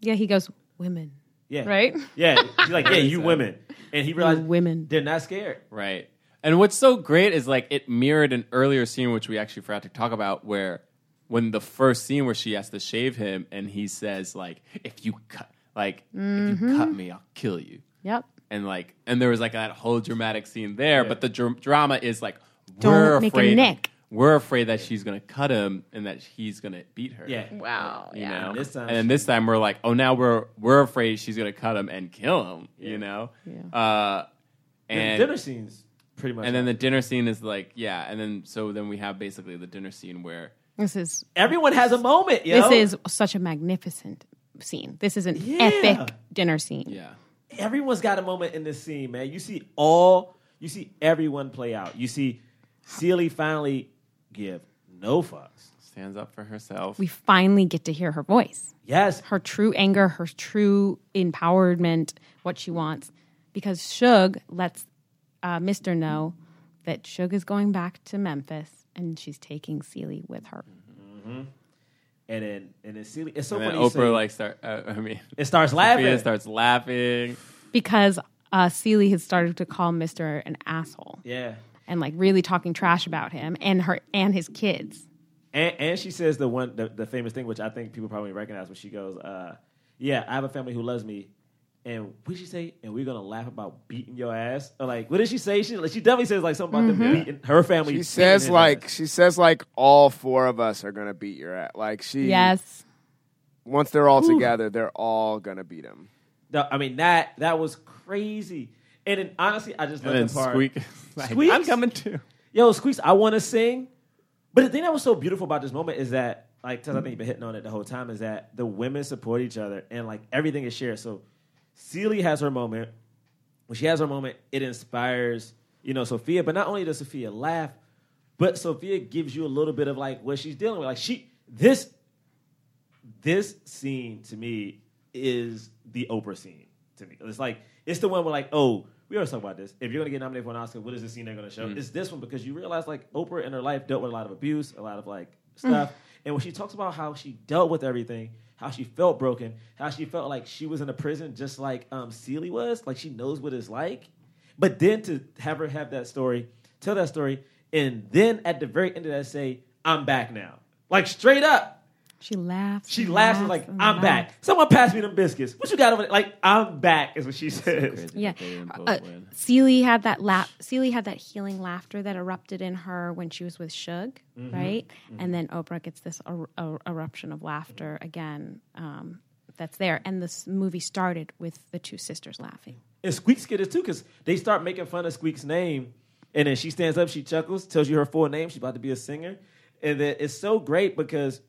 A: Yeah, he goes, women.
C: Yeah.
A: Right?
C: Yeah. He's like, yeah, you women. And he realizes
A: women.
C: they're not scared.
B: Right. And what's so great is like it mirrored an earlier scene which we actually forgot to talk about where when the first scene where she has to shave him and he says like if you cut like if
A: Mm-hmm.
B: you cut me I'll kill you.
A: Yep.
B: And like and there was like that whole dramatic scene there but the dr- drama is like
A: Don't
B: we're
A: make a
B: afraid
A: nick.
B: we're afraid that she's going to cut him and that he's going to beat her.
C: Yeah.
A: Wow.
B: You know,
C: This time
B: and then
C: she-
B: this time we're like, oh, now we're we're afraid she's gonna cut him and kill him. You know, uh, and
C: And dinner scenes, pretty much.
B: and then the dinner scene is like, yeah, and then so then we have basically the dinner scene where
A: This is
C: everyone has a moment, yo.
A: this is such a magnificent scene. This is an epic dinner scene.
B: yeah,
C: everyone's got a moment in this scene, man. You see all, you see everyone play out. You see Celie finally give no fucks.
B: stands up for herself.
A: We finally get to hear her voice.
C: Yes,
A: her true anger, her true empowerment, what she wants, because Suge lets uh, Mr. No that Suge is going back to Memphis and she's taking Seeley with her.
C: and then and then Celia. It's so
H: And then
C: funny. you
H: Oprah
C: say-
H: like start. Uh, I mean,
C: it starts laughing.
H: Sophia starts laughing.
A: Because uh, Seeley has started to call Mr. an asshole
C: yeah,
A: and like really talking trash about him and her and his kids.
C: and and she says the one the, the famous thing which I think people probably recognize when she goes, uh, "Yeah, I have a family who loves me." And what did she say? And we're gonna laugh about beating your ass. Or like, what did she say? She she definitely says like something about them beating her family.
D: Mm-hmm. She
C: beating
D: says
C: his
D: like
C: ass.
D: she says like all four of us are gonna beat your ass. Like she
A: Yes.
D: once they're all together, they're all gonna beat him.
C: No, I mean that that was crazy. And then, honestly, I just
H: And
C: love
H: then
C: the part.
H: squeak. Like,
C: Squeaks?
H: I'm coming too.
C: Yo, Squeaks, I want to sing. But the thing that was so beautiful about this moment is that, like, Tess, I think you've been hitting on it the whole time, is that the women support each other and, like, everything is shared. So Celie has her moment. When she has her moment, it inspires, you know, Sophia. But not only does Sophia laugh, but Sophia gives you a little bit of, like, what she's dealing with. Like, she, this, this scene to me is the Oprah scene to me. It's like it's the one where like, oh, we always talk about this. If you're gonna get nominated for an Oscar, what is the scene they're gonna show? It's this one because you realize like Oprah in her life dealt with a lot of abuse, a lot of like stuff, and when she talks about how she dealt with everything. How she felt broken, how she felt like she was in a prison just like um, Celie was, like she knows what it's like. But then to have her have that story, tell that story, and then at the very end of that say, I'm back now. Like straight up,
A: She laughs.
C: she
A: and
C: laughs and like,
A: and
C: "I'm back."
A: laughs.
C: Someone pass me them biscuits. What you got over there? Like, "I'm back" is what she says.
A: Yeah.
H: They didn't both
A: Uh,
H: win.
A: Celie had that la- Celie had that healing laughter that erupted in her when she was with Suge,
H: Mm-hmm.
A: right? And then Oprah gets this er- er- eruption of laughter again. Um, that's there, and this movie started with the two sisters laughing.
C: and Squeaks get it too because they start making fun of Squeaks' name, and then she stands up, she chuckles, tells you her full name. She's about to be a singer, and then it's so great because,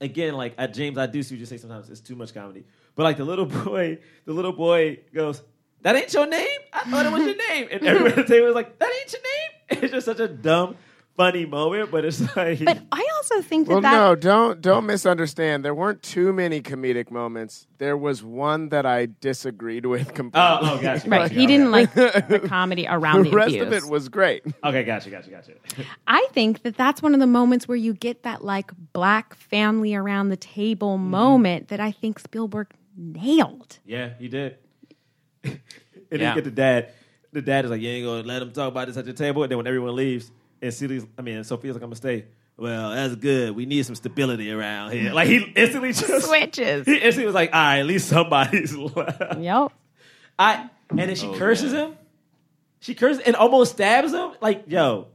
C: again, like I, James, I do see what you say sometimes it's too much comedy, but like the little boy, the little boy goes, "That ain't your name? I thought it was your name," and everyone at the table was like, "That ain't your name." It's just such a dumb, funny moment, but it's like.
A: But I also think that
D: Well,
A: that
D: no, don't don't misunderstand. There weren't too many comedic moments. There was one that I disagreed with completely.
C: Oh, oh, gotcha.
A: right,
C: gotcha,
A: he
C: okay.
A: didn't like the comedy around the,
D: uh, the rest
A: abuse.
D: of it was great.
C: Okay, gotcha, gotcha, gotcha.
A: I think that that's one of the moments where you get that like black family around the table
H: Mm-hmm.
A: moment that I think Spielberg nailed.
C: Yeah, he did. and
H: Yeah.
C: you get the dad. The dad is like, "You ain't gonna let him talk about this at the table." And then when everyone leaves, and Celie's, I mean, Sophia's like, "I'm gonna stay." Well, that's good. We need some stability around here. Like he instantly just
A: Switches.
C: He instantly was like, "All right, at least somebody's left."
A: Yep.
C: I and then she
H: Oh,
C: curses
H: yeah.
C: him. She curses and almost stabs him. Like, yo,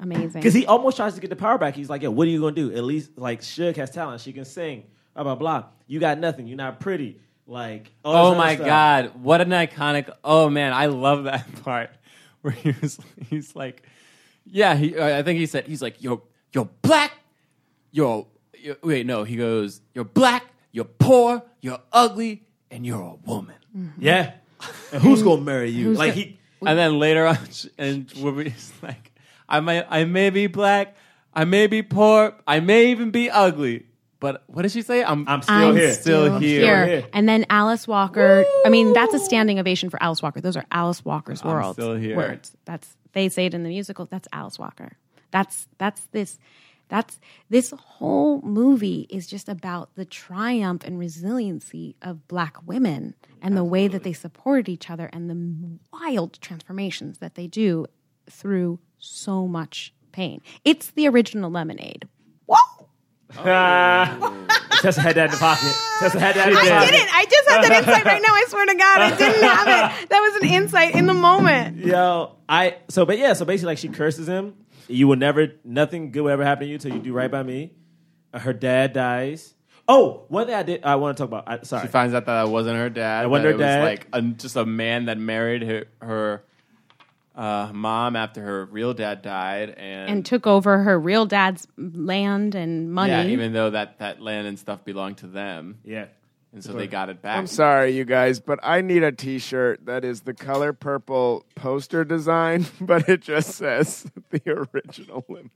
A: Amazing.
C: because he almost tries to get the power back. He's like, "Yo, what are you gonna do? At least like Suge has talent. She can sing. Blah blah blah. You got nothing. You're not pretty. Like, all
H: Oh
C: this other
H: my
C: stuff.
H: god, what an iconic! Oh man, I love that part where he was, he's like, yeah, he, uh, I think he said he's like, you're you're black, you're, you're wait no, he goes, you're black, you're poor, you're ugly, and you're a woman.
C: Yeah. And who's gonna marry you? like he.
H: And then later on, sh- and Whoopi's like, I may I may be black, I may be poor, I may even be ugly, but what did she say? I'm
C: I'm still
A: I'm
C: here.
H: Still here.
C: Still here.
A: And then Alice Walker. I mean, that's a standing ovation for Alice Walker. Those are Alice Walker's words.
H: still here.
A: Words. That's they say it in the musical. That's Alice Walker. That's that's this. That's this whole movie is just about the triumph and resiliency of black women and the way that they supported each other and the wild transformations that they do through so much pain. It's the original lemonade. Whoa!
C: Tessa had that in the pocket. Tessa had that in the
A: I
C: pocket.
A: didn't. I just had that insight right now. I swear to God, I didn't have it. That was an insight in the moment.
C: Yo, I so but yeah, so basically like she curses him. You will never nothing good will ever happen to you till you do right by me. Uh, Her dad dies. Oh, one thing I did I want to talk about. I, sorry.
H: She finds out that that wasn't her dad.
C: That wasn't
H: that It
C: her dad.
H: was like a, just a man that married her, her uh, mom after her real dad died, and,
A: And took over her real dad's land and money.
H: yeah, even though that that land and stuff belonged to them,
C: yeah.
H: and so they got it back.
D: I'm sorry, you guys, but I need a T-shirt that is the color purple poster design, but it just says the original limit.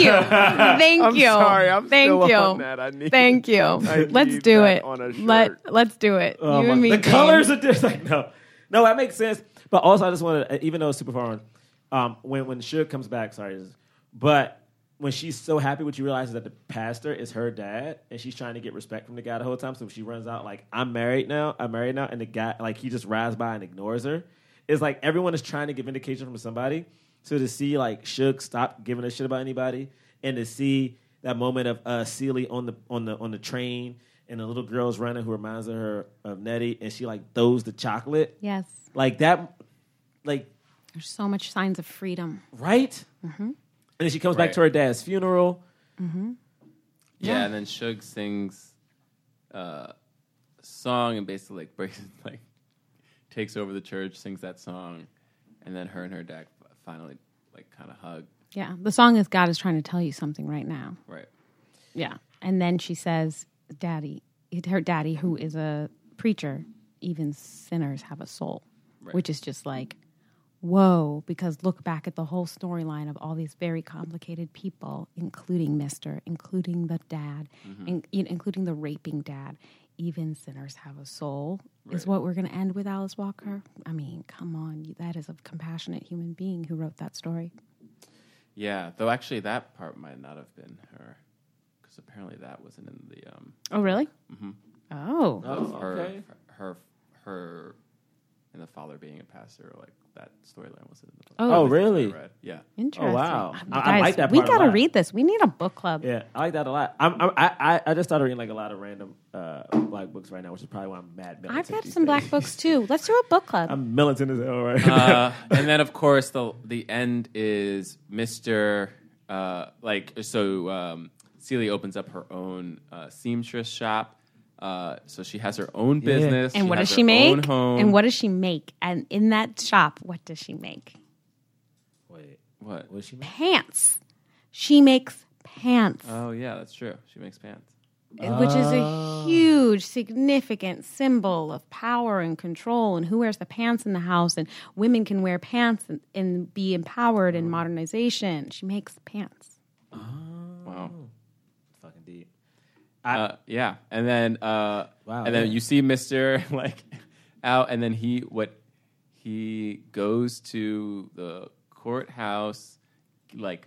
A: you. Thank
D: I'm
A: you.
D: sorry, I'm
A: Thank
D: still
A: you.
D: on that. I need-
A: Thank you.
D: I
A: Let's
D: need
A: do
D: that
A: it.
D: on a
A: Let
D: shirt.
A: Let's do it.
C: Oh
A: you
C: my-
A: and me.
C: the
A: James.
C: colors are just like no. no, that makes sense. But also, I just wanted, to, even though it's super foreign, um, when when Suge comes back, sorry, this is- but when she's so happy, what you realize is that the pastor is her dad, and she's trying to get respect from the guy the whole time. So she runs out like, "I'm married now, I'm married now," and the guy like he just rides by and ignores her. It's like everyone is trying to get vindication from somebody. So to see like Suge stop giving a shit about anybody, and to see that moment of uh, Celie on the on the on the train, and the little girl's running who reminds her of Nettie, and she like throws the chocolate,
A: Yes.
C: like that, like
A: There's so much signs of freedom.
C: right. Mm-hmm. And then she comes back
B: Right.
C: to her dad's funeral.
B: Yeah, and then Suge sings uh, a song and basically like breaks like takes over the church, sings that song, and then her and her dad finally like kind of hug.
A: Yeah. The song is God is trying to tell you something right now.
B: Right.
A: Yeah. And then she says, Daddy, her daddy, who is a preacher, even sinners have a soul, which is just like, whoa, because look back at the whole storyline of all these very complicated people, including Mister, including the dad, in, in- including the raping dad. Even sinners have a soul, is what we're going to end with, Alice Walker. I mean, come on. you- That is a compassionate human being who wrote that story.
B: Yeah, though actually that part might not have been her because apparently that wasn't in the um
A: Oh, really? Oh.
B: her,
C: okay.
B: her her and the father being a pastor like that storyline wasn't in the book.
A: Oh,
C: Oh, really?
B: Right. Yeah.
A: Interesting.
C: Oh, wow.
A: Um,
C: I- I
A: guys,
C: like that
A: we
C: part a
A: gotta
C: lot.
A: read this. We need a book club.
C: Yeah, I like that a lot. I'm, I'm, I I- I just started reading like a lot of random uh, black books right now, which is probably why I'm mad.
A: I've
C: militant
A: read
C: these
A: some black
C: days.
A: books too. Let's do a book club.
C: I'm militant as hell right
B: uh, and then of course the the end is Mister. Uh, like so, um, Celia opens up her own uh, seamstress shop. Uh, so she has her own business.
A: and what
B: has
A: does she
B: her own
A: make?
B: home.
A: And what does she make? And in that shop, what does she make?
C: Wait,
B: What?
C: was she?
A: Pants. She makes pants,
C: Uh,
B: Oh yeah, that's true. She makes pants.
A: which is
C: oh.
A: a huge, significant symbol of power and control. And who wears the pants in the house? And women can wear pants and, and be empowered
C: Mm.
A: in modernization. She makes pants.
B: Wow.
C: Fucking deep.
B: Uh, yeah, and then uh,
C: Wow,
B: and then
C: yeah.
B: you see Mister like out, and then he what he goes to the courthouse, like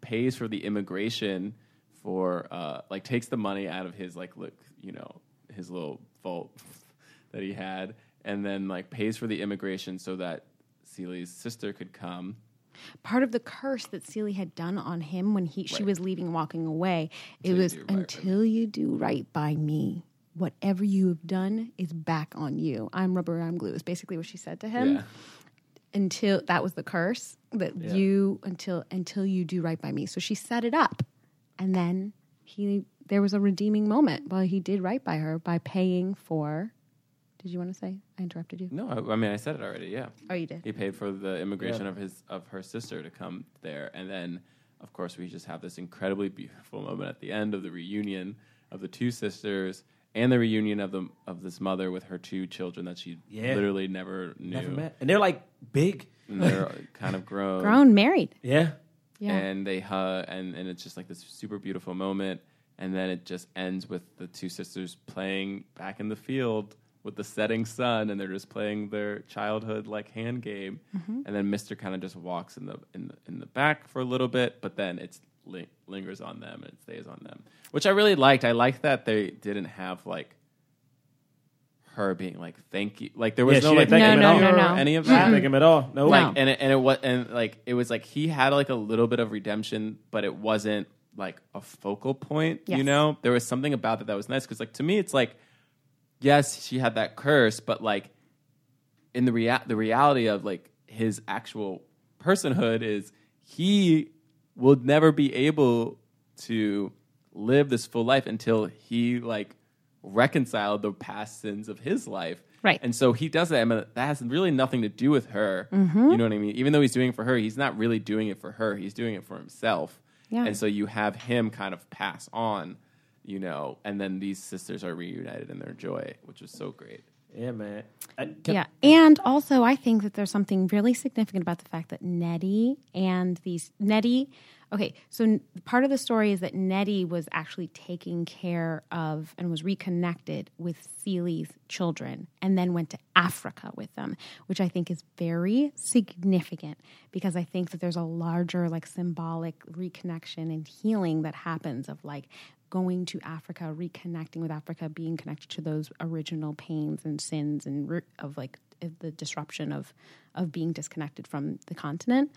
B: pays for the immigration for uh, like takes the money out of his like look you know his little vault that he had, and then like pays for the immigration so that Celie's sister could come.
A: part of the curse that Celie had done on him when he she was leaving and walking away. it was
B: do right by me.
A: until you do right by me. Whatever you have done is back on you. I'm rubber, I'm glue. Is basically what she said to him.
B: Yeah.
A: Until that was the curse that you until until you do right by me. So she set it up, and then he there was a redeeming moment. Well, he did right by her by paying for. Did you want to say? I interrupted you.
B: No, I, I mean I said it already. Yeah.
A: Oh, you did.
B: He paid for the immigration of his of her sister to come there, and then, of course, we just have this incredibly beautiful moment at the end of the reunion of the two sisters and the reunion of the of this mother with her two children that she
C: Yeah.
B: literally never knew.
C: Never met, and they're like big.
B: And they're kind of grown,
A: Grown, married.
C: Yeah,
A: Yeah.
B: and they hug, and and it's just like this super beautiful moment, and then it just ends with the two sisters playing back in the field. With the setting sun, and they're just playing their childhood like hand game,
A: Mm-hmm.
B: and then Mister kind of just walks in the in the, in the back for a little bit, but then it's li- lingers on them and it stays on them, which I really liked. I liked that they didn't have like her being like thank you, like there was
C: Yeah,
B: no
C: she
B: like
C: didn't thank
A: No,
C: him
A: no,
C: at all.
A: no, no.
B: or any of
C: She didn't
B: that
C: thank him at all. No,
A: No.
C: like,
B: and it, and it was and like it was like he had like a little bit of redemption, but it wasn't like a focal point. You
A: Yes.
B: know, there was something about that that was nice because like to me, it's like yes, she had that curse, but like in the rea- the reality of like his actual personhood is he will never be able to live this full life until he like reconciled the past sins of his life.
A: Right.
B: And so he does that. I mean, that has really nothing to do with her.
A: Mm-hmm.
B: You know what I mean? Even though he's doing it for her, he's not really doing it for her. He's doing it for himself.
A: Yeah.
B: And so you have him kind of pass on, you know, and then these sisters are reunited in their joy, which was so great.
C: Yeah, man. I,
A: Yeah. And also, I think that there's something really significant about the fact that Nettie and these Nettie. Okay, so n- part of the story is that Nettie was actually taking care of and was reconnected with Seeley's children and then went to Africa with them, which I think is very significant because I think that there's a larger, like, symbolic reconnection and healing that happens of like going to Africa, reconnecting with Africa, being connected to those original pains and sins and root of like of the disruption of of being disconnected from the continent.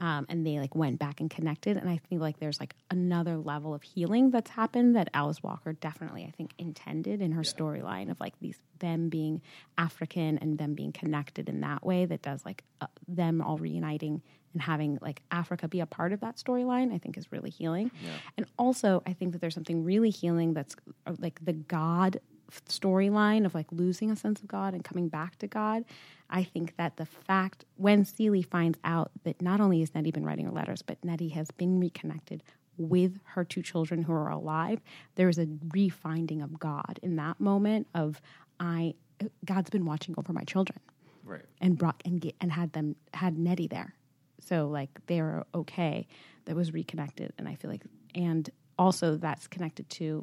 A: Um, and they like went back and connected. And I feel like there's like another level of healing that's happened that Alice Walker definitely I think intended in her storyline of like these them being African and them being connected in that way that does like uh, them all reuniting and having like Africa be a part of that storyline, I think is really healing. And also, I think that there's something really healing that's uh, like the God f- storyline of like losing a sense of God and coming back to God. I think that the fact when Seeley finds out that not only has Nettie been writing her letters, but Nettie has been reconnected with her two children who are alive, there is a refinding of God in that moment of I uh, God's been watching over my children
B: Right.
A: and brought and ge- and had them had Nettie there, so like they were okay. That was reconnected, and I feel like and also that's connected to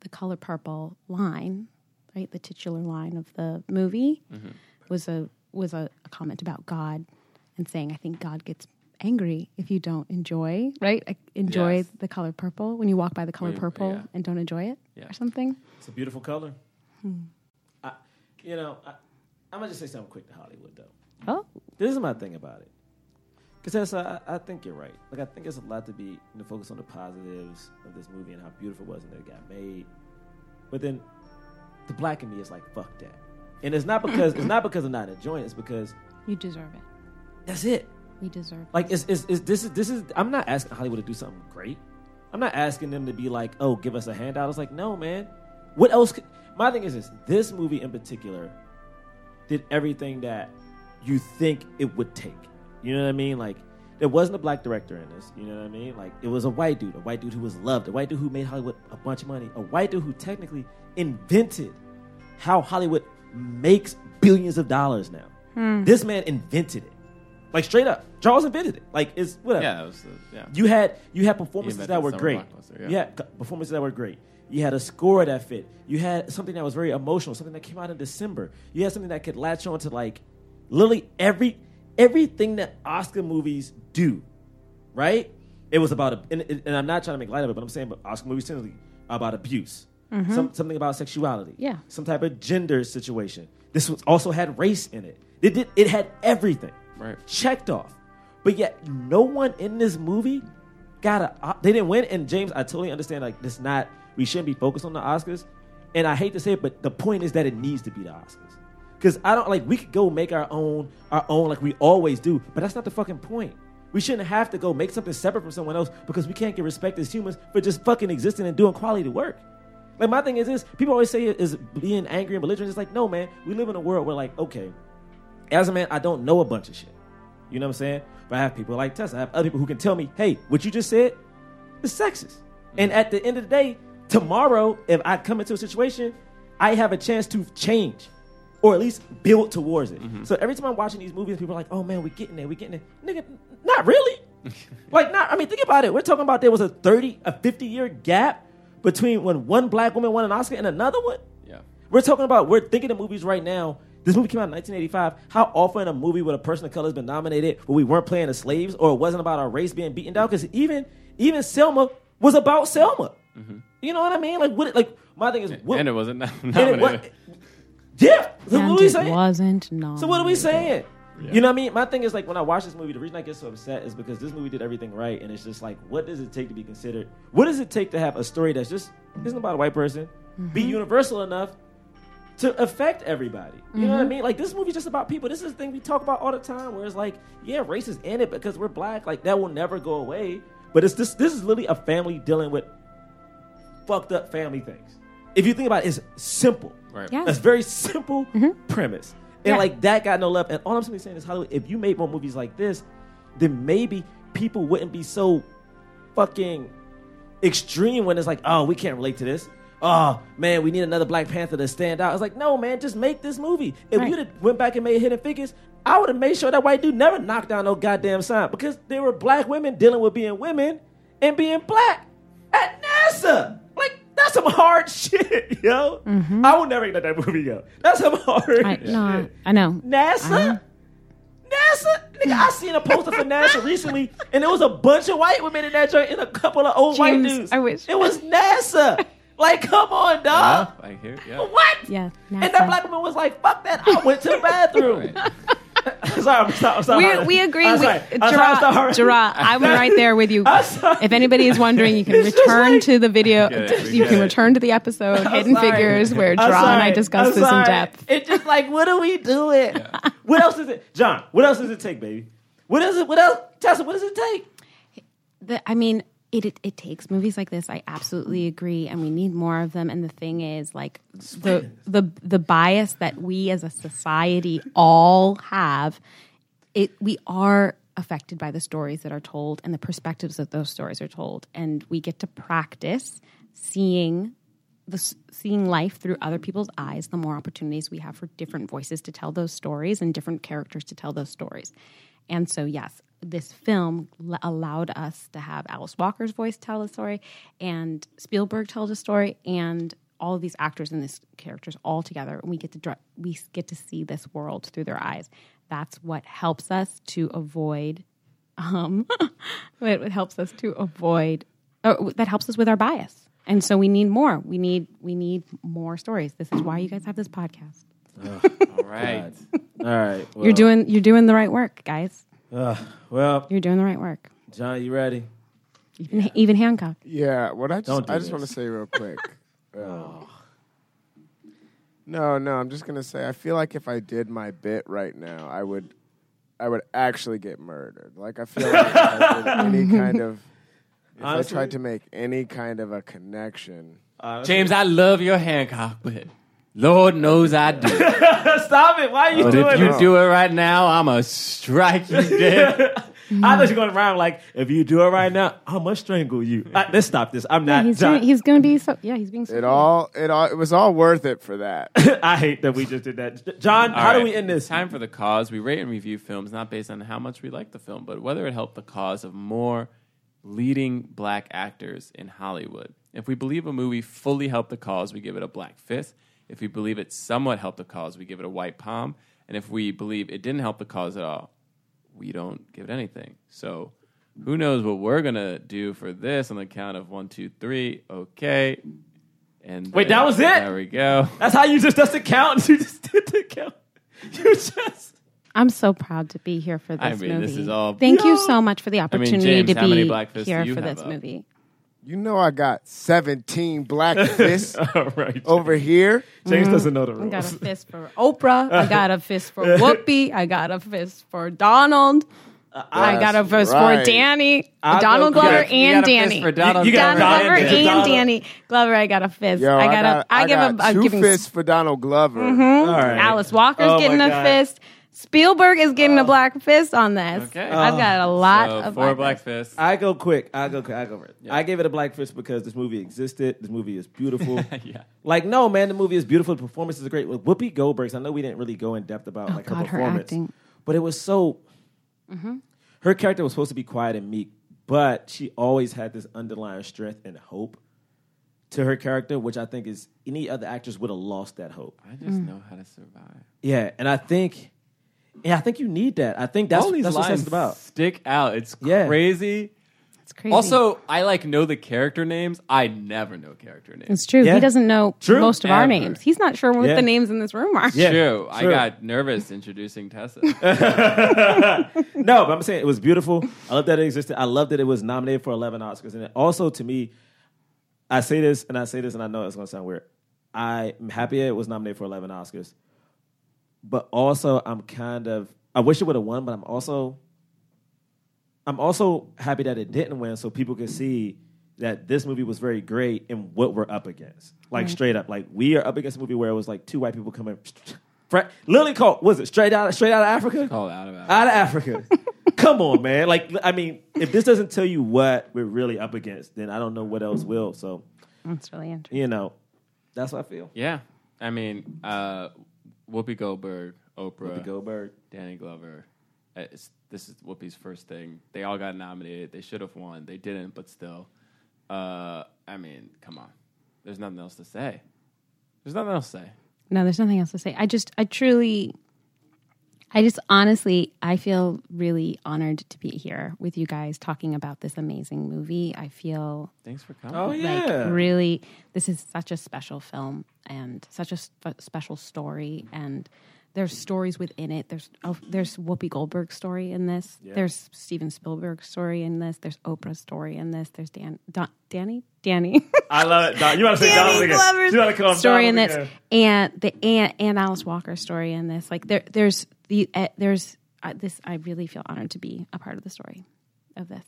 A: the color purple line, right? The titular line of the movie
B: Mm-hmm.
A: was a was a, a comment about God and saying, I think God gets angry if you don't enjoy, right? Like, Enjoy
B: Yes.
A: the color purple when you walk by the color
B: When you-
A: purple
B: yeah.
A: and don't enjoy it
B: Yeah.
A: or something.
C: It's a beautiful color.
A: Hmm.
C: I, you know, I, I'm gonna just say something quick to Hollywood though.
A: Oh,
C: This is my thing about it. Because I, I think you're right. Like I think it's a lot to be you know, focused on the positives of this movie and how beautiful it was and that it got made. But then the black in me is like, fuck that. And it's not because it's not because I'm not enjoying it, it's because
A: you deserve it.
C: that's it.
A: You deserve it.
C: Like it's, it's, it's this is this is I'm not asking Hollywood to do something great. I'm not asking them to be like, oh, give us a handout. It's like, no, man. What else? Could, my thing is this: this movie in particular did everything that you think it would take. You know what I mean? Like there wasn't a black director in this. You know what I mean? Like it was a white dude, a white dude who was loved, a white dude who made Hollywood a bunch of money, a white dude who technically invented how Hollywood makes billions of dollars now. This man invented it. Like straight up, Charles invented it. Like it's whatever.
B: Yeah. It was, uh, yeah.
C: You had you had performances
B: invented
C: that were
B: summer
C: great.
B: blockbuster,
C: Yeah.
B: yeah.
C: performances that were great. You had a score that fit. You had something that was very emotional. Something that came out in December. You had something that could latch on to like literally every everything that Oscar movies do. Right? It was about a, and, and- and I'm not trying to make light of it, but I'm saying, but Oscar movies typically are about abuse. Some, something about sexuality.
A: Yeah.
C: Some type of gender situation. This was also had race in it. It did. It had everything.
B: Right.
C: Checked off. But yet, no one in this movie got a. uh, They didn't win. And James, I totally understand. Like this, not we shouldn't be focused on the Oscars. And I hate to say it, but the point is that it needs to be the Oscars. Because I don't like we could go make our own, our own like we always do. But that's not the fucking point. We shouldn't have to go make something separate from someone else because we can't get respect as humans for just fucking existing and doing quality work. Like my thing is this: people always say it is being angry and belligerent. It's like, no, man, we live in a world where, like, okay, as a man, I don't know a bunch of shit. You know what I'm saying? But I have people like Tessa. I have other people who can tell me, hey, what you just said is sexist. And at the end of the day, tomorrow, if I come into a situation, I have a chance to change or at least build towards it. So every time I'm watching these movies, people are like, oh man, we're getting there, we're getting there. Nigga, not really. like, not, I mean, think about it. We're talking about there was a 30, a 50 year gap between when one black woman won an Oscar and another one.
B: Yeah.
C: We're talking about we're thinking of movies right now. This movie came out in 1985. How often in a movie with a person of color has been nominated where we weren't playing as slaves or it wasn't about our race being beaten down? Because even even Selma was about Selma. You know what I mean? Like what? Like my thing is, what,
B: Mm-hmm. and it wasn't nom-
C: and it
B: nominated.
C: wa- yeah. So what
A: and
C: are we
A: it
C: saying?
A: wasn't not.
C: So what are we saying? You know what I mean? My thing is like when I watch this movie, the reason I get so upset is because this movie did everything right, and it's just like, what does it take to be considered? What does it take to have a story that's just isn't about a white person, be universal enough to affect everybody? You know what I mean? Like this movie's just about people. This is the thing we talk about all the time, where it's like, yeah, race is in it because we're black. Like that will never go away. But it's this. This is literally a family dealing with fucked up family things. If you think about it, it's simple.
B: Right.
A: Yeah. Mm-hmm.
C: That's very simple premise. And
A: Yeah.
C: like that got no love. And all I'm simply saying is Hollywood, if you made more movies like this, then maybe people wouldn't be so fucking extreme when it's like, oh, we can't relate to this. oh man, we need another Black Panther to stand out. I was like, no, man, just make this movie. If
A: Right.
C: we'd have went back and made Hidden Figures, I would have made sure that white dude never knocked down no goddamn sign because there were black women dealing with being women and being black at NASA. Like that's some hard shit, yo. I will never let that movie go. That's some hard
A: I,
C: shit.
A: no, I- I know.
C: NASA?
A: Uh-huh.
C: NASA? Nigga, I seen a poster for NASA recently, and it was a bunch of white women in that joint and a couple of old white
A: James,
C: dudes.
A: I wish. Uh-huh.
C: It was NASA. like, come on, dog.
B: I hear. Yeah.
C: What?
A: Yeah,
C: And
A: NASA.
C: that black woman was like, fuck that. I went to the bathroom. sorry, I'm sorry, I'm sorry.
A: We, we agree.
C: I'm
A: We,
C: sorry. I'm sorry, I'm sorry.
A: Gerard, Gerard, I'm right there with you.
C: I'm sorry.
A: If anybody is wondering, you can
C: It's just
A: return
C: like-
A: to the video.
B: get it, we
A: You
B: get
A: can
B: it.
A: return to the episode
C: I'm
A: Hidden
C: sorry.
A: Figures, where
C: I'm
A: Gerard and I
C: sorry.
A: discussed
C: I'm
A: this
C: sorry.
A: in depth.
C: It's just like, what do we do it? What else does it, John? What else does it take, baby? What is it? What else, Tessa? What does it take?
A: The, I mean, it, it it takes movies like this. I absolutely agree, and we need more of them. And the thing is, like the the the bias that we as a society all have, it we are affected by the stories that are told and the perspectives that those stories are told, and we get to practice seeing the s- seeing life through other people's eyes, the more opportunities we have for different voices to tell those stories and different characters to tell those stories. And so, yes, this film l- allowed us to have Alice Walker's voice tell a story, and Spielberg told a story, and all of these actors and these characters all together, and we get to dr- we s- get to see this world through their eyes. That's what helps us to avoid um, it helps us to avoid or that helps us with our bias and so we need more we need we need more stories this is why you guys have this podcast
B: All right.
C: All right. Well,
A: you're
B: Uh,
A: doing you're doing the right work guys
C: well.
A: you're doing the right work
C: John, you ready?
A: even, even hancock
D: Yeah, what I just
C: Don't do
D: I just want to
C: this. Oh.
D: say real quick. um, No, no, I'm just gonna say I feel like if I did my bit right now, I would I would actually get murdered. Like I feel like if I did any kind of if
C: Honestly?
D: I tried to make any kind of a connection.
B: James, I love your Hancock, but Lord knows I do.
C: Stop it! Why are Oh, you
B: But
C: doing
B: if you
C: this?
B: do it right now, I'ma strike you dead.
C: I thought you were going around like, if you do it right now, I'm gonna strangle you. Uh, let's stop this. I'm not.
A: he's
C: John,
A: doing, he's gonna be so yeah he's being so
D: It
C: Uh-huh.
D: all it all it was all worth it for that.
C: I hate that we just did that. John, how do
B: All
C: we
B: right.
C: end this?
B: Time for the cause. We rate and review films not based on how much we like the film, but whether it helped the cause of more leading black actors in Hollywood. If we believe a movie fully helped the cause, we give it a black fist. If we believe it somewhat helped the cause, we give it a white palm. And if we believe it didn't help the cause at all, we don't give it anything. So who knows what we're gonna do for this on the count of one, two, three, okay. And
C: Wait,
B: then-
C: that was it?
B: There we go.
C: That's how you just. That's the count. You just did the count. You just.
A: i'm so proud to be here for this
B: I mean,
A: movie
B: this is all-
A: thank you
C: No.
A: so much for the
B: mean,
A: opportunity
B: James,
A: to
B: how many
A: be
B: Black Fists do
A: here
B: you
A: for
B: have
A: this
B: up?
A: movie
D: You know I got 17 black fists
C: All right.
D: over here.
C: James doesn't know the
A: Mm. I got a
C: rules.
A: fist for Oprah. I got a fist for Whoopi. I got a fist for Donald. I got a
D: That's
A: fist for
D: right.
A: Danny,
C: I
A: Donald
C: know- you
A: Glover,
C: got-
B: You
A: and
B: got a fist
A: Danny.
B: for Donald
C: You- you got
A: Donald
B: Glover.
C: Donald
A: Glover
C: Glover.
A: and
C: Donald.
A: Danny Glover. I got a fist.
D: Yo,
A: I got, a. I give
D: got
A: a. I'm
D: two
A: giving Mm-hmm.
D: fists for Donald Glover.
C: All right.
A: Alice Walker's
C: Oh,
A: getting
C: my
A: a
C: God.
A: fist. Spielberg is getting a black fist on this.
B: Okay.
A: I've got a lot
B: So
A: of
B: four
A: black
B: black
A: fists.
B: fists.
C: I go quick. I go quick. I go first. I gave it a black fist because this movie existed. This movie is beautiful.
B: Yeah.
C: Like no man, the movie is beautiful. The performances are great. With Whoopi Goldberg's, I know we didn't really go in depth about like her
A: Oh, God, her
C: performance,
A: acting. Mm-hmm.
C: but it was so. Her character was supposed to be quiet and meek, but she always had this underlying strength and hope to her character, which I think is any other actress would have lost that hope.
B: I just know how to survive.
C: Yeah, and I think, yeah, I think you need that. I think that's
B: All these
C: that's what
B: lines
C: it's about.
B: stick out. It's
C: Yeah.
B: crazy.
A: It's crazy.
B: Also, I like know the character names. I never know character names.
A: it's true.
C: Yeah.
A: He doesn't know
C: True.
A: most of our
B: Ever.
A: names. He's not sure what
C: Yeah.
A: the names in this room are.
C: Yeah.
B: True. I
C: true.
B: got nervous introducing Tessa.
C: No, but I'm saying it was beautiful. I love that it existed. I love that it was nominated for 11 Oscars. And it also, to me, I say this and I say this, and I know it's going to sound weird. I'm happy it was nominated for 11 Oscars. But also, I'm kind of, I wish it would have won, but I'm also, I'm also happy that it didn't win so people could see that this movie was very great and what we're up against. Like, straight up. Like, we are up against a movie where it was like two white people coming, fra- literally called, was it straight out, straight out of Africa?
B: Called out about.
C: out of Africa. Come on, man. Like, I mean, if this doesn't tell you what we're really up against, then I don't know what else will. So,
A: That's really interesting.
C: you know, That's what I feel.
B: Yeah. I mean, uh, Whoopi Goldberg, Oprah,
C: Whoopi Goldberg.
B: Danny Glover. Uh, It's, this is Whoopi's first thing. They all got nominated. They should have won. They didn't, but still. Uh, I mean, come on. There's nothing else to say. There's nothing else to say.
A: No, there's nothing else to say. I just, I truly, I just honestly, I feel really honored to be here with you guys talking about this amazing movie. I feel
B: Thanks for coming.
C: Oh yeah.
A: like really, this is such a special film and such a sp- special story. And there's stories within it. There's oh, there's Whoopi Goldberg's story in this. There's Steven Spielberg's story in this. There's Oprah's story in this. There's Dan, Don, Danny, Danny.
C: I love it. Don, you want to say
A: Danny
C: Donald again?
A: Glover's
C: You want to call him
A: story in
C: Donald
A: this,
C: again.
A: and the and, and Alice Walker story in this. Like there, there's the uh, there's uh, this. I really feel honored to be a part of the story of this.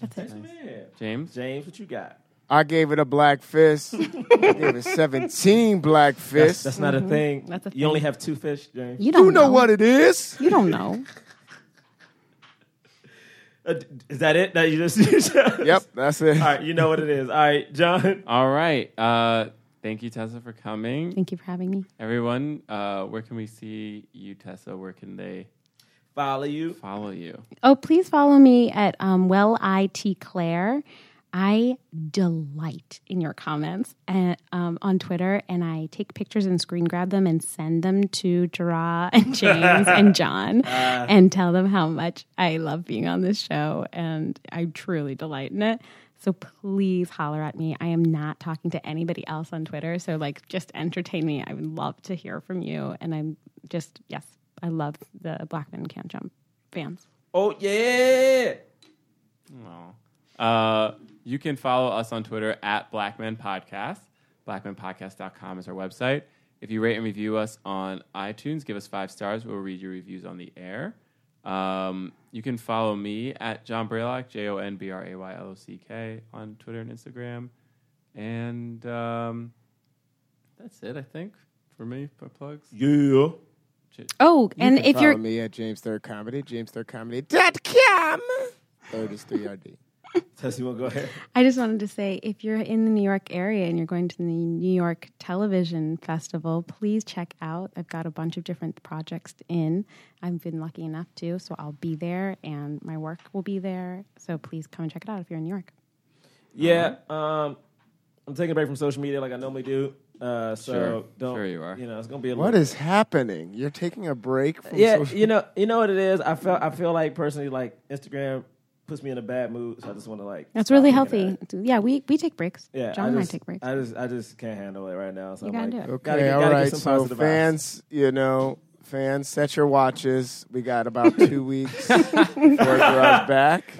A: That's it.
C: Yeah.
B: James?
C: James, what you got?
D: I gave it a black fist. I gave it 17 black
C: That's,
D: fists.
C: that's not a thing.
A: Mm-hmm. That's a
C: You only have two fish, James.
A: You don't
D: you know, what it is?
A: You don't know.
C: Uh, d- is that it? That you just?
D: Yep, that's it.
C: All right, you know what it is. All right, John.
B: All right. Uh, thank you, Tessa, for coming.
A: Thank you for having me.
B: Everyone, uh, where can we see you, Tessa? Where can they
C: Follow you.
B: follow you?
A: Oh, please follow me at um, Well IT Claire. I delight in your comments and, um, on Twitter, and I take pictures and screen grab them and send them to Jarrah and James and John and tell them how much I love being on this show and I truly delight in it. So please holler at me. I am not talking to anybody else on Twitter. So, like, just entertain me. I would love to hear from you. And I'm just, yes, I love the Black Men Can't Jump fans.
C: Oh yeah.
B: Aw. Uh, you can follow us on Twitter at Blackman Podcast. BlackmanPodcast.com is our website. If you rate and review us on iTunes, give us five stars. We'll read your reviews on the air. Um, you can follow me at John Braylock, J O N B R A Y L O C K, on Twitter and Instagram. And um, that's it, I think, for me, for plugs.
C: Yeah.
A: Oh, and if
D: Follow
A: you're
D: me at James Third Comedy, jamesthirdcomedy.com. Third is 3RD.
C: Tess, you want to go ahead?
A: I just wanted to say if you're in the New York area and you're going to the New York Television Festival, please check out. I've got a bunch of different projects in. I've been lucky enough to, so I'll be there and my work will be there. So please come and check it out if you're in New York.
C: Yeah.
B: Uh-huh.
C: Um, I'm taking a break from social media like I normally do. Uh, so
B: Sure.
C: don't.
B: Sure you are.
C: You know, it's gonna be a
D: What
C: little,
D: is happening? You're taking a break from
C: Yeah,
D: social
C: you know, you know what it is. I feel, I feel like personally, like Instagram puts me in a bad mood, so I just want to like.
A: That's
C: stop
A: really
C: looking at
A: healthy.
C: it.
A: Yeah, we, we take breaks.
C: Yeah,
A: John and I
C: just-
A: take breaks.
C: I just, I just can't handle it right now. So
A: You
C: I'm
A: gotta
C: like,
A: do it.
C: gotta,
D: Okay,
C: get-
D: all
C: gotta
D: right.
C: get some
D: So
C: positive vibes.
D: fans, you know, fans, set your watches. We got about two weeks before Gerard's back.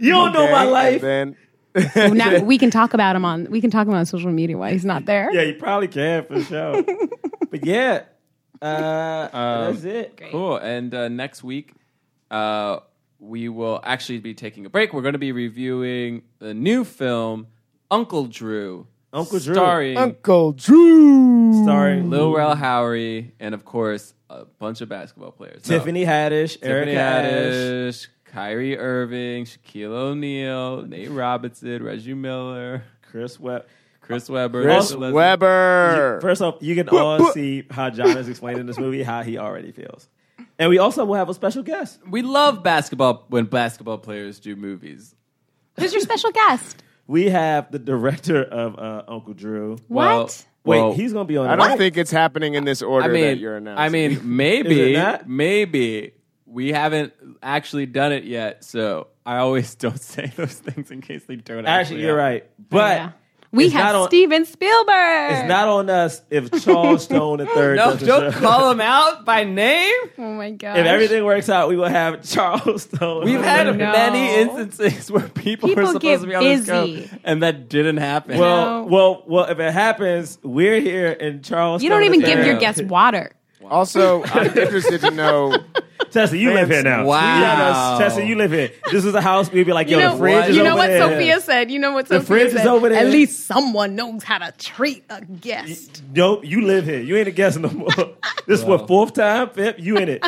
C: You don't know my
D: Okay,
C: life.
D: And
A: Well, now we can talk about him on we can talk about him on social media while he's not there.
C: Yeah, you probably can for sure. but yeah, uh,
B: Um,
C: that's it.
B: Cool. And uh, next week, uh, we will actually be taking a break. We're going to be reviewing the new film, Uncle Drew.
C: Uncle Drew.
B: Starring
D: then Uncle Drew.
C: Sorry,
B: Lil Rel Howery and, of course, a bunch of basketball players. No.
C: Tiffany Haddish, Eric
B: Tiffany
C: Haddish.
B: Haddish, Kyrie Irving, Shaquille O'Neal, Nate Robinson, Reggie Miller,
C: Chris Webb.
B: Chris Webber.
D: Chris
B: Leslie-
D: Weber.
C: First off, you can all see how John is explaining this movie, how he already feels. And we also will have a special guest.
B: We love basketball when basketball players do movies.
A: Who's your special guest?
C: We have the director of uh, Uncle Drew.
B: Well,
A: What?
C: Wait,
B: well,
C: he's going to be on.
D: I
C: it.
D: don't think it's happening in this order
B: I mean,
D: that you're announcing.
B: I mean,
C: Is it
B: maybe,
C: not?
B: maybe we haven't actually done it yet. So I always don't say those things in case they don't. Actually,
C: Actually, you're
B: happen.
C: right. But
A: Yeah. We
C: It's not
A: have
C: on-
A: Steven Spielberg.
C: it's not on us if Charles Stone III
B: No,
C: doesn't
B: don't
C: show-
B: call him out by name.
A: oh my god.
C: If everything works out, we will have Charles Stone.
B: We've had
A: No.
B: many instances where people, were
A: People
B: supposed
A: get
B: to be on this show,
A: busy.
B: and that didn't happen.
C: Well,
A: No.
C: well, well. If it happens, we're here in Charles.
A: you don't even give your
B: Yeah.
A: guests water.
D: also, I'm interested to know.
C: Tessa, you live here now.
B: Wow.
C: Tweet at us. Tessa, you live here. This is a house. We'd be like, yo,
A: you know,
C: the fridge is
A: you know
C: over
A: what
C: there.
A: Sophia said. You know what Sophia
C: fridge is
A: said.
C: over there.
A: At least someone knows how to treat a guest.
C: Nope, you live here. You ain't a guest no more. this what fourth time, fifth. You in it?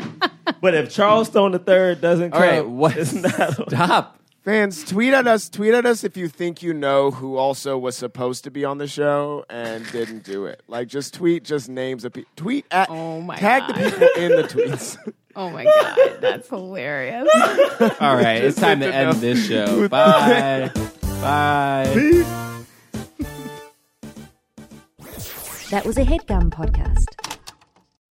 C: but if Charles Stone III doesn't come,
B: all right, what?
C: It's not.
B: Stop.
D: Fans, tweet at us. Tweet at us if you think you know who also was supposed to be on the show and didn't do it. Like, just tweet, just names of people. Tweet at.
I: Oh my
D: tag
I: God.
D: the people in the tweets.
I: Oh my god, that's hilarious.
B: All right, it's time to end this show. Bye. Bye.
J: That was a headgum podcast.